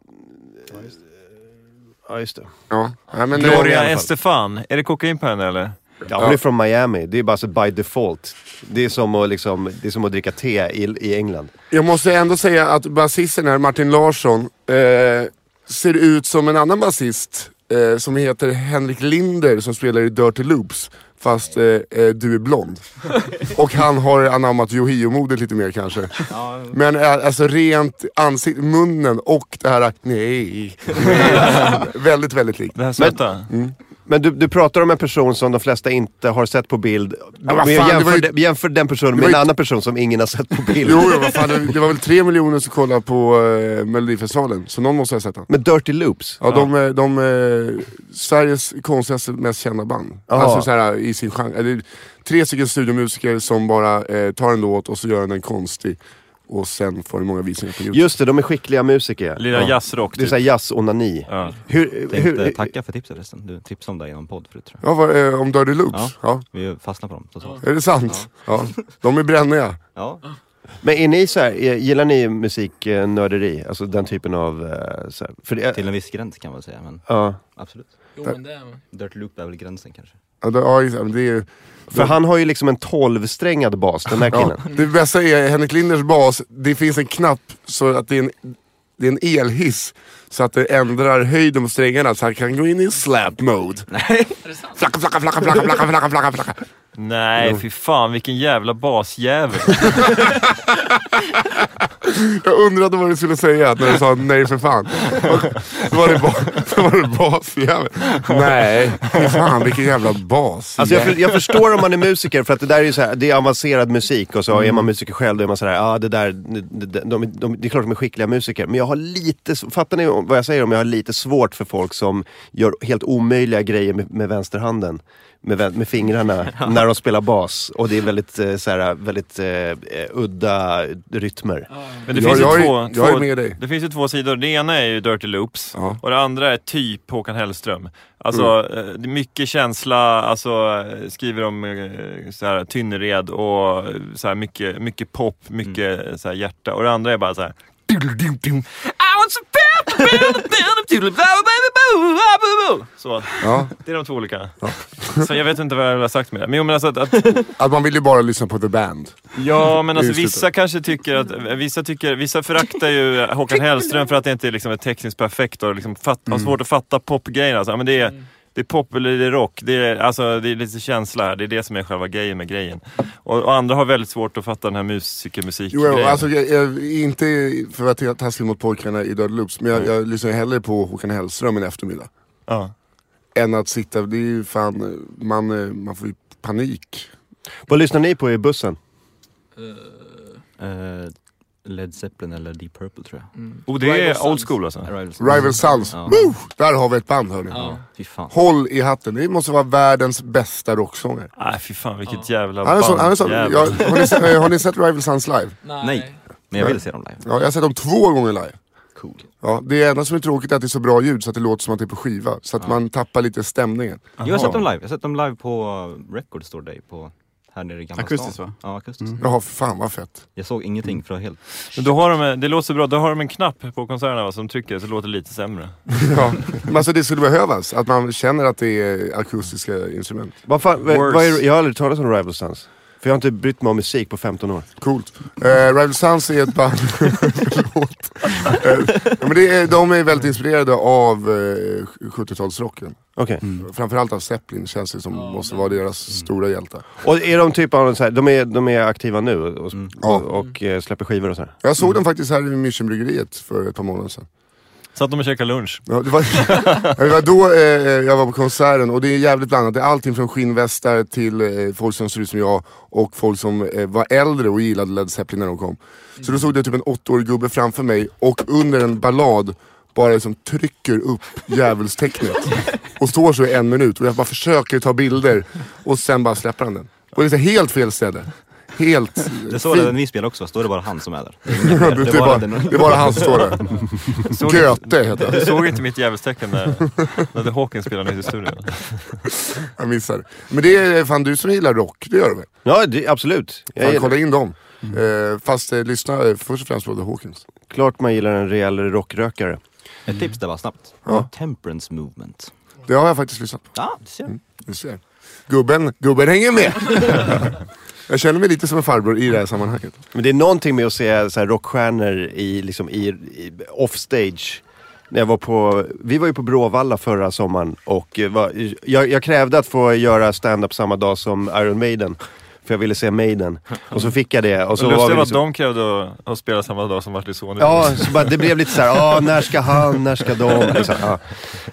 ja, just det.
Ja. ja men det,
i alla
Gloria
fall.
Estefan, är det kokain på henne eller?
Ja, hon är från Miami. Det är bara så by default. Det är som att, liksom, det är som att dricka te i, i England.
jag måste ändå säga att basisten här, Martin Larsson, eh, ser ut som en annan basist eh, som heter Henrik Linder som spelar i Dirty Loops. Fast eh, eh, du är blond. Och han har anammat Yohio-modet lite mer kanske. Men eh, alltså rent ansikt, munnen och det här nej. väldigt, väldigt likt.
Det här söta?
Men du, du pratar om en person som de flesta inte har sett på bild.
vad fan,
Men
det var
jämför,
ju-
de- jämför den personen
det
med
var
en
ju-
annan person som ingen har sett
*laughs*
på bild.
Jo, jo, vad fan, det, det var väl tre miljoner som kollade på eh, Melodifestivalen, så någon måste ha sett den.
Med Dirty Loops.
Ja, de är, de är Sveriges konstigaste, mest kända band.
Ja.
Alltså så här, i sin genre. Eller, tre stycken studiomusiker som bara eh, tar en låt och så gör den konstig. Och sen får den många visningar på Youtube.
Just det, de är skickliga musiker.
Lilla
Ja.
jazzrock
Det är
typ.
såhär jazz-onani.
Ja.
Hur,
Tänkte
hur,
tacka för tipset förresten. Du tipsade om det i någon podd förut tror jag.
Ja, vad, eh, om Dirty Loops? Ja.
Ja. Vi fastnade på dem totalt.
Är det sant? Ja. De är bränniga.
Ja.
men är ni så här, eh, gillar ni musiknörderi? Alltså den typen av... eh, Så här, för det,
Till en viss gräns kan man säga, men
ja.
absolut.
Jo men det är...
Dirt Loop är väl gränsen kanske.
Ja, det, ja, exakt. Men det, är,
För han har ju liksom en tolvsträngad bas, den där
ja.
killen.
det bästa är Henrik Linders bas, det finns en knapp så att det är en, det är en elhiss. Så att det ändrar höjden på strängarna så han kan gå in i slap mode. Flacka, flacka, flacka, flacka, flacka, flacka, flacka, flacka.
Nej, fy fan vilken jävla basjävel.
Jag undrade vad du skulle säga när du sa nej för fan. Då var det, ba- *laughs* då var det basjävel. Nej, fy fan vilken jävla bas.
Alltså jag, för, jag förstår om man är musiker för att det där är ju så här, det är avancerad musik och så är man musiker själv då är man sådär, ja ah, det där, de, de, de, de, det är klart de är skickliga musiker. Men jag har lite, s- fattar ni vad jag säger om jag har lite svårt för folk som gör helt omöjliga grejer med, med vänsterhanden, med, vän- med fingrarna, när de spelar bas. Och det är väldigt, eh, så här, väldigt eh, eh, udda rytmer.
Men det,
Jag-
finns
jag är-
ju två,
jag
två,
är med dig.
det finns ju två sidor. Det ena är ju Dirty Loops
Ja. Mm.
och det andra är typ Håkan Hellström. Alltså, eh, det är mycket känsla, alltså, eh, skriver om eh, så här, Tynnered och eh, så här, mycket, mycket pop, mycket
Mm.
eh, så här, hjärta. Och det andra är bara så här... Så,
*laughs* Ja,
det är de två olika. Så jag vet inte vad jag har sagt med det. Men, jo, men alltså att, att
att man vill ju bara lyssna på the band.
Ja, men alltså
Det är ju
vissa kanske tycker att, vissa tycker, vissa föraktar ju Håkan Hellström för att det inte är liksom är tekniskt perfekt och liksom fatt, har
Mm.
svårt att fatta popgrejen. Alltså, Ja, men det är, det är pop eller det är rock, det är, alltså, det är lite känsla här. Det är det som är själva grejen med grejen. Och, och andra har väldigt svårt att fatta den här
Jo,
musikermusikgrejen.
jo, alltså, jag, jag, inte för att jag är taskig mot pojkarna i Dirty Loops, men jag, jag lyssnar ju hellre på Håkan Hellström en eftermiddag.
ja.
Än att sitta, det är ju fan, man, eh, man får ju panik.
Vad lyssnar ni på i bussen?
Eh, Led Zeppelin eller Deep Purple tror jag.
Och Oh, det är old school alltså?
Rival Sons.
Rival Sons,
Ja.
Woo! där har vi ett band hörni.
Fy fan.
Håll i hatten, det måste vara världens bästa rocksångare.
Nej, fy fan vilket jävla
alltså- Han är sån, han är sån,
bandjävel.
jag, har, ni, sett- eh, har ni sett Rival Sons live?
Nej.
Nej, men jag vill se dem live.
Ja, jag har sett dem två gånger live.
Cool.
Ja, det enda som är tråkigt är att det är så bra ljud så att det låter som att det är på skiva. Så att man tappar lite stämningen.
Jo, jag har sett dem live. Jag har sett dem live på eh, Record Store Day på, här nere i Gamla
Akustiskt,
stan.
va?
Ja, akustiskt.
Jaha, fan vad fett.
Jag såg ingenting för att helt...
Men då har de, en- det låter så bra, då har de en knapp på konserterna va, som trycker så det låter lite sämre.
*laughs* Ja. Men alltså det skulle behövas, att man känner att det är akustiska instrument.
Vad fan, vad,
Worse.
vad är, jag har aldrig talat om Rival Sons. För jag har inte brytt mig om musik på 15 år.
Coolt. Eh, Rival Sons är ett band, *laughs* förlåt. Eh, ja, men det är, de är väldigt inspirerade av eh, 70-talsrocken.
Okej.
Framförallt av Zeppelin känns det som måste vara deras stora hjältar.
Och är de typ av så här, de är, de är aktiva nu och,
Mm.
Ja.
och, och eh, släpper skivor och sådär?
Jag såg dem faktiskt här i Münchenbryggeriet för ett par månader sedan.
Satt de och käkade lunch.
Ja, det, var, det var *laughs* då eh, jag var på konserten och det är jävligt blandat. Det är allting från skinnvästar till eh, folk som ser ut som jag och folk som eh, var äldre och gillade Led Zeppelin när de kom. Så då såg jag typ en åttaårig gubbe framför mig och under en ballad bara liksom trycker upp djävulstecknet och står så i en minut och jag bara försöker ta bilder och sen bara släpper han den. Och det är så helt fel ställe. Helt
Det står det när vi spelar också, står det bara han som
*laughs*
är där.
Det är, bara,
den-
det är bara han som
*laughs*
står där.
Såg
Göte heter han.
Du såg inte mitt djävulstecken när, när The Hawkins spelade nyss i studion?
Jag missade. Men det är fan du som gillar rock, det gör du väl?
Ja, det, absolut. Jag
Fan,
gillar,
kolla in dem. Eh, fast eh, lyssna eh, först och främst på The Hawkins.
klart man gillar en rejäl rockrökare.
*laughs* Ett tips där bara snabbt.
Ja.
Temperance movement.
Det har jag faktiskt lyssnat på.
Ja, du ser.
Du ser. Gubben, gubben
*laughs*
hänger med. jag känner mig lite som en farbror i det här sammanhanget.
Men det är någonting med att se så här rockstjärnor i, liksom, i, i offstage. När jag var på, vi var ju på Bråvalla förra sommaren och eh, var, jag, jag krävde att få göra stand-up samma dag som Iron Maiden. För jag ville se Maiden. Och så fick jag det. Och så
Så Lustigt
vi
var att
liksom,
de krävde att, att spela samma dag som Martin Sonny.
Ja, så bara, det blev lite så här, ah, när ska han, när ska de? Liksom, ja.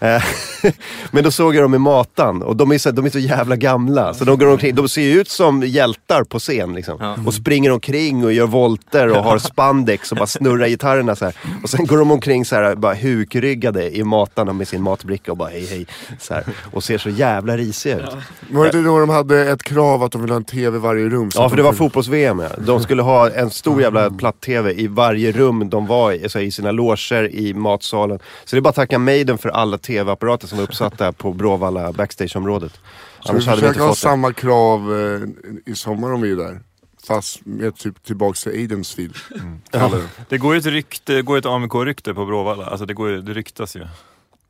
Eh, *laughs* Men då såg jag dem i Matan och de är så, de är så jävla gamla. Så de, går omkring, de ser ju ut som hjältar på scen liksom. Och springer omkring och gör volter och har spandex och bara snurrar gitarrerna så här. Och sen går de omkring så här, bara hukryggade i Matan med sin matbricka och bara hej hej. Så här, och ser så jävla risiga ut.
Var det inte då de hade ett krav att de ville ha en TV i varje rum? så
Ja,
att
för
de
det var
kunde-
fotbolls-VM. Ja. De skulle ha en stor jävla platt-tv i varje rum de var i, alltså i sina loger, i matsalen. Så det är bara att tacka Maiden för alla tv-apparater som var uppsatta på Bråvalla backstageområdet.
Så vi
Annars hade vi inte
försöker ha
fått det.
samma krav eh, i sommar om vi är där. Fast med typ tillbaks till Aidensfield.
Mm.
Kallar det.
Det går ju ett, rykte, det går ju ett AMK-rykte på Bråvalla. Alltså det, går, ju- det ryktas ju.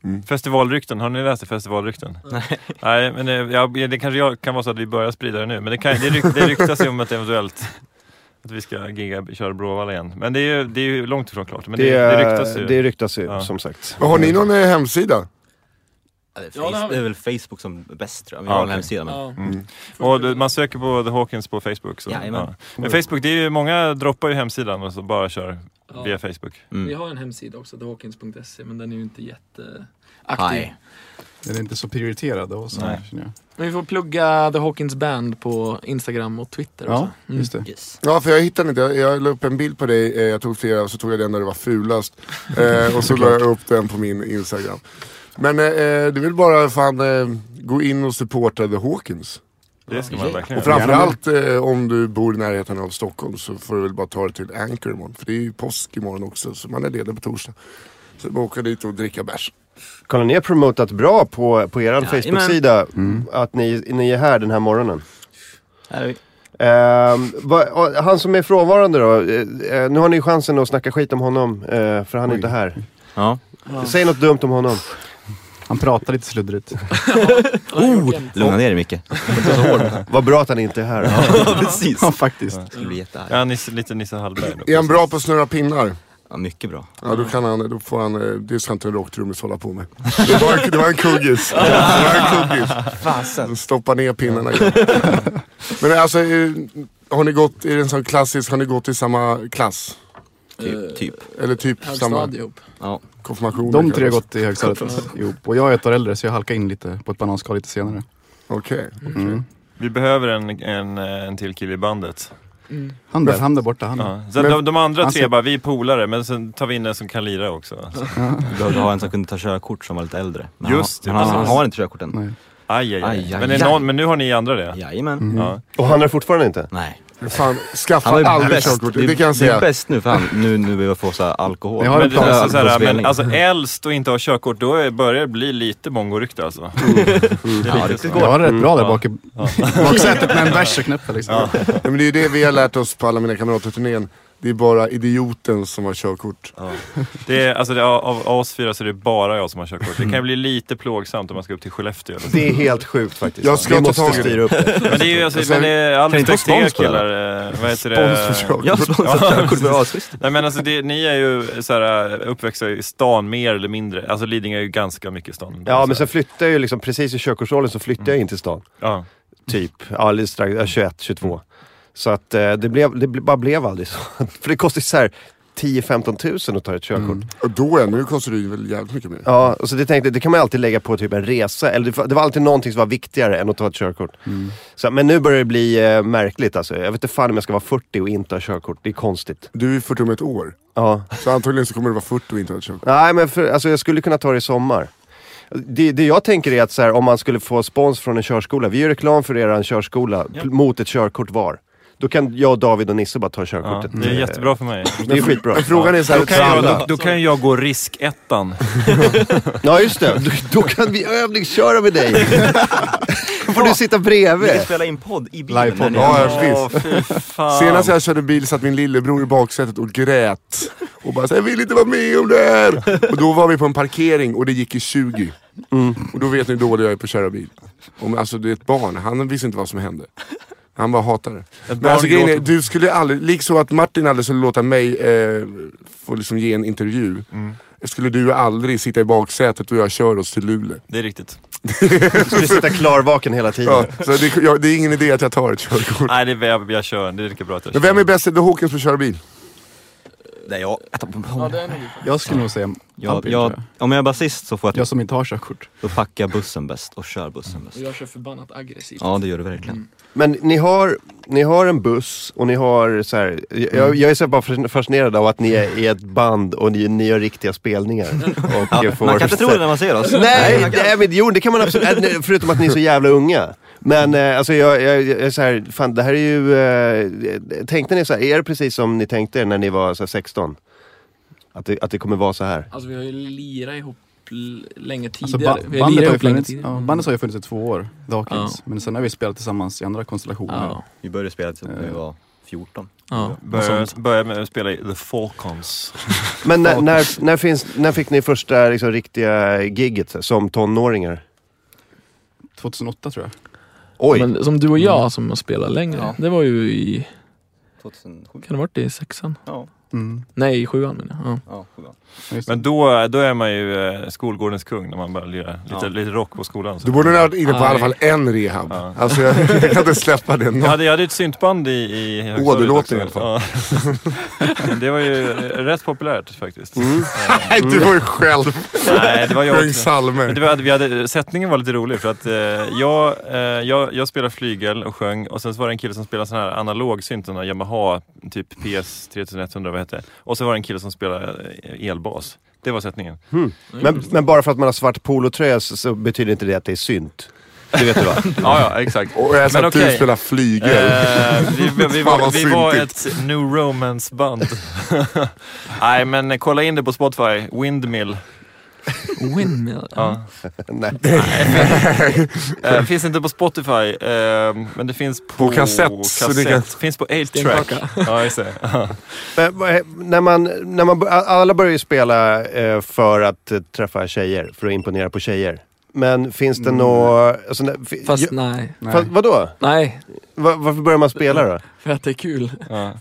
Mm.
Festivalrykten, har ni läst det? Festivalrykten? Nej. Nej, men det, ja, det kanske jag, kan vara så att vi börjar sprida det nu. Men det, kan, det, ryk, det ryktas ju om att eventuellt att vi ska gigga, köra Bråvalla igen. Men det är ju, det är ju långt ifrån klart. Men det,
Det,
det, ryktas ju.
det ryktas ju,
Ja.
som sagt.
Men Har ni någon eh, hemsida?
Ja, det, är
Ja, det har
face,
vi.
det är väl Facebook som är bäst tror jag. Vi
Ja,
har en
okej. Mm.
hemsida men... Mm.
Ja.
Och du- man söker på The Hawkins på Facebook. Så,
Jajamän.
Men Facebook, det är ju, många droppar ju hemsidan och så bara kör
Ja.
via Facebook.
Vi
Mm.
har en hemsida också, thehawkins.se, men den är ju inte jätteaktiv.
Hej.
Den är inte så prioriterad av oss.
Nej.
känner jag.
Men vi får plugga The Hawkins Band på Instagram och Twitter
Ja,
också. Mm.
just det.
Yes.
Ja, för jag hittade inte. Jag, jag la upp en bild på dig, eh, jag tog flera och så tog jag den där det var fulast. Eh, och så la jag upp den på min Instagram. Men eh, eh, du vill bara fan eh, gå in och supporta The Hawkins.
Det ska man verkligen
Och
göra.
framförallt eh, om du bor i närheten av Stockholm så får du väl bara ta dig till Anchor imorgon. För det är ju påsk imorgon också, så man är ledig på torsdag. Så bara åka dit och dricka bärs.
Kolla, ni har promotat bra på, på er Facebook-sida
Mm.
att ni, ni är här den här morgonen.
Här är vi.
Ehm, va, och han som är frånvarande då, eh, eh, nu har ni chansen att snacka skit om honom, eh, för han är inte här.
Ja.
Säg något dumt om honom.
Han pratar
*laughs*
lite sluddrigt.
Oh,
Lugna ner
*laughs*
dig Micke.
Vad bra att han inte är här.
Ja, *laughs* precis.
Ja, faktiskt.
Det skulle bli jättearg.
Ja, Nisse, lite Nisse Hallberg. då.
Är han bra på att snurra pinnar?
Ja, mycket bra.
Ja, då, kan han, då får han, eh, det ska inte en rocktrummis hålla på med. Det var, det var
*laughs*
en kuggis. Det var en kuggis.
Fasen.
Stoppa ner pinnarna. igen. Men alltså, eh, har ni gått, är det en sån klassisk, har ni gått i samma klass?
Typ, typ.
Eller typ samma
Högstadie ihop.
Ja.
konfirmation?
De tre har gått i högstadiet *laughs* ihop och jag är ett år äldre så jag halkar in lite på ett bananskal lite senare.
Okej.
Mm.
Vi behöver en, en, en till kille i bandet.
Mm.
Han där, han där borta, han.
Ja. Sen
Men-
de, de andra
han
tre
ser-
bara, vi är polare, men sen tar vi in en som kan lira också. Så,
Vi behövde ha en som kunde ta körkort som var lite äldre. Men
Just det,
han, men han, han
precis.
har inte körkort än.
Nej.
Aj, aj, aj.
Aj, aj,
men, är
aj.
någon, men nu har ni andra det.
Jajamän.
Mm.
Mm.
Ja.
Och han är fortfarande inte?
Nej.
Fan,
Han var
skaffa
ju
aldrig
bäst.
körkort.
är-
Det kan jag
Det är
säga.
bäst nu för han, nu, nu behöver få så här alkohol.
Jag har
Men,
en
det,
plan.
alltså, så här, men
Fotbollsspelning.
alltså äldst och inte ha körkort, då är- börjar det bli lite
*laughs*
mongo-rykte alltså.
Mm.
Det är lite så.
Jag var rätt bra där bak i *laughs* baksätet med en bärs och knäppa liksom.
Nej, Men det är ju det vi har lärt oss på alla mina kamrater-turnén. Det är bara idioten som har körkort.
Det är, alltså, det, av, av oss fyra så är det bara jag som har körkort. Det kan ju bli lite plågsamt om man ska upp till Skellefteå. eller så.
Det är helt sjukt faktiskt.
Jag ska
Vi måste
ta tag i det.
styra upp det.
Men det är ju alltså,
Alltså,
men det är all
kan inte
respekt till
vara
er
spons på det här?
killar. eh, Vad heter det?
Sponsorkörkort.
Ja, sponsrat körkort. Det var asschysst.
Nej men alltså det, ni är ju så här, eh, uppväxta i stan mer eller mindre. Alltså Lidingö är ju ganska mycket stan.
Ja, men
Så
sen
här.
flyttade jag ju liksom, precis i körkortsåldern så flyttade jag in till stan.
Ja.
Typ, ja, alldeles strax, ja, 21, 22. Så att eh, det, blev, det ble- bara blev aldrig så. *laughs* För det kostar ju så här 10-15 tusen att ta ett körkort.
Mm.
Och då är nu kostar det ju väl jävligt mycket mer.
Ja, och så det tänkte jag, det kan man alltid lägga på typ en resa. Eller det, var- det var alltid någonting som var viktigare än att ta ett körkort. Så, men nu börjar det bli eh, märkligt alltså. Jag vet inte fan om jag ska vara 40 och inte ha körkort. Det är konstigt.
Du är 40 om ett år.
Ja.
Så antagligen så kommer du vara 40 och inte ha ett körkort.
Nej, men för, alltså, jag skulle kunna ta det i sommar. Det, det jag tänker är att så här, om man skulle få spons från en körskola. Vi gör reklam för er körskola pl- mot ett körkort var. Då kan jag, David och Nisse bara ta
Ja,
körkortet.
det är jättebra för mig.
Det är skitbra.
Men frågan är så här,
Då kan, jag,
Sandra.
då, då kan jag gå riskettan.
Ja, just det. Då, då kan vi övningsköra med dig. får du sitta
Vi
bredvid.
kan spela in podd i bilen.
Livepodd.
när ni-
Ja, ja,
Åh,
precis.
fy fan.
Senast jag körde bil satt min lillebror i baksätet och grät. Och bara så här, jag vill inte vara med om det här. Och då var vi på en parkering och det gick i 20.
Mm.
Och då vet ni hur dålig jag är på att köra bil. Om, alltså det är ett barn, han visste inte vad som hände. Han bara hatade det. Men
barn
alltså grejen är,
gråter.
du skulle aldrig, liksom att Martin aldrig skulle låta mig eh, få liksom ge en intervju. Skulle du aldrig sitta i baksätet och jag kör oss till Luleå.
Det är riktigt.
Du skulle sitta klarvaken hela tiden.
Ja, så det, jag, det är ingen idé att jag tar ett körkort.
Nej, det är, jag, jag kör. Det är lika bra att jag
Men
kör.
vem är bäst? Det är Håkan som kör bil.
Det är jag. Jag tar på mig.
Ja, det är nog det.
Jag skulle nog säga
Jag,
Albin,
jag,
tror
om jag är basist så får
jag.
jag
jag som inte har körkort.
då packar jag bussen bäst och kör bussen bäst.
Och jag kör förbannat aggressivt.
Ja, det gör du verkligen.
Men ni har, ni har en buss och ni har så här,
Mm.
jag, jag är så här bara fascin- fascinerad av att ni är i ett band och ni, ni gör
*laughs*
riktiga spelningar. Och jag får
Man kan inte tro det när man ser oss.
Nej,
man kan-
nej men, jo det kan man absolut, äh, nej, förutom att ni är så jävla unga. Men eh, alltså jag, jag, jag är så här, fan det här är ju, eh, tänkte ni så här, är det precis som ni tänkte er när ni var så här, 16? Att det, att det kommer vara så här?
Alltså vi har ju lirat ihop l- länge
Alltså,
tidigare.
ba-
vi har
bandet,
lirat
har ju
ihop länge
funnits,
tidigare.
ja,
Mm.
bandet har ju funnits i två år, The Hawkins.
Ja.
Men sen har vi spelat tillsammans i andra konstellationer.
Ja.
Vi började spela typ när vi var 14.
Ja.
Börja, börja med att spela i The Falcons.
Men när, när, när, finns, när fick ni första liksom, riktiga gigget så här, som tonåringar?
2008 tror jag. Mm.
Oj,
Men som du och jag som har spelat längre,
Ja.
det var ju i,
2007?
kan det ha varit det, i sexan?
Ja,
Mm.
Nej, i sjuan menar jag. Ja.
ja, sjuan.
Ja, just det.
Men då, då är man ju eh, skolgårdens kung när man börjar lira lite,
Ja.
lite rock på skolan. Så.
Du borde ha varit inne på i
Nej.
alla fall en rehab.
Ja.
Alltså jag, jag kan inte släppa det.
Jag
Nå-
hade, jag hade ett syntband i, i högstadiet
Åh, det låter
också.
i alla fall. Mm.
Ja. det var ju eh, rätt populärt faktiskt. Eh,
*laughs* Nej, du var ju själv.
Nej, det var jag
Sjöng
också. Men det
psalmer.
var, vi hade, sättningen var lite rolig för att eh, jag, eh, jag, jag spelade flygel och sjöng och sen så var det en kille som spelade sån här analog synt, den här Yamaha, typ PS3100 vad hette Och så var det en kille som spelade eh, elbas. Det var sättningen.
Hmm.
Hmm. men, men bara för att man har svart polotröja så, så betyder inte det att det är synt. Det vet du va?
*laughs* Ja, ja exakt.
Och jag
Men
sa att du
okej.
spelar flygel.
Eh, vi, vi, vi,
Fan,
var,
vad
vi var
syntigt.
ett New Romance-band. Nej, men eh, kolla in det på Spotify. Windmill.
Windmill. Ja. *laughs*
Ja.
Nej.
*laughs* Eh, finns inte på Spotify, eh, men det finns på,
På kassett, så det
kassett.
kan-
Finns på 8-track. Ja, just det.
Men, vad he- när man, när man, bör- alla börjar ju spela eh, för att eh, träffa tjejer, för att imponera på tjejer. Men finns det något... Alltså, när- fi-
Fast
ja,
nej.
Nej.
fast, vadå?
Nej,
Va- varför börjar man
*laughs*
spela då?
för att det är kul.
Ja.
Man,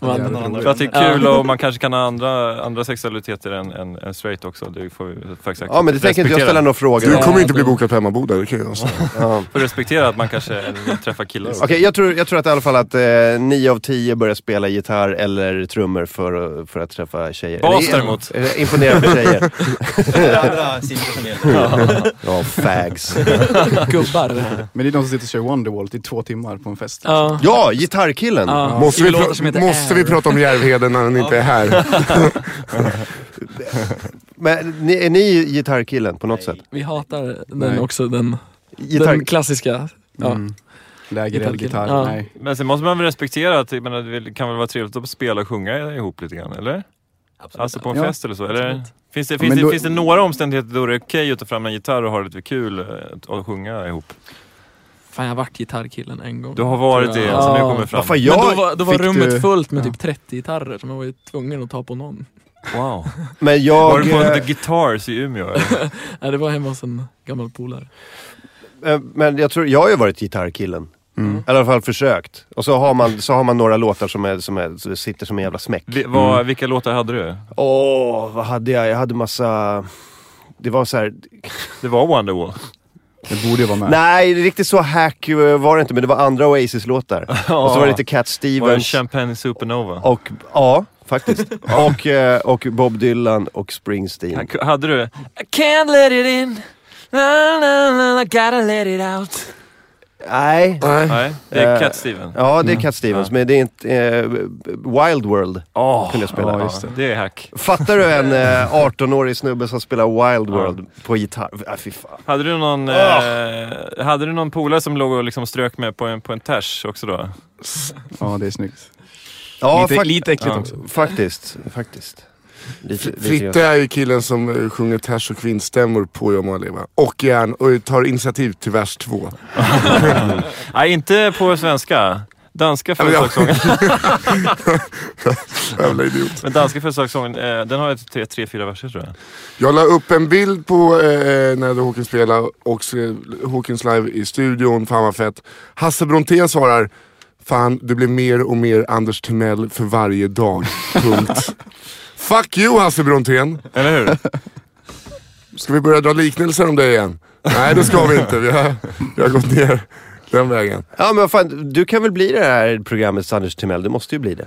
För att det är kul och man kanske kan ha andra, andra sexualiteter än, än, än straight också. Det får vi faktiskt
Ja, men det tänker inte jag ställa några frågor
Du
om.
Ja,
kommer inte bli
det-
bokad på hemmaboda, det kan jag säga.
Ja.
För respektera att man kanske träffar killar.
Okej, jag, tror, jag tror att i alla fall att eh, nio av tio börjar spela gitarr eller trummor för, att- för att träffa tjejer.
Bas
Eller-
däremot.
eller Imponera på tjejer.
Det andra siffror som gäller.
Ja, fags.
*laughs* Gubbar.
Men det är de som sitter och kör Wonderwall i två timmar på en fest.
Ja.
Ja, gitarrkillen!
Ja.
Måste,
I
vi,
låtar
pra-
som heter
måste vi
Air.
prata om Järvheden när han inte
*laughs*
är här?
Men ni, är ni gitarrkillen på något sätt?
*laughs* Vi hatar den
Nej.
också, den,
Gitarr...
den klassiska. Ja.
Mm. Läger
Gitarr-
eller gitarr,
ja.
nej.
Men sen måste man väl respektera att jag menar, det kan väl vara trevligt att spela och sjunga ihop lite grann, eller? Alltså på en
Ja.
fest eller så, eller?
Absolut.
Finns det, finns,
men
det,
då-
finns det några omständigheter då det är okej att ta fram en gitarr och ha lite kul eh, och sjunga ihop?
Fan, jag har varit gitarrkillen en gång.
Du har varit det,
Ja.
alltså nu kommer det fram.
Vad fan,
Men
jag...
då var, då var
fick
rummet
du-
fullt med
ja.
typ 30 gitarrer, så man var ju tvungen att ta på någon. *laughs*
Wow.
Men jag...
Var du på
eh,
The Guitars i Umeå? eller?
Nej, det var hemma hos en gammal polare.
Eh, Men jag tror, jag har ju varit gitarrkillen.
Mm.
I alla fall försökt. Och så har man, så har man några låtar som, är, som, är, som sitter som en jävla smäck. Mm.
Vi-
Mm.
vad- Vilka låtar hade du?
Åh, vad hade jag? Jag hade massa... Det var så här...
Det var Wonderwall.
Det borde ju vara med.
Nej, riktigt så hack eh, var det inte, men det var
*laughs*
andra Oasis-låtar. Och så var det lite Cat
Var det
Stevens.
Champagne Supernova?
Och, ja,
*laughs*
faktiskt. och, eh, och Bob Dylan och Springsteen.
Han- Hade du?
I can't let it in. Na, na, na, I gotta let it out.
Nej.
Nej, det är
Eh,
Cat Steven. Mm.
Ja, det är Cat Stevens, men det är inte... eh, Wild World
Åh,
kunde jag spela.
ja, just det. det är hack.
Fattar du en eh, 18-årig snubbe som spelar Wild World på gitarr? Äh, fy fan.
Hade du någon,
Ah!
eh, hade du någon polare som låg och liksom strök med på en, på en ters också då?
Ja, det är snyggt.
Ja,
lite,
fak-
lite äckligt
ja.
också.
faktiskt. Faktiskt. Lite, lite-
Fritte är ju killen som eh, sjunger ters och kvinnstämmor på Jag må leva. Och, järn, och tar initiativ till vers två. *laughs*
Nej, inte på svenska. Danska
men jag-
födelsedagssången.
*laughs* Jävla idiot.
Men danska födelsedagssången, eh, den har ju tre, tre, fyra verser tror jag.
Jag la upp en bild på eh, när då Håkan spelade och skrev Håkans live i studion. Fan vad fett. Hasse Brontén svarar Fan, du blir mer och mer Anders Timell för
*laughs*
varje dag. Punkt. Fuck you Hasse Brontén.
Eller hur?
Ska vi börja dra liknelser om det igen? Nej, det ska vi inte. Vi har, vi har gått ner den vägen.
Ja, men fan, du kan väl bli det här programmet Anders Timell? Du måste ju bli det.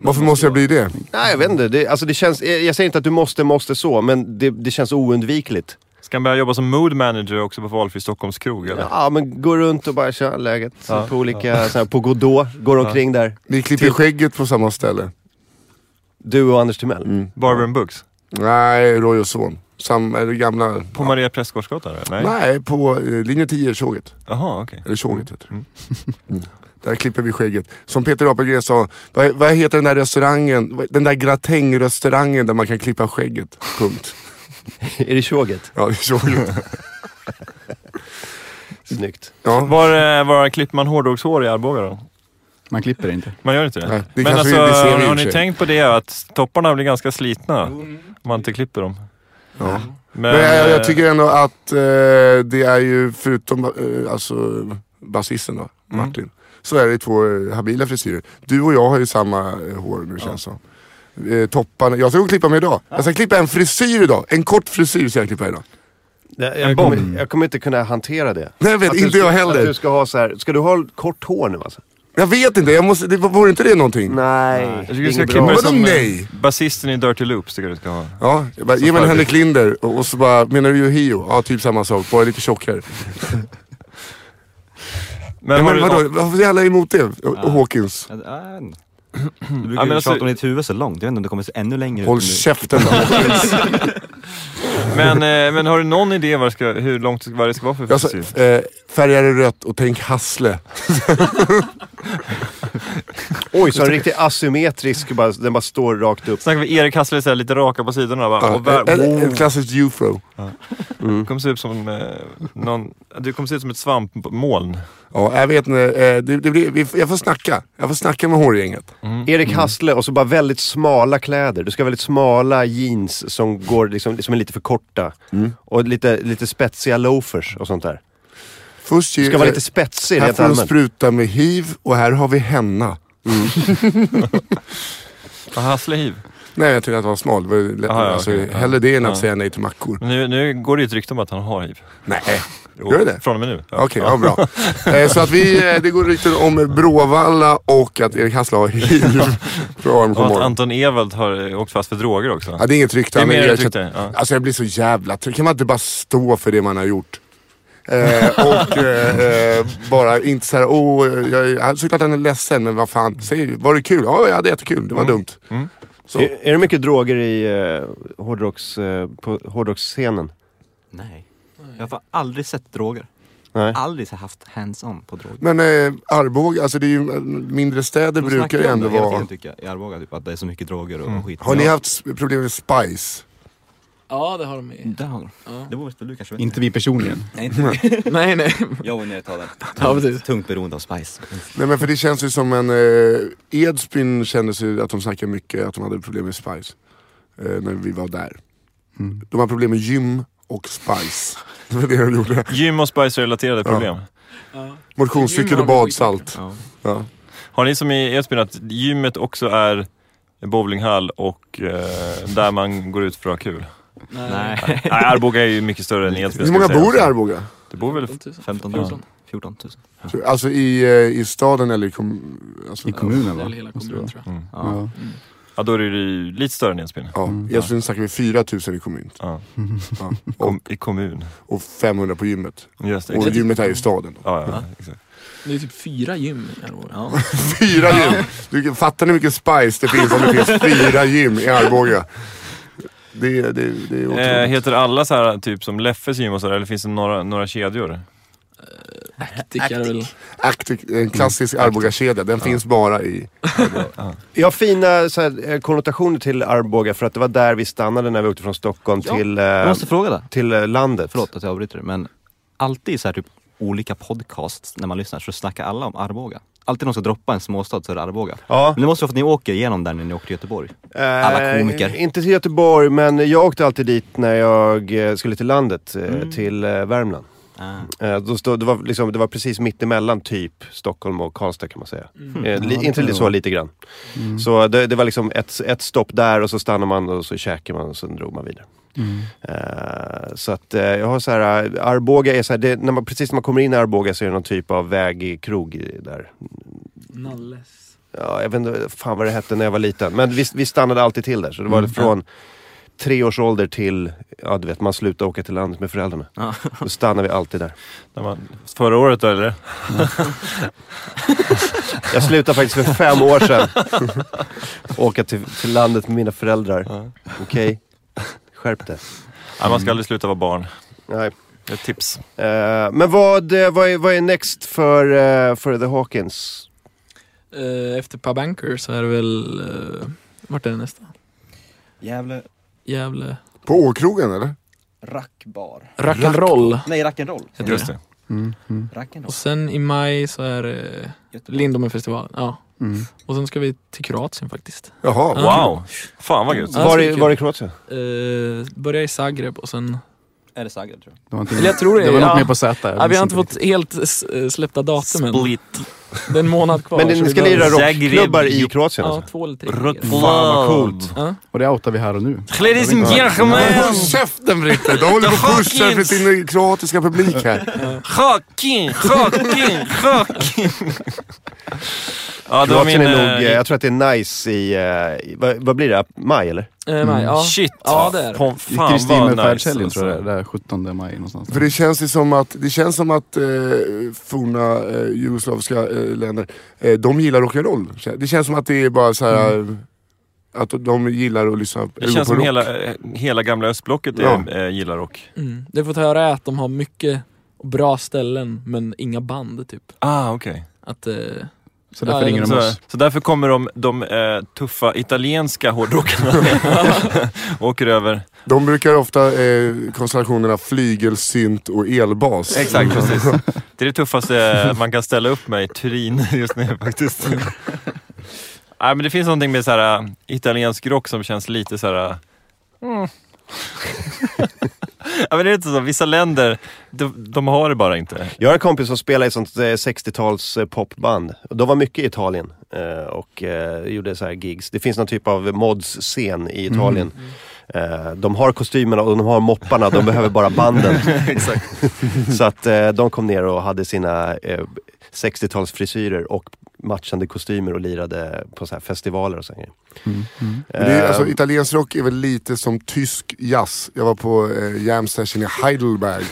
Varför måste jag bli det?
Nej, jag vet inte. Det, alltså, det känns, jag jag säger inte att du måste, måste så, men det, det känns oundvikligt.
Ska han börja jobba som mood manager också på valfri Stockholmskrog eller?
Ja, men gå runt och bara köra läget. På olika, så här, på Godot, går omkring där.
Ni klipper skägget på samma ställe.
Typ.
Mm.
Du och Anders Timell.
Barber and Books?
Nej, Roy och son. Sam, är det gamla...
På Maria Prästgårdsgatan? eller? Nej.
Nej, på eh, linje 10, Tjoget.
Jaha, okej. Mm.
Eller Tjoget heter det. Mm. Där klipper vi skägget. Som Peter Apelgren sa, vad, vad heter den där restaurangen? Den där gratängrestaurangen där man kan klippa skägget. Punkt.
*laughs* Är det tjoget?
Ja, det är
*laughs*
Tjoget.
Snyggt.
Ja.
Var, eh, var klipper man hårdrockshår i Arboga då?
Man klipper det inte.
Man gör inte det?
Nej, det
Men
kanske vi-
alltså,
vi ser i och
har
för
ni
sig.
tänkt på det att topparna blir ganska slitna om man inte klipper dem?
Ja.
Men,
Men jag,
eh,
jag tycker ändå att eh, det är ju, förutom eh, alltså, basisten då,
Mm.
Martin, så är det två eh, habila frisyrer. Du och jag har ju samma eh, hår nu känns det som. Eh, topparna, jag ska gå och klippa mig idag. Jag ska klippa en frisyr idag. En kort frisyr ska jag klippa idag.
Jag, jag, kommer, jag kommer inte kunna hantera det.
Nej jag vet,
Att du
inte
ska,
jag
Att du
heller.
ska ha så här, ska du ha kort hår nu alltså?
Jag vet inte, jag måste, det, vore inte det någonting?
Nej.
jag tycker du ska
Inget
klippa
bra.
dig
Vadå
som eh,
nej?
basisten i Dirty Loops tycker jag du ska ha.
Ja, jag bara, ge mig en Henrik Linder och, och så bara, menar du Yohio? Ja, typ samma sak, bara lite tjockare.
*laughs* Men, har
Ja, men
du-
vadå, varför är alla emot det? Hawkins.
Ja, det- äh, Du brukar
men
ju
alltså-
tjata om ditt huvud så långt, jag vet inte om det kommer se ännu längre
Håll
ut. nu.
käften Hawkins.
men, eh, men har du någon idé vad det ska, hur långt vad det ska vara för
Jag sa,
frisyr?
eh, färga det rött och tänk Hassle. *laughs*
Oj, så en riktigt asymmetrisk, bara, den bara står rakt upp.
Snackar vi Erik Hassle så här lite raka på sidorna bara,
Ja,
och vär,
en, en, en klassisk ufro.
Du kommer se ut som eh, någon, du kommer se ut som ett svampmoln.
Ja, jag vet inte. Eh, det, det blir, vi, jag får snacka. Jag får snacka med hårgänget.
Mm. Erik Hassle och så bara väldigt smala kläder. Du ska ha väldigt smala jeans som går liksom, som är lite för korta.
Mm.
Och lite, lite spetsiga loafers och sånt där.
Först
Du
ge,
ska vara
eh,
lite spetsig
Här
rent
får de
allmänt.
spruta med hiv och här har vi henna.
Mm.
*laughs*
Hasslehiv.
Nej, jag tyckte att det var smal. Det var ju lätt-
Aha, ja,
alltså,
okej. Ja.
Hellre det än att
Ja.
säga nej till mackor.
Nu, nu går det ju ett rykte om att han har hiv.
Nej. Gör det det?
Från och med nu. Ja.
Okej, ja. bra.
*laughs*
Eh, så att vi, eh, det går rykten om Bråvalla och att Erik Hassle har *laughs* hiv. Från AMK
Och att
morgon.
Anton Ewald har eh, åkt fast för droger också.
Ja, det är inget rykte.
Det är
han har
mer
erkänt-
ett rykte.
*laughs*
Ja.
Alltså jag blir så jävla trött. Kan man inte bara stå för det man har gjort?
*laughs*
Eh, och eh, eh, bara inte såhär, åh, jag, jag, såklart han är ledsen men vad fan, säg, var det kul? Ja, jag hade jättekul, det var
Mm.
dumt. Så,
Eh.
Är, är det mycket droger i eh, hårdrocks, eh, på hårdrocksscenen?
Nej. *laughs* Jag har fan aldrig sett droger.
Nej.
Aldrig så haft hands-on på droger.
men eh, Arboga, alltså det är ju eh, mindre städer
De
brukar
snackar
ju
om
ändå
det hela
vara.
tiden tycker jag i Arboga, typ, att det är så mycket droger och skit.
Har ni
Ja,
haft s- problem med Spice?
Ja, det har de i.
Det har de.
Ja.
Det borde du kanske vet.
Inte vi personligen.
Nej,
*laughs*
inte.
Nej, nej.
Jag var nere och talade. Tungt,
Ja, precis.
tungt beroende av spice.
Nej men för det känns ju som en, eh, Edsbyn kändes ju att de snackade mycket att de hade problem med Spice. Eh, när vi var där.
Mm.
De har problem med gym
*laughs*
och Spice. Det var det de gjorde.
Gym och spice-relaterade problem.
Motionscykel och badsalt.
Ja.
Ja.
Har ni som i Edsbyn att gymmet också är bowlinghall och eh, där man går ut för att ha kul?
Nej.
Nej.
Nej, Arboga är ju mycket större än Edsbyn.
Hur
ska jag
många
säga.
bor i Arboga?
Det bor väl
15 000.
14.
14 000.
Alltså i, eh, i staden eller i, kom, alltså,
I kommunen va?
Eller hela
Måste det
Mm.
kommunen
vara.
tror jag.
Ja. Mm.
Ja, då är det ju lite större nedspelning.
Ja. Egentligen snackar vi 4000 i kommunt.
Ja.
Mm.
Ja.
*laughs*
Och,
Kom, I kommun.
och 500 på gymmet.
Just det.
Och
Exakt.
gymmet är ju staden.
Ja, ja, exakt.
Det är typ fyra gym i Arboga. Ja.
Fyra gym! Du, fattar ni hur mycket spice det finns om det finns fyra gym i Arboga? Det, är- det, är- det är otroligt.
Eh, heter alla så här typ som Leffes gym och så där, eller finns det några, några kedjor?
Eh, Actic är det väl.
Actic, en klassisk
Mm.
Arboga-kedja, den finns bara i...
Jag har fina så här, eh, konnotationer till Arboga för att det var där vi stannade när vi åkte från Stockholm till, eh,
Jag måste fråga dig.
till eh, landet.
Förlåt att jag avbryter dig, men alltid i så här typ olika podcasts när man lyssnar så snackar alla om Arboga. Alltid när de ska droppa en småstad så är det Arboga.
Ja.
Men det måste vara för att ni åker igenom där när ni åker till Göteborg.
Eh,
Alla komiker.
Inte till Göteborg, men jag åkte alltid dit när jag eh, skulle till landet, eh,
Mm.
till eh, Värmland.
Ah.
Eh, Då stod, det, var liksom, det var precis mittemellan typ Stockholm och Karlstad kan man säga.
Mm.
Mm.
Eh, li,
Ja,
inte
det
så,
var-
lite grann. Så det, det var liksom ett, ett stopp där och så stannade man och så käkade man och sen drog man vidare. Eh, så att eh, jag har så här, eh, Arboga är så här, det, när man, precis när man kommer in i Arboga så är det någon typ av väg i krog i- där.
Nalles.
Ja, jag vet inte fan vad det hette när jag var liten. Men vi, vi stannade alltid till där. Så det var från tre års ålder till, ja du vet, man slutade åka till landet med föräldrarna.
Ja.
Då stannade vi alltid där.
När man, förra året då, eller?
*laughs* Jag slutade faktiskt för fem år sedan. Åka till, till landet med mina föräldrar. Okej? Skärp dig.
Nej, man ska aldrig sluta vara barn.
Nej.
Ett tips.
Eh, men vad, eh, vad, är, vad är next för, eh, för The Hawkins?
Eh, efter Pub Anchor så är det väl... eh, vart är det nästa?
Gävle
Gävle.
På Åkrogen eller?
rackbar.
Rock'n'roll
Nej, rack'n'roll.
heter
Just
det.
det.
Mm, mm,
Och
Rack'n'roll.
sen i maj så är det Lindomenfestivalen. Ja.
mm.
Och sen ska vi till Kroatien faktiskt.
Jaha.
Wow! Fan vad gött.
Ja,
var,
det
i,
är kul.
var i Kroatien?
Uh, börjar i Zagreb och sen...
Är det Zagreb tror jag?
Det var, inte,
Eller jag tror det,
det var
ja.
något mer på Z. jag
Ja, vi
minns
har inte
riktigt.
fått helt s- eh, släppta datumen.
Split.
Det är en månad kvar.
Men ni
så vi
ska
behöver-
lira
Zagreb,
rockklubbar i
Jupp.
Kroatien
Ja,
alltså?
två eller tre.
Fan vad coolt.
Ja.
Och det outar vi här och nu.
Ladies and
Håll
gentlemen!
käften Britte! De håller på och pushar för
Hawkins.
sin kroatiska publik här.
Choking,
*laughs*
choking, choking. Ja, det var min...
Kroatien är nog, eh,
eh,
jag tror att det är nice i, eh, i vad, vad blir det? Maj eller?
Eh, nej, ja.
Mm. Shit.
Ja, det är det.
Fan,
I Kristin
vad nice.
Färdkällen tror jag
alltså.
det är. Där 17 maj någonstans.
För det känns ju som att, det känns som att eh, forna eh, jugoslaviska eh, länder, eh, de gillar rock'n'roll. Det känns som att det är bara så här. Att de gillar att lyssna
Mm. Det känns
på
som
rock.
hela, eh, hela gamla östblocket
Ja.
eh, gillar rock.
Mm. Det jag fått höra är att de har mycket bra ställen men inga band typ.
Ah, okej.
Att, eh,
Så därför
Ja,
ringer de
Så,
oss.
så därför kommer de, de eh, tuffa italienska hårdrockarna
*laughs*
*laughs* åker över.
De brukar ofta, eh, konstellationerna flygel, synt och elbas.
Mm.
Exakt,
*laughs*
*laughs*
precis. Det är det tuffaste man kan ställa upp med i Turin *laughs* just nu
*laughs*
faktiskt. Nej, men det finns någonting med så här, äh, italiensk rock som känns lite så här... äh, Mm. ja, men det är inte så. Vissa länder, de, de har det bara inte.
Jag har en kompis som spelar i ett sånt eh, 60-tals eh, popband. Och De var mycket i Italien eh, och eh, gjorde så här gigs. Det finns någon typ av mods-scen i Italien.
Mm.
Eh, De har kostymerna och de har mopparna, de behöver
*laughs*
*laughs*
bara banden.
Exakt.
*laughs* Så att eh, de kom ner och hade sina eh, 60-talsfrisyrer och matchande kostymer och lirade på så här Eh, festivaler och sånt.
Mm, Men Det är,
Eh.
alltså, italiensk rock är väl lite som tysk jazz. Jag var på eh, jam session i Heidelberg.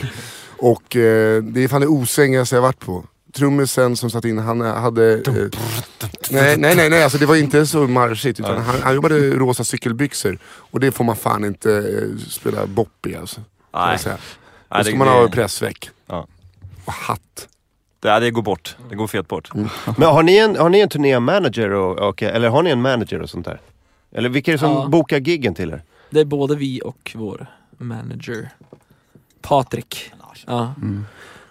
Och eh, det är fan det osängigaste jag varit på. Trummisen som satt in, han hade... Eh, nej, nej, nej, nej, alltså det var inte så marschigt. Utan han, han jobbade i rosa cykelbyxor. Och det får man fan inte eh, spela bop i alltså. kan
Nej.
jag säga. Då
Nej,
ska
det,
man ha
det,
pressväck.
Ja.
Och hatt.
det, det går bort. Det går fet bort.
Men har ni en, har ni en turnémanager och, och, eller har ni en manager och sånt där? Eller vilka är det som
Ja.
bokar giggen till er?
det är både vi och vår manager Patrik. Ja.
Mm.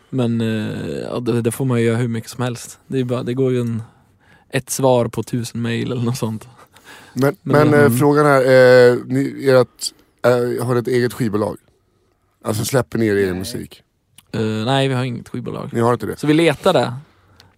Men eh, ja, det, det får man ju göra hur mycket som helst. Det, är bara, det går ju en, ett svar på tusen mejl eller något sånt.
Men, men,
Men,
eh, frågan är, eh, ni, ert, eh, har ni ett eget skivbolag? Alltså släpper ni er egen musik?
Eh, nej, vi har inget skivbolag.
Ni har inte det?
Så vi letar det.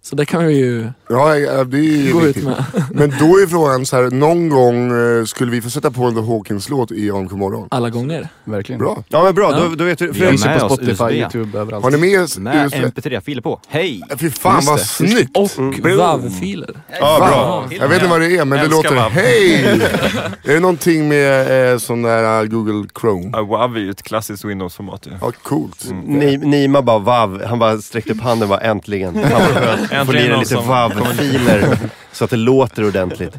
Så det kan vi ju
Ja, ja, det är ju
gå ut
viktigt.
med.
*laughs* Men då är frågan så här, någon gång eh, skulle vi få sätta på en The Hawkins-låt i AMK morgon?
Alla gånger.
Verkligen.
Bra.
Ja men bra,
Ja.
då, då vet du.
Vi har
För,
Finns ju
med
på
oss
Spotify,
USB.
YouTube, överallt.
Har ni med US...
Med mp3-filer på. Hej!
Fy fan
Just
vad
det.
snyggt!
Och WAV-filer.
ja, bra.
Ja.
Jag vet inte vad det är men det
Älskar
låter,
vabb.
*laughs*
hej! är det någonting med eh, sån där eh, Google Chrome?
Ja, WAV Ah, är ju ett klassiskt Windows-format ju. Mm.
Ja, coolt.
Ni, Nima bara vav, han bara sträckte upp handen bara äntligen. Fan vad skönt. *laughs*
*laughs*
Får
Äntligen
lira
någon
lite
som-
vav-filer *laughs* så att det
*laughs*
låter ordentligt.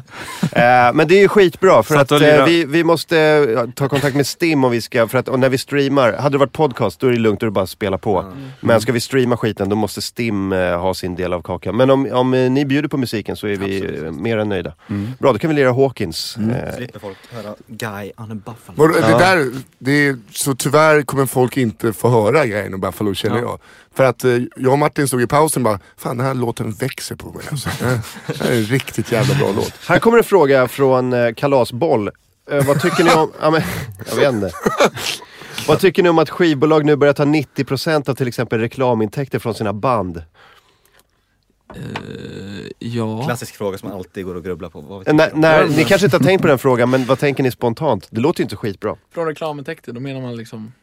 Eh, men det är ju skitbra för
Satt
att
och
eh,
lira-
vi, vi måste eh, ta kontakt med Stim om vi ska, för att och när vi streamar, hade det varit podcast då är det lugnt, då är det bara att spela på. Men ska vi streama skiten då måste Stim eh, ha sin del av kakan. Men om, om eh, ni bjuder på musiken så är vi eh, mer än nöjda. Bra, då kan vi lira Hawkins. Eh,
Slipper folk höra Guy on a Buffalo.
Vadå, Det där, det är, så tyvärr kommer folk inte få höra grejen om Buffalo känner jag. För att eh, jag och Martin stod i pausen bara, fan den här låten växer på mig alltså. Det här- det här är en riktigt jävla bra låt.
*laughs* Här kommer en fråga från eh, Kalasboll. Eh, vad tycker ni
*laughs*
om... ja, men, jag vet inte. vad tycker ni om att skivbolag nu börjar ta 90% av till exempel reklamintäkter från sina band?
Eh, ja.
Klassisk fråga som alltid går att grubbla på. Vad vet
Eh,
jag?
när, när, ni kanske inte har tänkt på den frågan, men vad tänker ni spontant? Det låter ju inte skitbra.
Från reklamintäkter, då menar man liksom...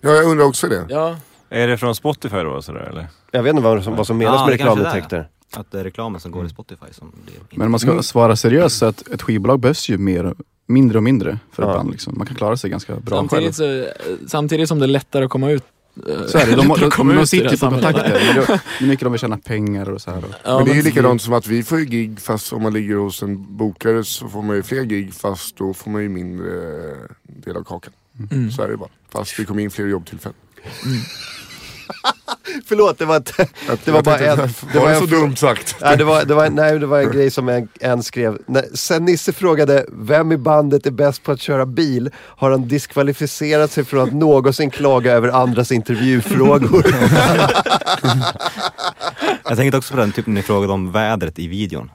Ja, jag undrar också det.
Ja,
Är det från Spotify då sådär eller?
Jag vet inte vad som, vad som menas
Ja,
med
det kanske det är.
reklamintäkter.
Att det är reklamen som går i Spotify som Mm. blir...
Men om man ska
Mm.
svara seriöst så att ett skivbolag behövs ju mer, mindre och mindre för ett
Ja.
band. Liksom. Man kan klara sig ganska bra
samtidigt,
själv.
så, eh, samtidigt som det är lättare att komma ut. eh,
Så
*laughs*
är det, de,
lättare
de,
att komma
de,
ut i det
de sitter
här
ju på
samhället.
kontakter.
*laughs*
Men då- Men mycket de vill tjäna pengar och så här.
Ja,
men det är ju likadant som att vi får ju gig fast om man ligger hos en bokare så får man ju fler gig fast då får man ju mindre eh, del av kakan.
Mm.
Så är det bara. Fast det kommer in fler jobbtillfällen.
*laughs* Förlåt, det var, ett,
Att-
det var
jag
bara
tänkte-
en...
*laughs* Det var,
en
så
fråga-
dumt sagt.
*laughs* Nej det, var, det var, nej, det var en grej som en, en skrev. När, sen Nisse frågade vem i bandet är bäst på att köra bil har han diskvalificerat sig från att någonsin klaga över andras intervjufrågor.
*laughs*
*laughs*
Jag tänkte också på den typen ni frågade om vädret i videon.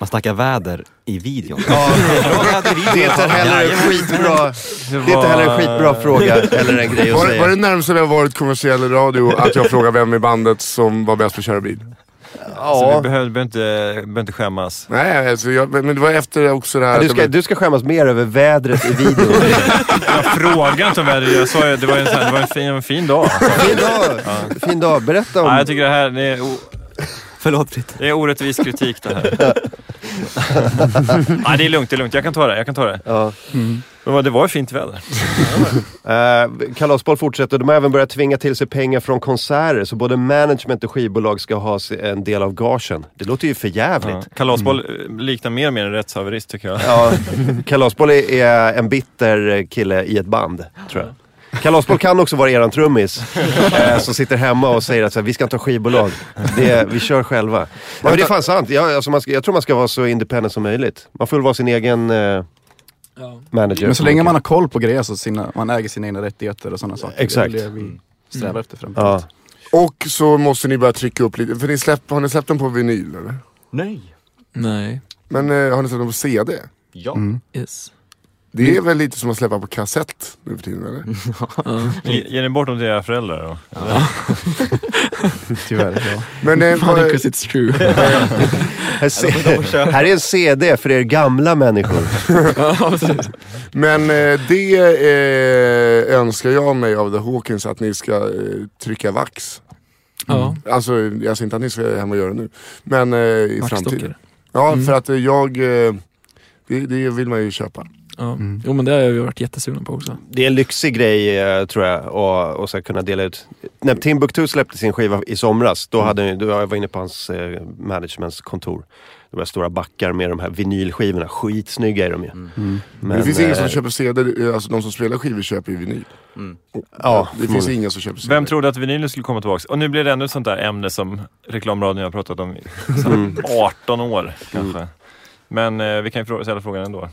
Man snackar väder i videon. *laughs*
det är inte heller en skitbra, det är inte heller en skitbra fråga eller en grej att
Var, var det
säga.
närmsta det har varit kommersiell radio att jag frågar vem i bandet som var bäst på att köra bil?
Så Alltså, vi behöver,
Ja.
behöver, inte, behöver inte skämmas.
Nej, alltså jag, men men det var efter också det här...
Ja, Du
att
ska,
jag blev-
du ska skämmas mer över vädret i videon.
Jag frågade inte om vädret. Jag sa ju att det var en, sån här- det var en, fin, en fin dag.
Fin dag, fin dag. berätta
Nej,
om...
jag tycker det här det är, o,
Förlåt Britt.
det är orättvis kritik det här. Nej, det är lugnt. Det är lugnt. Jag kan ta det. Jag kan ta det.
Ja.
Det var, det var ju fint väder.
*laughs* Eh, Kalasboll fortsätter, de har även börjat tvinga till sig pengar från konserter så både management och skivbolag ska ha se- en del av gagen. Det låter ju för
Ja.
jävligt. Mm.
Kalasboll eh, liknar mer och mer en rättshaverist tycker jag.
Ja. Kalasboll är- är en bitter kille i ett band, tror jag. Kalasboll kan också vara
*laughs*
eran trummis eh, som sitter hemma och säger att så här, vi ska inte ha skivbolag, det, vi kör själva. Ja, men det är fan sant, jag, alltså, man ska, jag tror man ska vara så independent som möjligt. Man får väl vara sin egen eh,
Ja.
manager.
Men så länge man har koll på grejer, så sina, man äger sina egna rättigheter och sådana saker.
Exakt.
Det är väl det
Mm.
vi strävar efter framför
Ja.
allt.
*laughs* Och så måste ni börja trycka upp lite, för ni släpp, har ni släppt dem på vinyl eller?
Nej.
Nej.
Men eh, har ni släppt dem på CD?
Ja.
Mm.
Yes.
Det är väl lite som att släppa på kassett nu för tiden eller?
Ja.
*laughs* Ge- Ger ni bort dem till era föräldrar då? *laughs*
Tyvärr. Ja.
*laughs*
Men eh,
Funny
vad,
'cause
*laughs*
it's true.
Här, se, här är en CD för er gamla människor.
Ja, *laughs* precis.
*laughs* men eh, det eh, önskar jag mig av The Hawkins, att ni ska eh, trycka vax.
ja.
Alltså jag säger inte att ni ska hem och göra det nu, men eh, i framtiden.
Vaxdockor.
Ja,
Mm.
för att eh, jag, eh, det, det vill man ju köpa.
Ja.
Mm.
Jo men det har jag ju varit jättesugna på också.
Det är en lyxig grej eh, tror jag att- att så här kunna dela ut. När Timbuktu släppte sin skiva i somras, då, hade, då jag var inne på hans eh, managements kontor. Det var stora backar med de här vinylskivorna. Skitsnygga är de ju. Men,
Mm. det finns ingen som
eh,
köper CD, eh, alltså de som spelar skivor köper ju vinyl.
Ja,
det finns ingen som köper CD.
Vem trodde att vinylen skulle komma tillbaka? Och nu blir det ännu ett sånt där ämne som reklamradion har pratat om i så här
Mm.
18 år kanske. Men eh, vi kan ju frå- ställa frågan ändå.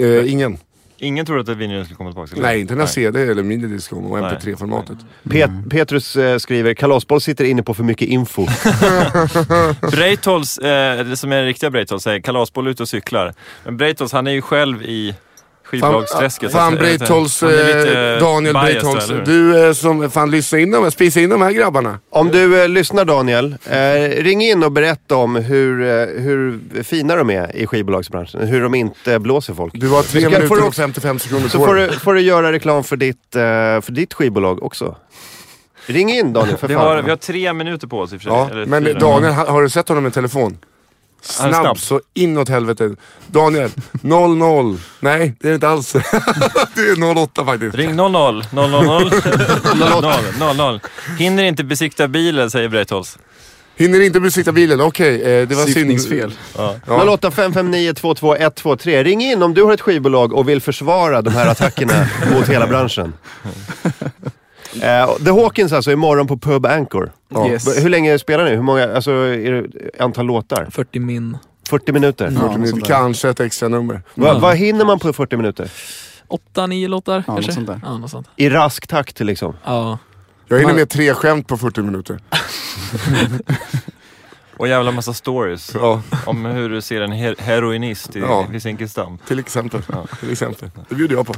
eh, ingen.
Ingen trodde att vinylen skulle komma tillbaka? eller?
Nej, inte när CD eller minidisk kom och
Nej.
mp3-formatet. Mm.
Pet- Petrus eh, skriver, Kalasboll sitter inne på för mycket info.
Breitholtz, eh, det som är den riktiga Breitholtz, säger kalasboll ute och cyklar. Men Breitholtz, han är ju själv i
Skivbolagsträsket.
Fan
Jag vet inte.
Breitholtz,
Han är lite
eh, Daniel
biased,
Breitholtz.
eller hur?
Du eh, som, fan lyssna in dem, spisa in de här grabbarna.
Om du eh, lyssnar Daniel, eh, ring in och berätta om hur, eh, hur fina de är i skivbolagsbranschen. Hur de inte blåser folk.
Du har
Ska-
tre
får
minuter
du-
och 55 sekunder
Så
på
får
dig.
du, får du göra reklam för ditt, eh, för ditt skivbolag också. Ring in Daniel för
Vi
fan.
har, vi har tre minuter på oss i och för sig.
Ja,
Eller
men
fyra.
Mm.
Daniel, ha- har du sett honom med telefon?
Han är
Snabb,
snabb.
så inåt helvete. Daniel, 00. Nej, det är det inte alls. *laughs* det är 08 faktiskt.
Ring 00 000 000 000 Hinner inte besikta bilen, säger Breitholtz.
Hinner inte besikta bilen, okej. eh, det var synd.
Syftningsfel.
Ja.
08 559 22123. Ring in om du har ett skivbolag och vill försvara de här
*laughs*
attackerna mot hela branschen. Eh, The Hawkins alltså, imorgon på Pub Anchor.
Ja.
Yes.
B- Hur länge spelar ni? Hur många, alltså, är det antal låtar?
40 min.
40 minuter?
Ja, något sånt där.
Kanske ett extra nummer. Mm.
Va, vad hinner man på 40 minuter?
8-9 låtar
Ja, något
kanske?
sånt där.
Ja, något sånt.
I rask takt liksom.
Ja.
Jag hinner
Man-
med tre skämt på 40 minuter.
Och jävla massa stories
Ja,
om hur du ser en her- heroinist i,
Ja.
i Zinkensdamm.
till exempel. Till exempel. Det bjuder jag på.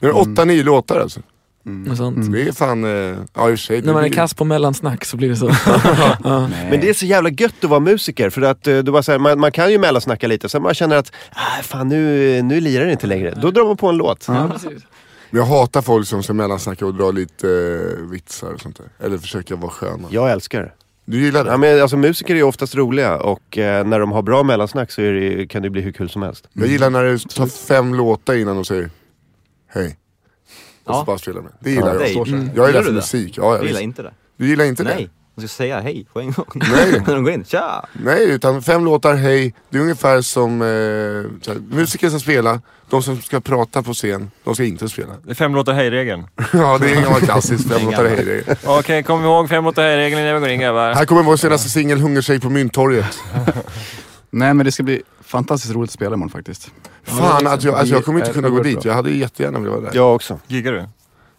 Nu är det åtta, nio låtar alltså.
Något sånt.
Det är fan... Eh, ja, i och för sig. det
När man är
blir-
kass på mellansnack så blir det så.
*laughs*
Men det är så jävla gött att vara musiker för att eh, du bara, så här, man, man kan ju mellansnacka lite. Sen man känner att, ah, fan nu, nu lirar det inte längre. Då drar man på en låt.
ja, precis.
Men jag hatar folk som ska mellansnacka och dra lite eh, vitsar och sånt där. Eller försöka vara sköna.
Jag älskar det.
Du gillar det?
Ja, men alltså, musiker är ju oftast roliga och eh, när de har bra mellansnack så är det, ju- kan det ju bli hur kul som helst.
Jag gillar när du tar fem låtar innan och säger hej. Och så
Ja.
bara spelar med. Det gillar
dig.
jag.
Mm.
Jag
Gillar
gillar
du
för
det?
musik. Ja,
Jag
jag
gillar
visst.
inte det.
Du gillar inte
Nej.
det?
Man ska säga hej på en gång.
Nej.
När *laughs* de går in. Tja!
Nej, utan fem låtar, hej. Det är ungefär som eh, så här, musiker ska spela, de som ska prata på scen, de ska inte spela.
Det är fem låtar hej-regeln.
ja, det är en gammal klassisk fem låtar, hej. det är-
Okej, kom ihåg fem låtar hej-regeln när vi går in grabbar.
Här kommer vår senaste singel, Hungerstrejk på Mynttorget.
*laughs* Nej men det ska bli fantastiskt roligt att spela imorgon faktiskt.
Fan, att jag, alltså, jag kommer inte
Det
kunna
är
gå
oerhört
dit.
bra.
Jag hade ju jättegärna velat vara där.
Jag också.
Giggar du?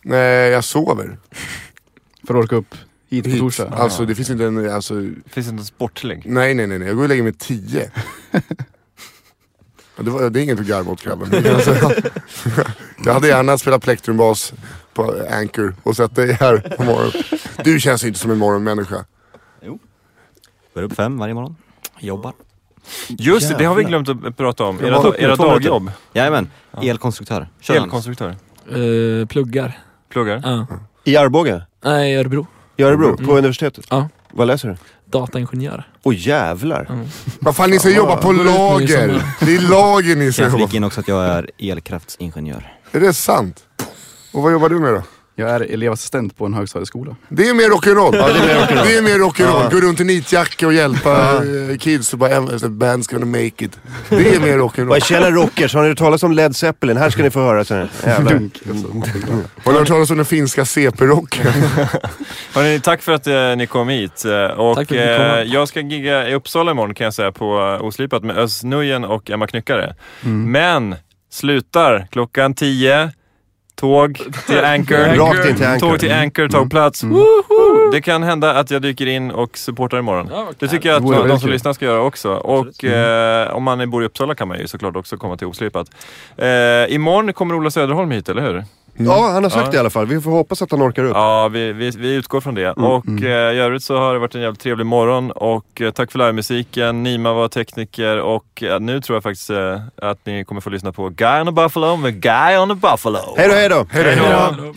Nej, jag sover.
*laughs* För att orka upp hit på
Hit.
torsdag.
Alltså, det finns inte en... Alltså,
Finns det någon sportlig?
Nej, nej, nej, nej. Jag går och lägger mig
*laughs*
tio. Ja, Det, var, det är inget att garva åt grabben. *laughs* Men Alltså, jag hade gärna spelat plektrumbas på Anchor och sett dig här på morgonen. Du känns ju inte som en morgonmänniska.
Går upp fem varje morgon. Jobbar.
Just det, det har vi
Jävlar.
glömt att prata om.
var
Era,
uppe i
era
två minuter.
dagjobb.
Jajamän. Elkonstruktör. Kör han.
Elkonstruktör.
Eh, pluggar.
Pluggar.
Ja.
I Arboga?
Nej, Örebro. Mm.
I Örebro? På universitetet?
Ja.
Vad läser du?
Dataingenjör.
Åh jävlar.
Vad fan, ni ska jobba på
ut med det
lager. Det är lager ni ska
Jag
jobba
flika
på.
in också att jag är elkraftsingenjör.
Är det sant? Och vad jobbar du med då?
Jag är elevassistent på en högstadieskola.
Det är mer rock'n'roll. det är mer rock'n'roll. Gå runt i nitjacka och hjälpa eh, kids och bara "Em, the band's gonna make it. Det
*laughs*
är mer
Vad är
rock'n'roll.
Kjell Rockers? Har ni hört talas om Led Zeppelin? Här ska ni få höra sen. Jävlar.
Dunk. Alltså.
Har du hört talas om den finska CP-rocken?
Hörrni, tack för att eh, ni kom hit. Eh, och,
Tack för att ni kom.
eh, jag ska gigga i Uppsala imorgon kan jag säga på eh, Oslipat med Özz Nujen och Emma Knyckare.
Mm.
Men slutar klockan 10. Tåg
*laughs*
till Anchor.
Rakt in till Anchor. Mm.
Tåg till Anchor, tog plats. Woho! Det kan hända att jag dyker in och supportar imorgon.
Ja, vad kul.
det
Mm.
tycker jag
Det vore
att de
väldigt
som
kul.
lyssnar ska göra också. Och eh, om man bor i Uppsala kan man ju såklart också komma till Oslipat. Eh, imorgon kommer Ola Söderholm hit, eller hur?
Ja, han har sagt
Ja.
det i alla fall. Vi får hoppas att han orkar upp.
Ja, vi, vi, vi utgår från det. Och eh, i övrigt så har det varit en jävligt trevlig morgon och eh, tack för livemusiken. Nima var tekniker och eh, nu tror jag faktiskt eh, att ni kommer få lyssna på Guy on a Buffalo med Guy on a Buffalo.
Hej då, hej då.
Hej då.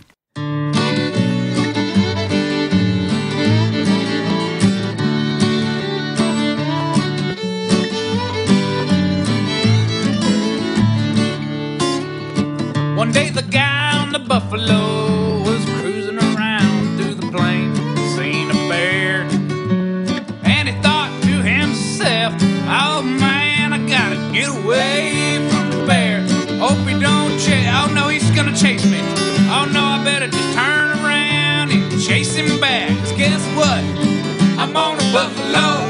One day the guy on the buffalo was cruising around through the plains, seen a bear, and he thought to himself, "Oh man, I gotta get away from the bear. Hope he don't chase. Oh no, he's gonna chase me. Oh no, I better just turn around and chase him back. 'Cause guess what? I'm on a buffalo."